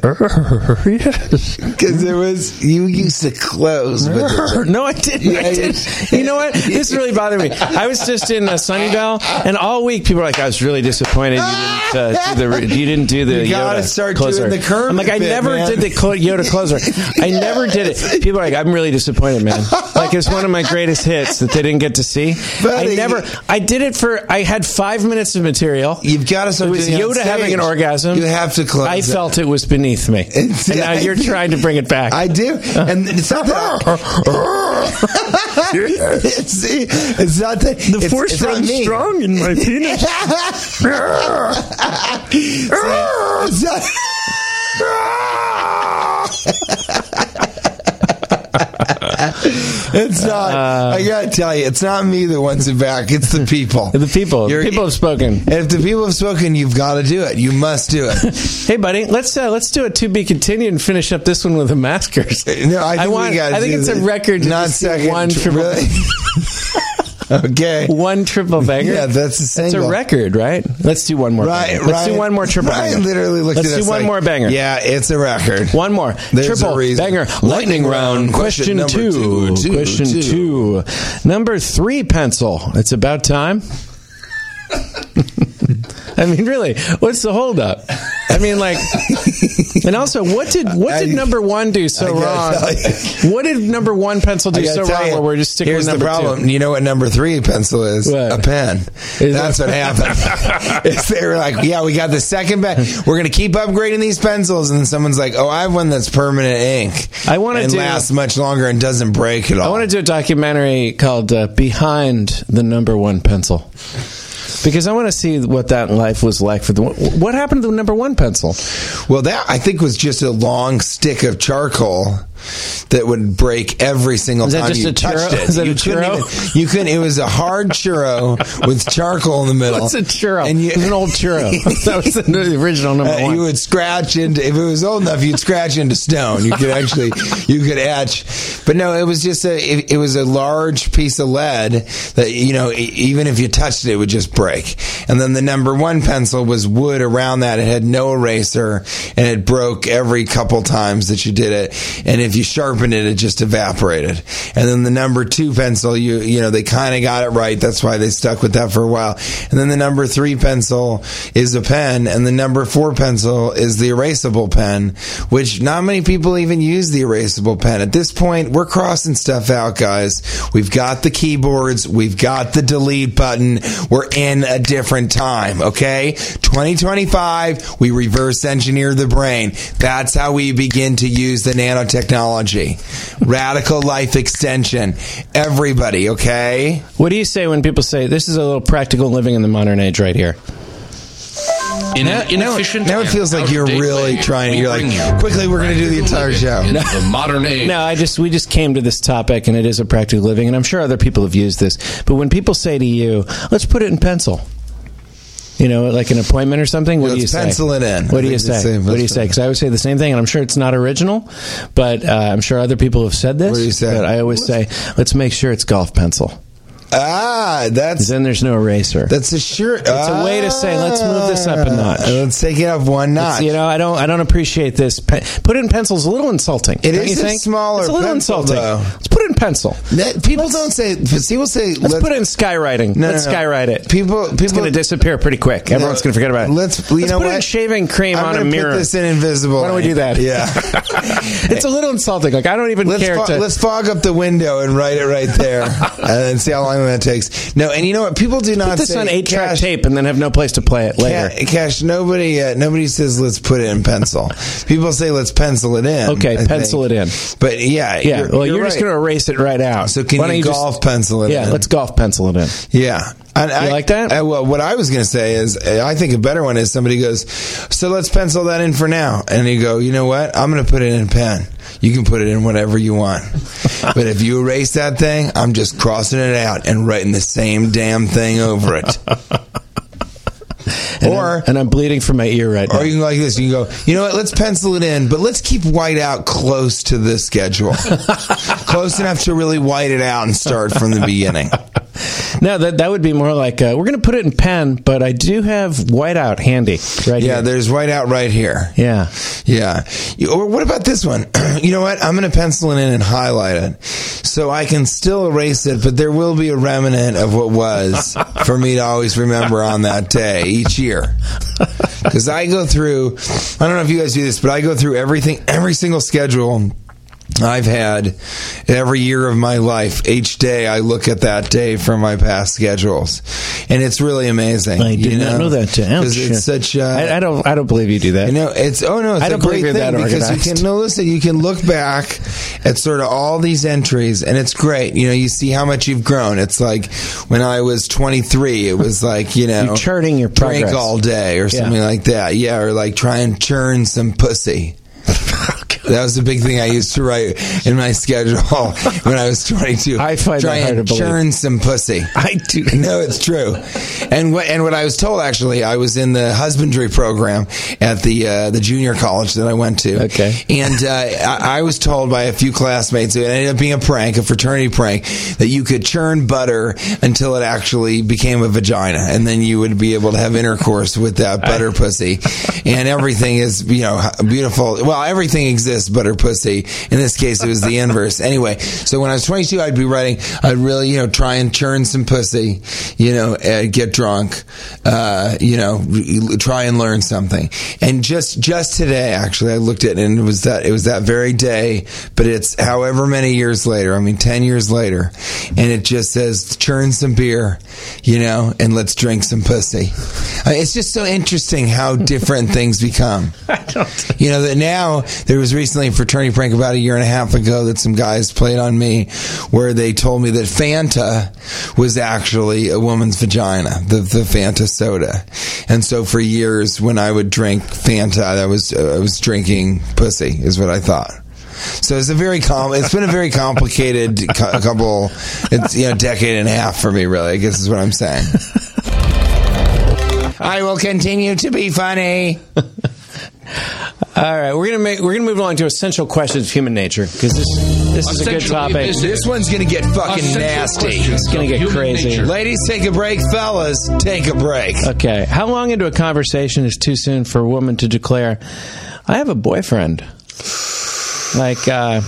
[SPEAKER 8] Yes.
[SPEAKER 3] Because it was you used to close. With it.
[SPEAKER 1] No, I didn't. I
[SPEAKER 3] Yeah, you-
[SPEAKER 1] didn't. You know what? This really bothered me. I was just in uh, Sunnyvale, and all week people were like, "I was really disappointed you didn't uh, do the you didn't do the
[SPEAKER 3] You gotta
[SPEAKER 1] Yoda
[SPEAKER 3] start
[SPEAKER 1] closer."
[SPEAKER 3] doing the Kermit
[SPEAKER 1] I'm like, I
[SPEAKER 3] bit,
[SPEAKER 1] never
[SPEAKER 3] man."
[SPEAKER 1] did the clo- Yoda closer. I never did it. People are like, "I'm really disappointed, man." Like it's one of my greatest hits that they didn't get to see.
[SPEAKER 3] Buddy.
[SPEAKER 1] I never. I did it for. I had five minutes of material.
[SPEAKER 3] You've got to start.
[SPEAKER 1] It was
[SPEAKER 3] doing it on
[SPEAKER 1] Yoda
[SPEAKER 3] stage.
[SPEAKER 1] having an orgasm.
[SPEAKER 3] You have to close.
[SPEAKER 1] I
[SPEAKER 3] it.
[SPEAKER 1] felt it was beneath me.
[SPEAKER 3] It's-
[SPEAKER 1] and now
[SPEAKER 3] I-
[SPEAKER 1] you're trying to bring it back.
[SPEAKER 3] I do, and it's not that. it's, it's not that
[SPEAKER 8] The
[SPEAKER 3] it's,
[SPEAKER 8] force
[SPEAKER 3] it's not
[SPEAKER 8] runs
[SPEAKER 3] me.
[SPEAKER 8] strong in my penis.
[SPEAKER 3] it's not- it's not- It's not. I gotta tell you, it's not me that wants it back. It's the people.
[SPEAKER 1] Um, the people, the
[SPEAKER 3] You're-
[SPEAKER 1] people have spoken.
[SPEAKER 3] If the people have spoken, you've got to do it. You must do it.
[SPEAKER 1] Hey, buddy, let's uh, let's do a to be continued and finish up this one with the maskers.
[SPEAKER 3] Uh, No, I think
[SPEAKER 1] I
[SPEAKER 3] we
[SPEAKER 1] want.
[SPEAKER 3] gotta
[SPEAKER 1] I think
[SPEAKER 3] do
[SPEAKER 1] it's a
[SPEAKER 3] this.
[SPEAKER 1] record. To
[SPEAKER 3] Not
[SPEAKER 1] just do
[SPEAKER 3] second.
[SPEAKER 1] one
[SPEAKER 3] tr-
[SPEAKER 1] triple,
[SPEAKER 3] really? okay.
[SPEAKER 1] one triple banger.
[SPEAKER 3] Yeah, that's
[SPEAKER 1] That's
[SPEAKER 3] a
[SPEAKER 1] a
[SPEAKER 3] single.
[SPEAKER 1] record, right? Let's do one more.
[SPEAKER 3] Right,
[SPEAKER 1] banger. Let's
[SPEAKER 3] right.
[SPEAKER 1] do one more triple
[SPEAKER 3] Ryan
[SPEAKER 1] banger.
[SPEAKER 3] literally looked
[SPEAKER 1] Let's
[SPEAKER 3] at
[SPEAKER 1] do
[SPEAKER 3] us
[SPEAKER 1] one
[SPEAKER 3] like,
[SPEAKER 1] more banger.
[SPEAKER 3] Yeah, it's a record.
[SPEAKER 1] One more
[SPEAKER 3] There's a
[SPEAKER 1] triple
[SPEAKER 3] reason.
[SPEAKER 1] banger lightning round. Question,
[SPEAKER 3] number
[SPEAKER 1] two,
[SPEAKER 3] two,
[SPEAKER 1] Question two. Number three pencil. It's about time. I mean, really, what's the holdup? I mean, like, and also, what did what did
[SPEAKER 3] I-
[SPEAKER 1] number one do so
[SPEAKER 3] I
[SPEAKER 1] wrong?
[SPEAKER 3] gotta tell
[SPEAKER 1] What did number one pencil
[SPEAKER 3] I
[SPEAKER 1] do
[SPEAKER 3] gotta
[SPEAKER 1] so
[SPEAKER 3] tell
[SPEAKER 1] wrong?
[SPEAKER 3] you,
[SPEAKER 1] where we're just sticking
[SPEAKER 3] here's
[SPEAKER 1] with number
[SPEAKER 3] the problem.
[SPEAKER 1] two.
[SPEAKER 3] You know what number three pencil is?
[SPEAKER 1] What?
[SPEAKER 3] A pen.
[SPEAKER 1] Is
[SPEAKER 3] That's
[SPEAKER 1] it-
[SPEAKER 3] what happened. It's- they were like, "Yeah, we got the second pen. We're gonna keep upgrading these pencils." And someone's like, "Oh, I have one that's permanent ink.
[SPEAKER 1] I wanna
[SPEAKER 3] and
[SPEAKER 1] do-
[SPEAKER 3] lasts much longer and doesn't break at all."
[SPEAKER 1] I want to do a documentary called uh, "Behind the Number One Pencil." Because I want to see what that life was like for the one. What happened to the number one pencil?
[SPEAKER 3] Well, that I think was just a long stick of charcoal that would break every single
[SPEAKER 1] Is that
[SPEAKER 3] time
[SPEAKER 1] just
[SPEAKER 3] you
[SPEAKER 1] a churro?
[SPEAKER 3] touched it.
[SPEAKER 1] Is that
[SPEAKER 3] you
[SPEAKER 1] a
[SPEAKER 3] couldn't
[SPEAKER 1] churro?
[SPEAKER 3] even- you couldn't. It was a hard churro with charcoal in the middle.
[SPEAKER 1] What's a churro?
[SPEAKER 3] And you,
[SPEAKER 1] it was an old churro. that was the original number
[SPEAKER 3] uh,
[SPEAKER 1] one.
[SPEAKER 3] you would scratch into if it was old enough you'd scratch into stone you could actually you could etch but no it was just a it, it was a large piece of lead that you know e- even if you touched it it would just break and then the number one pencil was wood around that it had no eraser and it broke every couple times that you did it and if you sharpened it it just evaporated and then the number two pencil you you know they kind of got it right that's why they stuck with that for a while and then the number three pencil is a pen and the number four pencil is the erasable pen which not many people even use the erasable pen at this point we're crossing stuff out guys we've got the keyboards we've got the delete button we're in a different time okay 2025 we reverse engineer the brain that's how we begin to use the nanotechnology radical life extension everybody okay
[SPEAKER 1] what do you say when people say this is a little practical living in the modern age right here?
[SPEAKER 2] in
[SPEAKER 3] Now,
[SPEAKER 2] an
[SPEAKER 3] now,
[SPEAKER 2] inefficient
[SPEAKER 3] Uh, now it
[SPEAKER 2] and
[SPEAKER 3] feels like you're
[SPEAKER 2] out-of-date
[SPEAKER 3] really
[SPEAKER 2] way,
[SPEAKER 3] trying.
[SPEAKER 2] we
[SPEAKER 3] You're
[SPEAKER 2] bring
[SPEAKER 3] like,
[SPEAKER 2] you
[SPEAKER 3] quickly, we're going to do the entire show.
[SPEAKER 2] in the modern age.
[SPEAKER 1] No, I just we just came to this topic, and it is a practical living, and I'm sure other people have used this. But when people say to you, "Let's put it in pencil," you know, like an appointment or something, what do
[SPEAKER 3] Let's
[SPEAKER 1] you say?
[SPEAKER 3] pencil it in.
[SPEAKER 1] What do
[SPEAKER 3] I
[SPEAKER 1] you
[SPEAKER 3] think the
[SPEAKER 1] say?
[SPEAKER 3] same-
[SPEAKER 1] what do you say? Because I would say the same thing, and I'm sure it's not original, but uh, I'm sure other people have said this.
[SPEAKER 3] What do you say?
[SPEAKER 1] But I always say, "Let's make sure it's golf pencil."
[SPEAKER 3] Ah, that's
[SPEAKER 1] 'Cause Then there's no eraser.
[SPEAKER 3] that's a sure. It's
[SPEAKER 1] a way to say, let's move this up a notch.
[SPEAKER 3] Let's take it up one
[SPEAKER 1] It's,
[SPEAKER 3] notch.
[SPEAKER 1] you know, I don't. I don't appreciate this. Pe- put it in pencil is a little insulting.
[SPEAKER 3] It
[SPEAKER 1] don't
[SPEAKER 3] is
[SPEAKER 1] you
[SPEAKER 3] a
[SPEAKER 1] think?
[SPEAKER 3] smaller
[SPEAKER 1] It's a little
[SPEAKER 3] pencil,
[SPEAKER 1] insulting.
[SPEAKER 3] though.
[SPEAKER 1] Let's put it in pencil.
[SPEAKER 3] That- people don't say. People say.
[SPEAKER 1] Let's, put it in skywriting.
[SPEAKER 3] No,
[SPEAKER 1] let's
[SPEAKER 3] no, no.
[SPEAKER 1] skywrite it.
[SPEAKER 3] People-
[SPEAKER 1] it's
[SPEAKER 3] people-
[SPEAKER 1] going to disappear pretty quick. Everyone's going to forget about it.
[SPEAKER 3] Let's. You know
[SPEAKER 1] put
[SPEAKER 3] what?
[SPEAKER 1] in shaving cream
[SPEAKER 3] I'm
[SPEAKER 1] on a
[SPEAKER 3] gonna
[SPEAKER 1] mirror.
[SPEAKER 3] Put this in invisible.
[SPEAKER 1] Why don't we do that?
[SPEAKER 3] Yeah.
[SPEAKER 1] it's a little insulting. Like I don't even
[SPEAKER 3] Let's,
[SPEAKER 1] care
[SPEAKER 3] fo-
[SPEAKER 1] to.
[SPEAKER 3] let's fog up the window and write it right there, and then see how long that takes. No, and you know what? People do not
[SPEAKER 1] put this
[SPEAKER 3] say
[SPEAKER 1] on eight track
[SPEAKER 3] "Gosh,
[SPEAKER 1] tape and then have no place to play it later.
[SPEAKER 3] Ca- Cash, nobody, uh, nobody says let's put it in pencil. People say let's pencil it in.
[SPEAKER 1] Okay, pencil it in.
[SPEAKER 3] But yeah,
[SPEAKER 1] Yeah. well, you're, just
[SPEAKER 3] right.
[SPEAKER 1] going to erase it right out.
[SPEAKER 3] So can
[SPEAKER 1] Why don't
[SPEAKER 3] you
[SPEAKER 1] you just-
[SPEAKER 3] golf pencil it
[SPEAKER 1] yeah,
[SPEAKER 3] in?
[SPEAKER 1] let's golf pencil it in.
[SPEAKER 3] Yeah. And I,
[SPEAKER 1] like that?
[SPEAKER 3] I- well, what I was going to say is, uh, I think a better one is somebody goes, "So let's pencil that in for now," and you go, "You know what? I'm going to put it in pen. You can put it in whatever you want, but if you erase that thing, I'm just crossing it out and writing the same damn thing over it." or
[SPEAKER 1] And I'm bleeding from my ear right now.
[SPEAKER 3] or you can go like this. You can go, you know what? Let's pencil it in, but let's keep white out close to the schedule. close enough to really white it out and start from the beginning.
[SPEAKER 1] No, that that would be more like uh, we're going to put it in pen, but I do have whiteout handy right
[SPEAKER 3] Yeah,
[SPEAKER 1] here.
[SPEAKER 3] there's white out right here.
[SPEAKER 1] Yeah,
[SPEAKER 3] Yeah. You- Or what about this one? you know what? I'm going to pencil it in and highlight it so I can still erase it, but there will be a remnant of what was for me to always remember on that day each year. Because I go through, I don't know if you guys do this, but I go through everything, every single schedule. I've had every year of my life. Each day, I look at that day from my past schedules, and it's really amazing.
[SPEAKER 1] I did
[SPEAKER 3] you
[SPEAKER 1] not know that. Damn,
[SPEAKER 3] 'Cause
[SPEAKER 1] shit.
[SPEAKER 3] it's such. Uh,
[SPEAKER 1] I, I don't. I don't believe you do that.
[SPEAKER 3] you know, it's oh no, it's
[SPEAKER 1] I
[SPEAKER 3] a
[SPEAKER 1] don't
[SPEAKER 3] great
[SPEAKER 1] believe
[SPEAKER 3] thing
[SPEAKER 1] you're that
[SPEAKER 3] because you
[SPEAKER 1] organized.
[SPEAKER 3] can no listen. You can look back at sort of all these entries, and it's great. You know, you see how much you've grown. It's like when I was 23, it was like you know,
[SPEAKER 1] You're charting your
[SPEAKER 3] drink
[SPEAKER 1] progress.
[SPEAKER 3] all day or
[SPEAKER 1] Yeah.
[SPEAKER 3] something like that. Yeah, or like try and churn some pussy. That was the big thing I used to write in my schedule when I was 22.
[SPEAKER 1] I find
[SPEAKER 3] try
[SPEAKER 1] that hard
[SPEAKER 3] and
[SPEAKER 1] to believe.
[SPEAKER 3] churn some pussy.
[SPEAKER 1] I do.
[SPEAKER 3] No, it's true. And what and what I was told actually, I was in the husbandry program at the uh, the junior college that I went to.
[SPEAKER 1] Okay.
[SPEAKER 3] And uh, I, I was told by a few classmates, it ended up being a prank, a fraternity prank, that you could churn butter until it actually became a vagina, and then you would be able to have intercourse with that butter pussy. And everything is, you know, beautiful. Well, everything exists, butter pussy. In this case, it was the inverse. Anyway, so when I was 22, I'd be writing, I'd really, you know, try and churn some pussy, you know, uh, get drunk, uh, you know, r- try and learn something. And just just today, actually, I looked at it and it was that it was that very day, but it's however many years later. I mean, ten years later, and it just says churn some beer, you know, and let's drink some pussy. I mean, it's just so interesting how different things become. You know that now there was recently a fraternity prank about a year and a half ago that some guys played on me, where they told me that Fanta was actually a woman's vagina, the the Fanta soda, and so for years when I would drink Fanta, I was uh, I was drinking pussy, is what I thought. So it's a very com- it's been a very complicated cou- couple, it's you know decade and a half for me really. I guess is what I'm saying. I will continue to be funny.
[SPEAKER 1] All right, we're gonna make we're gonna move along to essential questions of human nature because this this is a good
[SPEAKER 2] Essentially,
[SPEAKER 1] topic.
[SPEAKER 2] this
[SPEAKER 3] This one's gonna get fucking
[SPEAKER 2] Essential
[SPEAKER 3] nasty.
[SPEAKER 2] questions
[SPEAKER 1] It's gonna
[SPEAKER 2] of
[SPEAKER 1] get
[SPEAKER 2] human
[SPEAKER 1] crazy.
[SPEAKER 2] nature.
[SPEAKER 3] Ladies, take a break. Fellas, take a break.
[SPEAKER 1] Okay, how long into a conversation is too soon for a woman to declare, "I have a boyfriend"? Like, uh,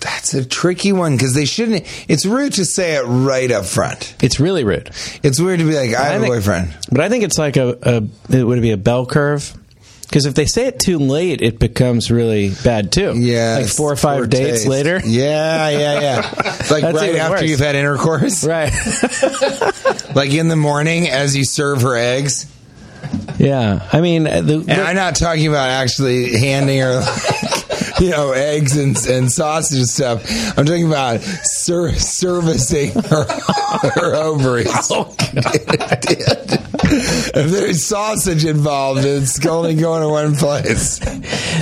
[SPEAKER 3] That's a tricky one because they shouldn't. It's rude to say it right up front.
[SPEAKER 1] it's really rude.
[SPEAKER 3] It's weird to be like, I have a
[SPEAKER 1] think-
[SPEAKER 3] boyfriend.
[SPEAKER 1] But I think it's like a, a it would be a bell curve. Because if they say it too late, it becomes really bad too.
[SPEAKER 3] Yeah,
[SPEAKER 1] like
[SPEAKER 3] it's
[SPEAKER 1] four or five
[SPEAKER 3] poor
[SPEAKER 1] dates
[SPEAKER 3] taste.
[SPEAKER 1] later.
[SPEAKER 3] Yeah, yeah, yeah. It's like
[SPEAKER 1] That's
[SPEAKER 3] right
[SPEAKER 1] even
[SPEAKER 3] after
[SPEAKER 1] worse.
[SPEAKER 3] you've had intercourse,
[SPEAKER 1] Right.
[SPEAKER 3] like in the morning as you serve her eggs.
[SPEAKER 1] yeah. I mean, uh, the,
[SPEAKER 3] And I'm not talking about actually handing her, like, you know, eggs and, and sausage and stuff. I'm talking about
[SPEAKER 1] Oh,
[SPEAKER 3] ser- servicing her, her ovaries. if there's sausage involved, it's only going to one place.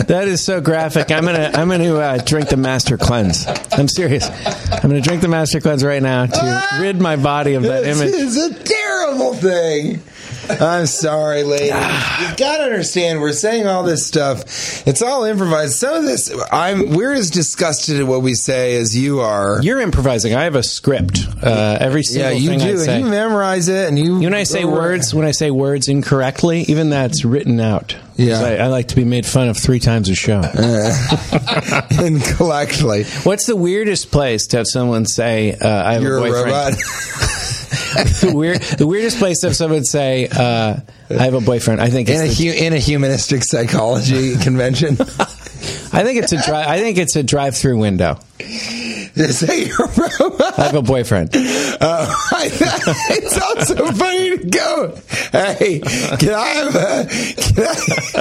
[SPEAKER 1] That is so graphic. I'm gonna I'm gonna uh, drink the master cleanse. I'm serious. I'm gonna drink the master cleanse right now to rid my body of that
[SPEAKER 3] This
[SPEAKER 1] image.
[SPEAKER 3] is a terrible thing. I'm sorry, ladies. You've got to understand. We're saying all this stuff. It's all improvised. Some of this, I'm. We're as disgusted at what we say as you are.
[SPEAKER 1] You're improvising. I have a script. Uh, every
[SPEAKER 3] yeah,
[SPEAKER 1] single
[SPEAKER 3] you
[SPEAKER 1] thing I
[SPEAKER 3] do,
[SPEAKER 1] say.
[SPEAKER 3] and you memorize it, and you.
[SPEAKER 1] You know, when I say words, when I say words incorrectly, even that's written out. 'Cause
[SPEAKER 3] Yeah. Uh.
[SPEAKER 1] I, I like to be made fun of three times a show.
[SPEAKER 3] and collectively,
[SPEAKER 1] What's the weirdest place to have someone say, uh, I have
[SPEAKER 3] you're
[SPEAKER 1] a
[SPEAKER 3] a
[SPEAKER 1] boyfriend?
[SPEAKER 3] robot.
[SPEAKER 1] the, weird, the weirdest place to have someone say, uh, I have a boyfriend. I think it's
[SPEAKER 3] in a
[SPEAKER 1] the-
[SPEAKER 3] hu- in a humanistic psychology convention.
[SPEAKER 1] I think it's a drive. I think it's a drive-through window.
[SPEAKER 3] They say you're a robot.
[SPEAKER 1] I have a boyfriend.
[SPEAKER 3] Uh, it's also funny to go. Hey, can I have a can I,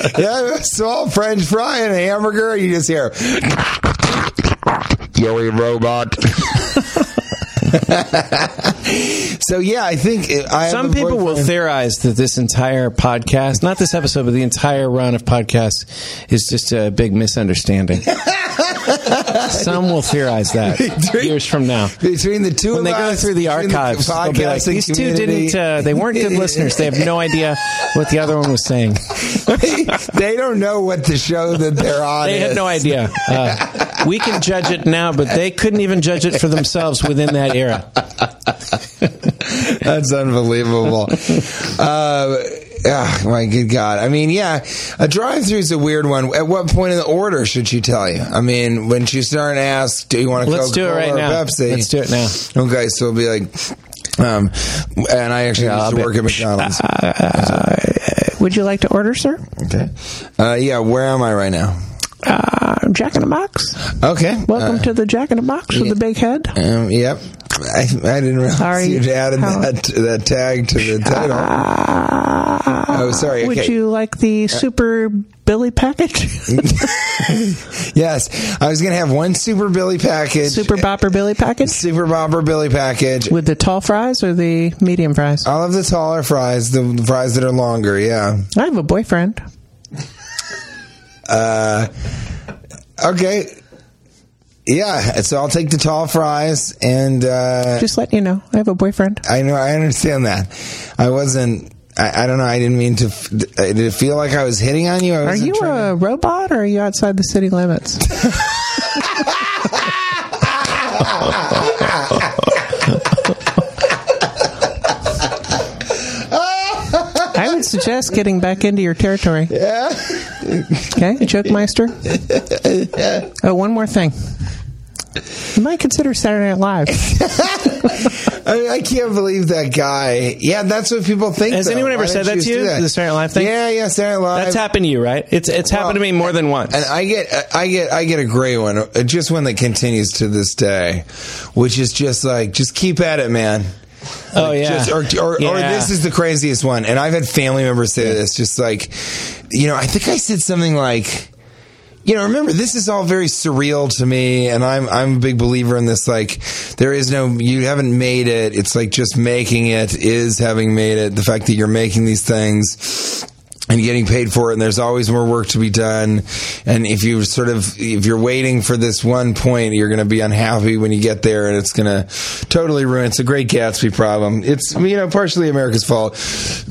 [SPEAKER 3] can I have a small French fry and a hamburger? You just hear, Joey robot. so yeah, I think uh, I have
[SPEAKER 1] Some
[SPEAKER 3] a
[SPEAKER 1] people will
[SPEAKER 3] boyfriend.
[SPEAKER 1] theorize that this entire podcast, not this episode, but the entire run of podcasts, is just a big misunderstanding. Some will theorize that years from now.
[SPEAKER 3] between the two
[SPEAKER 1] When
[SPEAKER 3] of
[SPEAKER 1] they go
[SPEAKER 3] us,
[SPEAKER 1] through the
[SPEAKER 3] between
[SPEAKER 1] archives, they'll be like,
[SPEAKER 3] podcasting
[SPEAKER 1] "These two
[SPEAKER 3] community,
[SPEAKER 1] didn't. Uh, they weren't good listeners. They have no idea what the other one was saying.
[SPEAKER 3] they don't know what the show that they're on.
[SPEAKER 1] uh, They had
[SPEAKER 3] is.
[SPEAKER 1] no idea. Uh, we can judge it now, but they couldn't even judge it for themselves within that era.
[SPEAKER 3] That's unbelievable. uh, ah, my good God. I mean, yeah, a drive through is a weird one. At what point in the order should she tell you? I mean, when she starts to ask, do you want to
[SPEAKER 1] Let's do it right
[SPEAKER 3] Coca-Cola or
[SPEAKER 1] now.
[SPEAKER 3] Pepsi?
[SPEAKER 1] Let's do it now.
[SPEAKER 3] Okay, so it'll be like, um, and I actually used to work at McDonald's.
[SPEAKER 9] Would you like to order, sir?
[SPEAKER 3] Okay. Uh, yeah, where am I right now?
[SPEAKER 9] Uh, Jack in the Box.
[SPEAKER 3] Okay.
[SPEAKER 9] Welcome
[SPEAKER 3] Uh,
[SPEAKER 9] to the Jack in the Box with the big head.
[SPEAKER 3] Um, yep. I, I didn't realize
[SPEAKER 9] Sorry,
[SPEAKER 3] you'd added
[SPEAKER 9] Howard.
[SPEAKER 3] that, that tag to the title. oh, sorry.
[SPEAKER 9] Would
[SPEAKER 3] okay. Uh,
[SPEAKER 9] you like the Super Billy package?
[SPEAKER 3] Yes, I was gonna have one Super Billy package,
[SPEAKER 9] Super Bopper Billy package
[SPEAKER 3] Super Bomber Billy package.
[SPEAKER 9] with the tall fries or the medium fries?
[SPEAKER 3] All of the taller fries, the fries that are longer. Yeah.
[SPEAKER 9] I have a boyfriend.
[SPEAKER 3] Okay. Yeah. So I'll take the tall fries, and uh,
[SPEAKER 9] Just letting you know, I have a boyfriend.
[SPEAKER 3] I know I understand that. I wasn't. I, I don't know. I didn't mean to. f- Did it feel like I was hitting on you? I
[SPEAKER 9] Are
[SPEAKER 3] wasn't
[SPEAKER 9] you
[SPEAKER 3] trying
[SPEAKER 9] a robot or are you outside the city limits? I would suggest getting back into your territory. Yeah. Okay, Jokemeister. Oh, one more thing. You might consider Saturday Night Live.
[SPEAKER 3] I, mean, I can't believe that guy. Yeah, that's what people think.
[SPEAKER 1] Has
[SPEAKER 3] though.
[SPEAKER 1] anyone ever
[SPEAKER 3] Why
[SPEAKER 1] said
[SPEAKER 3] don't
[SPEAKER 1] that to
[SPEAKER 3] just do
[SPEAKER 1] you? The Saturday Night Live thing?
[SPEAKER 3] Yeah, yeah, Saturday Night Live.
[SPEAKER 1] That's happened to you, right? It's it's happened to me more than once.
[SPEAKER 3] And I get, I get, I get a great one, uh, just one that continues to this day, which is just like, just keep at it, man.
[SPEAKER 1] oh yeah.
[SPEAKER 3] Just, or, or, or
[SPEAKER 1] Yeah.
[SPEAKER 3] this is the craziest one, and I've had family members say this, just like, you know, I think I said something like, you know, remember this is all very surreal to me, and I'm I'm a big believer in this. Like, there is no, you haven't made it. It's like just making it is having made it. The fact that you're making these things and getting paid for it and there's always more work to be done and if you sort of if you're waiting for this one point you're going to be unhappy when you get there and it's going to totally ruin it's a great gatsby problem it's you know partially america's fault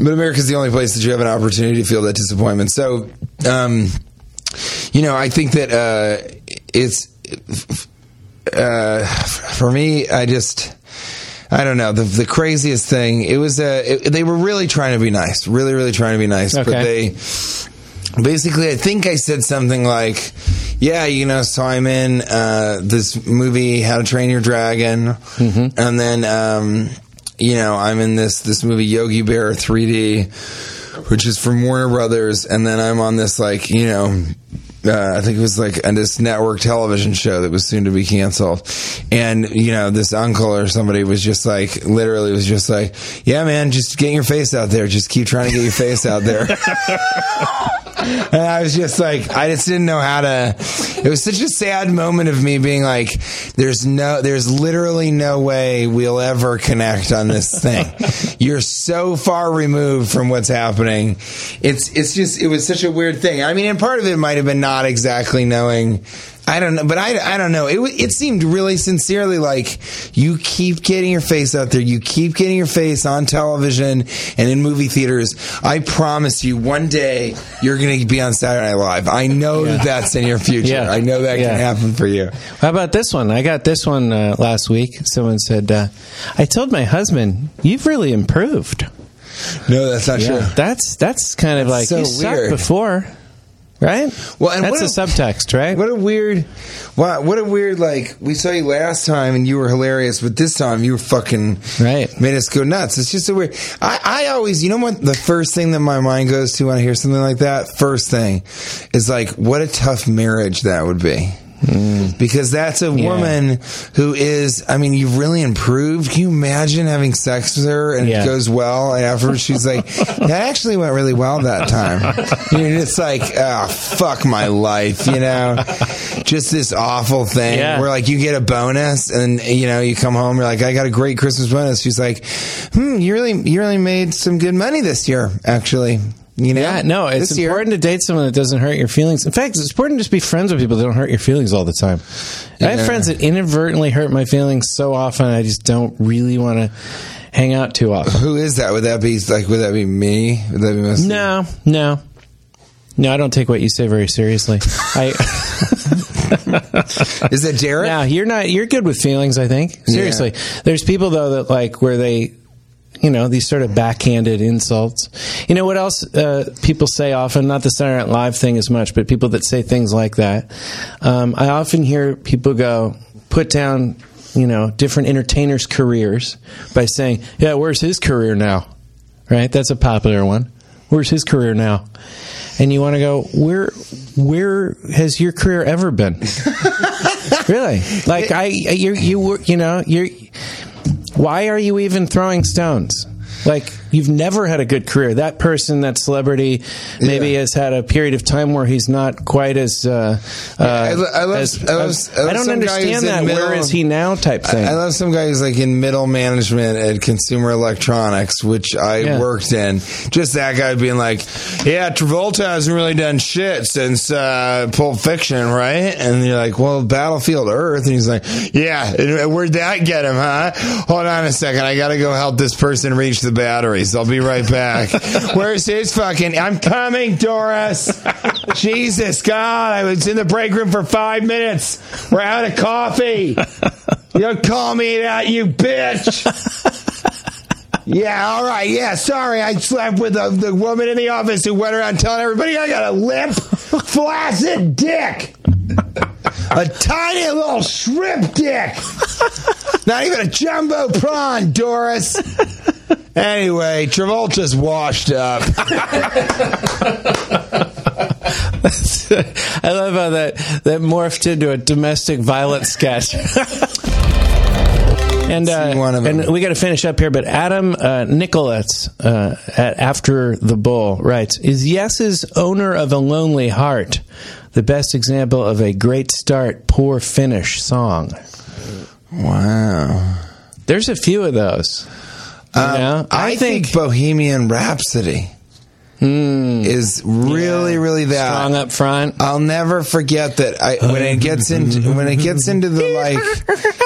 [SPEAKER 3] but america's the only place that you have an opportunity to feel that disappointment so um you know i think that uh it's uh for me i just I don't know the the craziest thing. It was a it, they were really trying to be nice, really really trying to be nice, but
[SPEAKER 1] Okay.
[SPEAKER 3] they basically i think i said something like yeah you know so i'm in uh, this movie how to train your dragon and then um, you know i'm in this this movie yogi bear 3d which is from warner brothers and then i'm on this like you know uh, I think it was like on this network television show that was soon to be canceled, and you know this uncle or somebody was just like literally was just like, yeah man, just get your face out there, just keep trying to get your face out there. And I was just like, I just didn't know how to. It was such a sad moment of me being like, there's no, there's literally no way we'll ever connect on this thing. You're so far removed from what's happening. It's, it's just, it was such a weird thing. I mean, and part of it might have been not exactly knowing. I don't know, but I, I don't know. It, wa- it seemed really sincerely like you keep getting your face out there. You keep getting your face on television and in movie theaters. I promise you, one day you're going to be on Saturday Night Live. I know that that's in your future.
[SPEAKER 9] Yeah.
[SPEAKER 3] I know that
[SPEAKER 9] Yeah.
[SPEAKER 3] can happen for you.
[SPEAKER 9] How about this one? I got this one uh, last week. Someone said, uh, "I told my husband, you've really improved."
[SPEAKER 3] No, that's not true.
[SPEAKER 9] That's that's kind of like
[SPEAKER 3] That's
[SPEAKER 9] you
[SPEAKER 3] so
[SPEAKER 9] sucked
[SPEAKER 3] weird.
[SPEAKER 9] before, right?
[SPEAKER 3] Well, and
[SPEAKER 9] that's
[SPEAKER 3] what
[SPEAKER 9] a,
[SPEAKER 3] a-
[SPEAKER 9] subtext, right?
[SPEAKER 3] What a weird, wow, what a weird, like, we saw you last time and you were hilarious, but this time you were fucking,
[SPEAKER 9] Right.
[SPEAKER 3] made us go nuts. It's just a weird, I, I always, you know what, the first thing that my mind goes to when I hear something like that, first thing is like, what a tough marriage that would be.
[SPEAKER 9] Mm.
[SPEAKER 3] Because that's a woman who is, I mean, you've really improved. Can you imagine having sex with her and
[SPEAKER 9] Yeah.
[SPEAKER 3] it goes well? And afterwards she's like, that actually went really well that time. You're just like, oh, fuck my life, you know? Just this awful thing
[SPEAKER 9] Yeah.
[SPEAKER 3] where like you get a bonus and, you know, you come home, you're like, I got a great Christmas bonus. She's like, hmm, you really, you really made some good money this year, actually. You know?
[SPEAKER 9] yeah, no, it's
[SPEAKER 3] This year.
[SPEAKER 9] important to date someone that doesn't hurt your feelings. In fact, it's important to just be friends with people that don't hurt your feelings all the time. I have
[SPEAKER 3] Yeah.
[SPEAKER 9] friends that inadvertently hurt my feelings so often, I just don't really want to hang out too often.
[SPEAKER 3] Who is that? Would that be like? Would that be me? Would that be most?
[SPEAKER 9] No, no. No, I don't take what you say very seriously. I
[SPEAKER 3] Is that Derek?
[SPEAKER 9] now you're not you're good with feelings, I think. Seriously. There's people though that like where they you know, these sort of backhanded insults. You know what else uh, people say often, not the Saturday Night Live thing as much, but people that say things like that. Um, I often hear people go, put down, you know, different entertainers' careers by saying, yeah, where's his career now? right? That's a popular one. Where's his career now? And you want to go, where where has your career ever been? really? Like I you you were you know, you're why are you even throwing stones? Like you've never had a good career. That person, that celebrity, maybe has had a period of time where he's not quite as. Uh, uh,
[SPEAKER 3] I lo- I love-
[SPEAKER 9] as-
[SPEAKER 3] I love- I love
[SPEAKER 9] don't
[SPEAKER 3] some guy who's
[SPEAKER 9] understand
[SPEAKER 3] in
[SPEAKER 9] that.
[SPEAKER 3] middle-
[SPEAKER 9] Where is he now? Type thing.
[SPEAKER 3] I love some guy who's like in middle management at Consumer Electronics, which I
[SPEAKER 9] Yeah.
[SPEAKER 3] worked in. Just that guy being like, "Yeah, Travolta hasn't really done shit since uh, Pulp Fiction, right?" And you're like, "Well, Battlefield Earth," and he's like, "Yeah, and uh, where'd that get him, huh? Hold on a second, I gotta go help this person reach the batteries. I'll be right back. Where's his fucking? I'm coming, Doris. Jesus God, I was in the break room for five minutes. We're out of coffee." You don't call me that, you bitch. yeah, all right. Yeah, sorry. I slept with the, the woman in the office who went around telling everybody I got a limp, flaccid dick. A tiny little shrimp dick. Not even a jumbo prawn, Doris. Anyway, Travolta's washed up.
[SPEAKER 9] I love how that that morphed into a domestic violence sketch. And, uh,
[SPEAKER 3] Seen one of them.
[SPEAKER 9] and we got to finish up here, but Adam uh, Nicolets uh, at After the Bull writes Is Yes's owner of a lonely heart the best example of a great start, poor finish song?
[SPEAKER 3] Wow.
[SPEAKER 9] There's a few of those. You know?
[SPEAKER 3] Um, I, think, Hmm. Bohemian Rhapsody is really, really that.
[SPEAKER 9] strong up front.
[SPEAKER 3] I'll never forget that. I when it gets into when it gets into the like,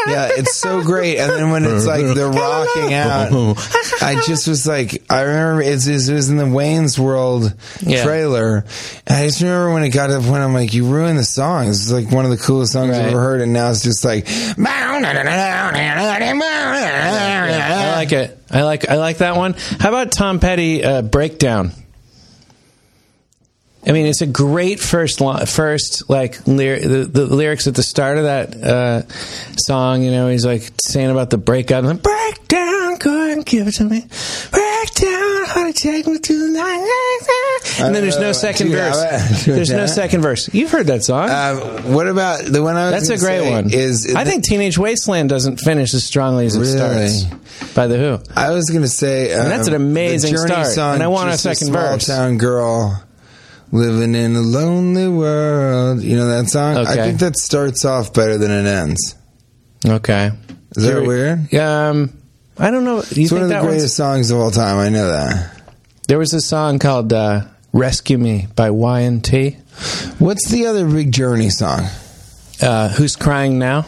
[SPEAKER 3] yeah, it's so great. And then when it's like they're rocking out, I just was like, I remember it's, it was in the Wayne's World
[SPEAKER 9] Yeah.
[SPEAKER 3] trailer, and I just remember when it got to the point I'm like, you ruined the song. It's like one of the coolest songs
[SPEAKER 9] Right.
[SPEAKER 3] I've ever heard, and now it's just like, I
[SPEAKER 9] I like it. I like I like that one. How about Tom Petty uh, breakdown? I mean, it's a great first li- first like lyr- the, the lyrics at the start of that uh, song. You know, he's like saying about the breakup and then, breakdown. Go ahead and give it to me. Breakdown. How to take me to the night. And then there's no
[SPEAKER 3] Uh,
[SPEAKER 9] second
[SPEAKER 3] do that.
[SPEAKER 9] verse.
[SPEAKER 3] Do
[SPEAKER 9] There's no
[SPEAKER 3] that.
[SPEAKER 9] second verse. You've heard that song.
[SPEAKER 3] Uh, what about the one I was?
[SPEAKER 9] That's a
[SPEAKER 3] gonna
[SPEAKER 9] great
[SPEAKER 3] say
[SPEAKER 9] one.
[SPEAKER 3] Is
[SPEAKER 9] I think Teenage Wasteland doesn't finish as strongly as it
[SPEAKER 3] Really?
[SPEAKER 9] starts by the Who.
[SPEAKER 3] I was gonna say um,
[SPEAKER 9] that's an amazing
[SPEAKER 3] the Journey
[SPEAKER 9] start,
[SPEAKER 3] Song,
[SPEAKER 9] and I want a
[SPEAKER 3] Just
[SPEAKER 9] second
[SPEAKER 3] small
[SPEAKER 9] verse.
[SPEAKER 3] Town girl. Living in a lonely world. You know that song? I
[SPEAKER 1] Okay.
[SPEAKER 3] think that starts off better than it ends.
[SPEAKER 1] Okay.
[SPEAKER 3] Is that weird?
[SPEAKER 1] Yeah. Um, I don't know. Do you
[SPEAKER 3] It's one
[SPEAKER 1] think
[SPEAKER 3] of the
[SPEAKER 1] that one's-
[SPEAKER 3] greatest songs of all time. I know that.
[SPEAKER 1] There was a song called uh, "Rescue Me" by Y&T.
[SPEAKER 3] What's the other big Journey song?
[SPEAKER 1] Uh, Who's crying now?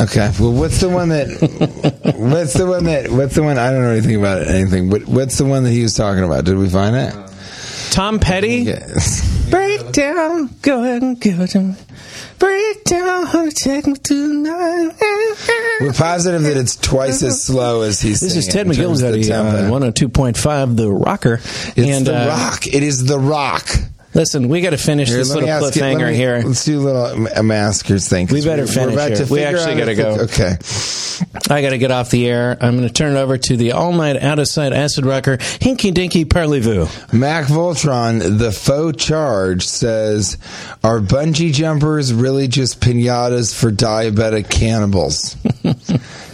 [SPEAKER 3] Okay. Well, what's the one that? what's the one that? What's the one? I don't know anything about it, anything. But what's the one that he was talking about? Did we find
[SPEAKER 9] Uh,
[SPEAKER 3] it?
[SPEAKER 1] Tom Petty.
[SPEAKER 3] Yes.
[SPEAKER 1] Break down, go ahead and give it to me. Break down, honey, take me tonight.
[SPEAKER 3] We're positive that it's twice as slow as he's.
[SPEAKER 1] This is Ted
[SPEAKER 3] singing in terms of the
[SPEAKER 1] McGillicuddy
[SPEAKER 3] tempo.
[SPEAKER 1] on 102.5 The Rocker.
[SPEAKER 3] It's
[SPEAKER 1] and
[SPEAKER 3] the
[SPEAKER 1] uh,
[SPEAKER 3] rock. It is the rock.
[SPEAKER 1] listen, we got to finish
[SPEAKER 3] Here,
[SPEAKER 1] this
[SPEAKER 3] let me
[SPEAKER 1] little
[SPEAKER 3] ask you- let
[SPEAKER 1] cliffhanger
[SPEAKER 3] me-
[SPEAKER 1] here.
[SPEAKER 3] Let's do a little uh, maskers thing. 'cause
[SPEAKER 1] We better
[SPEAKER 3] we're- we're
[SPEAKER 1] finish
[SPEAKER 3] about to
[SPEAKER 1] here. We
[SPEAKER 3] figure
[SPEAKER 1] actually
[SPEAKER 3] out
[SPEAKER 1] gotta
[SPEAKER 3] if the-
[SPEAKER 1] go.
[SPEAKER 3] Okay.
[SPEAKER 1] I got to get off the air. I'm going to turn it over to the all night out of sight acid rocker, Hinky Dinky Parlez-Vous.
[SPEAKER 3] Mac Voltron, the faux charge, says, "Are bungee jumpers really just pinatas for diabetic cannibals?"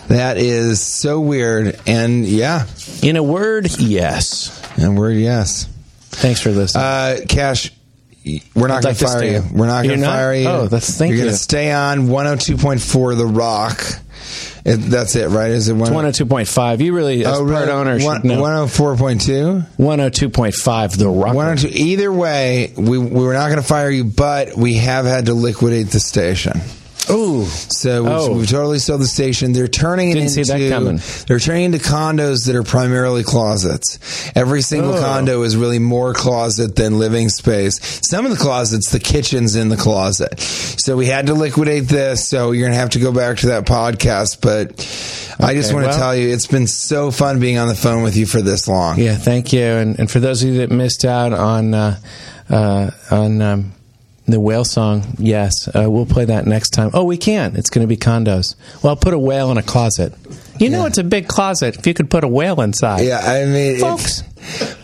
[SPEAKER 3] that is so weird, and yeah,
[SPEAKER 1] In a word, yes.
[SPEAKER 3] and we're yes.
[SPEAKER 1] Thanks for listening.
[SPEAKER 3] Uh, Cash, we're not
[SPEAKER 1] I'd like
[SPEAKER 3] going to
[SPEAKER 1] to
[SPEAKER 3] fire
[SPEAKER 1] stay
[SPEAKER 3] you.
[SPEAKER 1] on.
[SPEAKER 3] We're not
[SPEAKER 1] You're
[SPEAKER 3] going to
[SPEAKER 1] not?
[SPEAKER 3] fire you.
[SPEAKER 1] Oh, that's- thank
[SPEAKER 3] You're
[SPEAKER 1] you.
[SPEAKER 3] to stay on 102.4 The Rock. It, that's it, right? Is it one?
[SPEAKER 1] 102.5. You really, as
[SPEAKER 3] Oh,
[SPEAKER 1] oh part
[SPEAKER 3] really?
[SPEAKER 1] owner,
[SPEAKER 3] One-
[SPEAKER 1] should know.
[SPEAKER 3] 104.2?
[SPEAKER 1] 102.5 The Rocker.
[SPEAKER 3] One or two. Either way, we, we were not going to fire you, but we have had to liquidate the station.
[SPEAKER 1] Ooh.
[SPEAKER 3] So we've,
[SPEAKER 1] Oh.
[SPEAKER 3] we've totally sold the station. They're turning it
[SPEAKER 1] Didn't see
[SPEAKER 3] into
[SPEAKER 1] that coming.
[SPEAKER 3] they're turning into condos that are primarily closets. Every single
[SPEAKER 1] Oh.
[SPEAKER 3] condo is really more closet than living space. Some of the closets, the kitchen's in the closet. So we had to liquidate this. So you're gonna have to go back to that podcast. But I just
[SPEAKER 1] Okay,
[SPEAKER 3] want to
[SPEAKER 1] well-
[SPEAKER 3] tell you, it's been so fun being on the phone with you for this long.
[SPEAKER 1] Yeah, thank you. And, and for those of you that missed out on uh, uh, on um, the whale song, yes, uh, we'll play that next time. Oh, we can. It's going to be condos. Well, I'll put a whale in a closet. You know, it's a big closet. If you could put a whale inside,
[SPEAKER 3] Yeah, I mean, if-
[SPEAKER 1] Folks.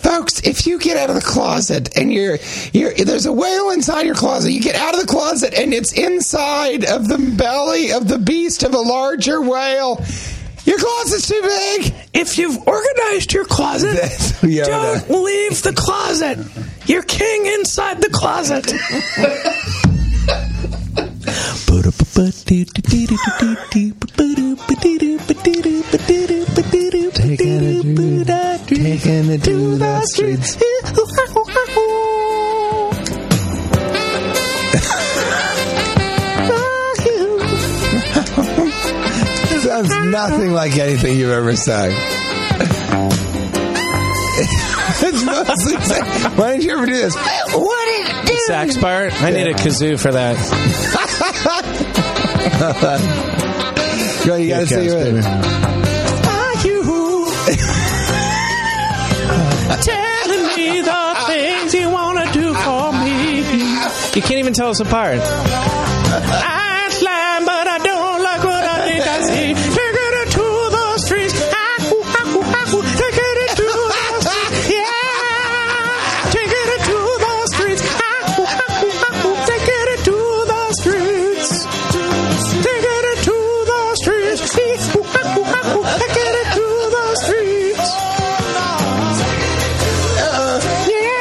[SPEAKER 3] folks, if you get out of the closet and you're, you're there's a whale inside your closet, you get out of the closet and it's inside of the belly of the beast of a larger whale. Your closet's too big.
[SPEAKER 1] If you've organized your closet,
[SPEAKER 3] That's Yoda.
[SPEAKER 1] don't leave the closet. You're king inside the closet.
[SPEAKER 3] Taking it to the streets. Uh, Sounds nothing like anything you've ever sung. it's mostly sang- Why did you ever do this? What did
[SPEAKER 1] Sax part. I need a kazoo for that.
[SPEAKER 3] Girl, you gotta say it.
[SPEAKER 1] Are you telling me the things you wanna do for me? You can't even tell us apart. I climb, but I don't like what I think I see. Take it to the streets. Ah, ooh, ah, ooh, ah, ooh. Take it to the streets. Yeah. Take it to the streets. Ah, ooh, ah, ooh, ah, ooh. Take it to the streets. Take it to the streets. Ee, ooh, ah, ooh, ah, ooh. Take it to the streets. Yeah.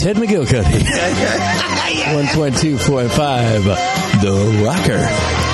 [SPEAKER 4] Ted McGillicuddy. 1.245 The Rocker.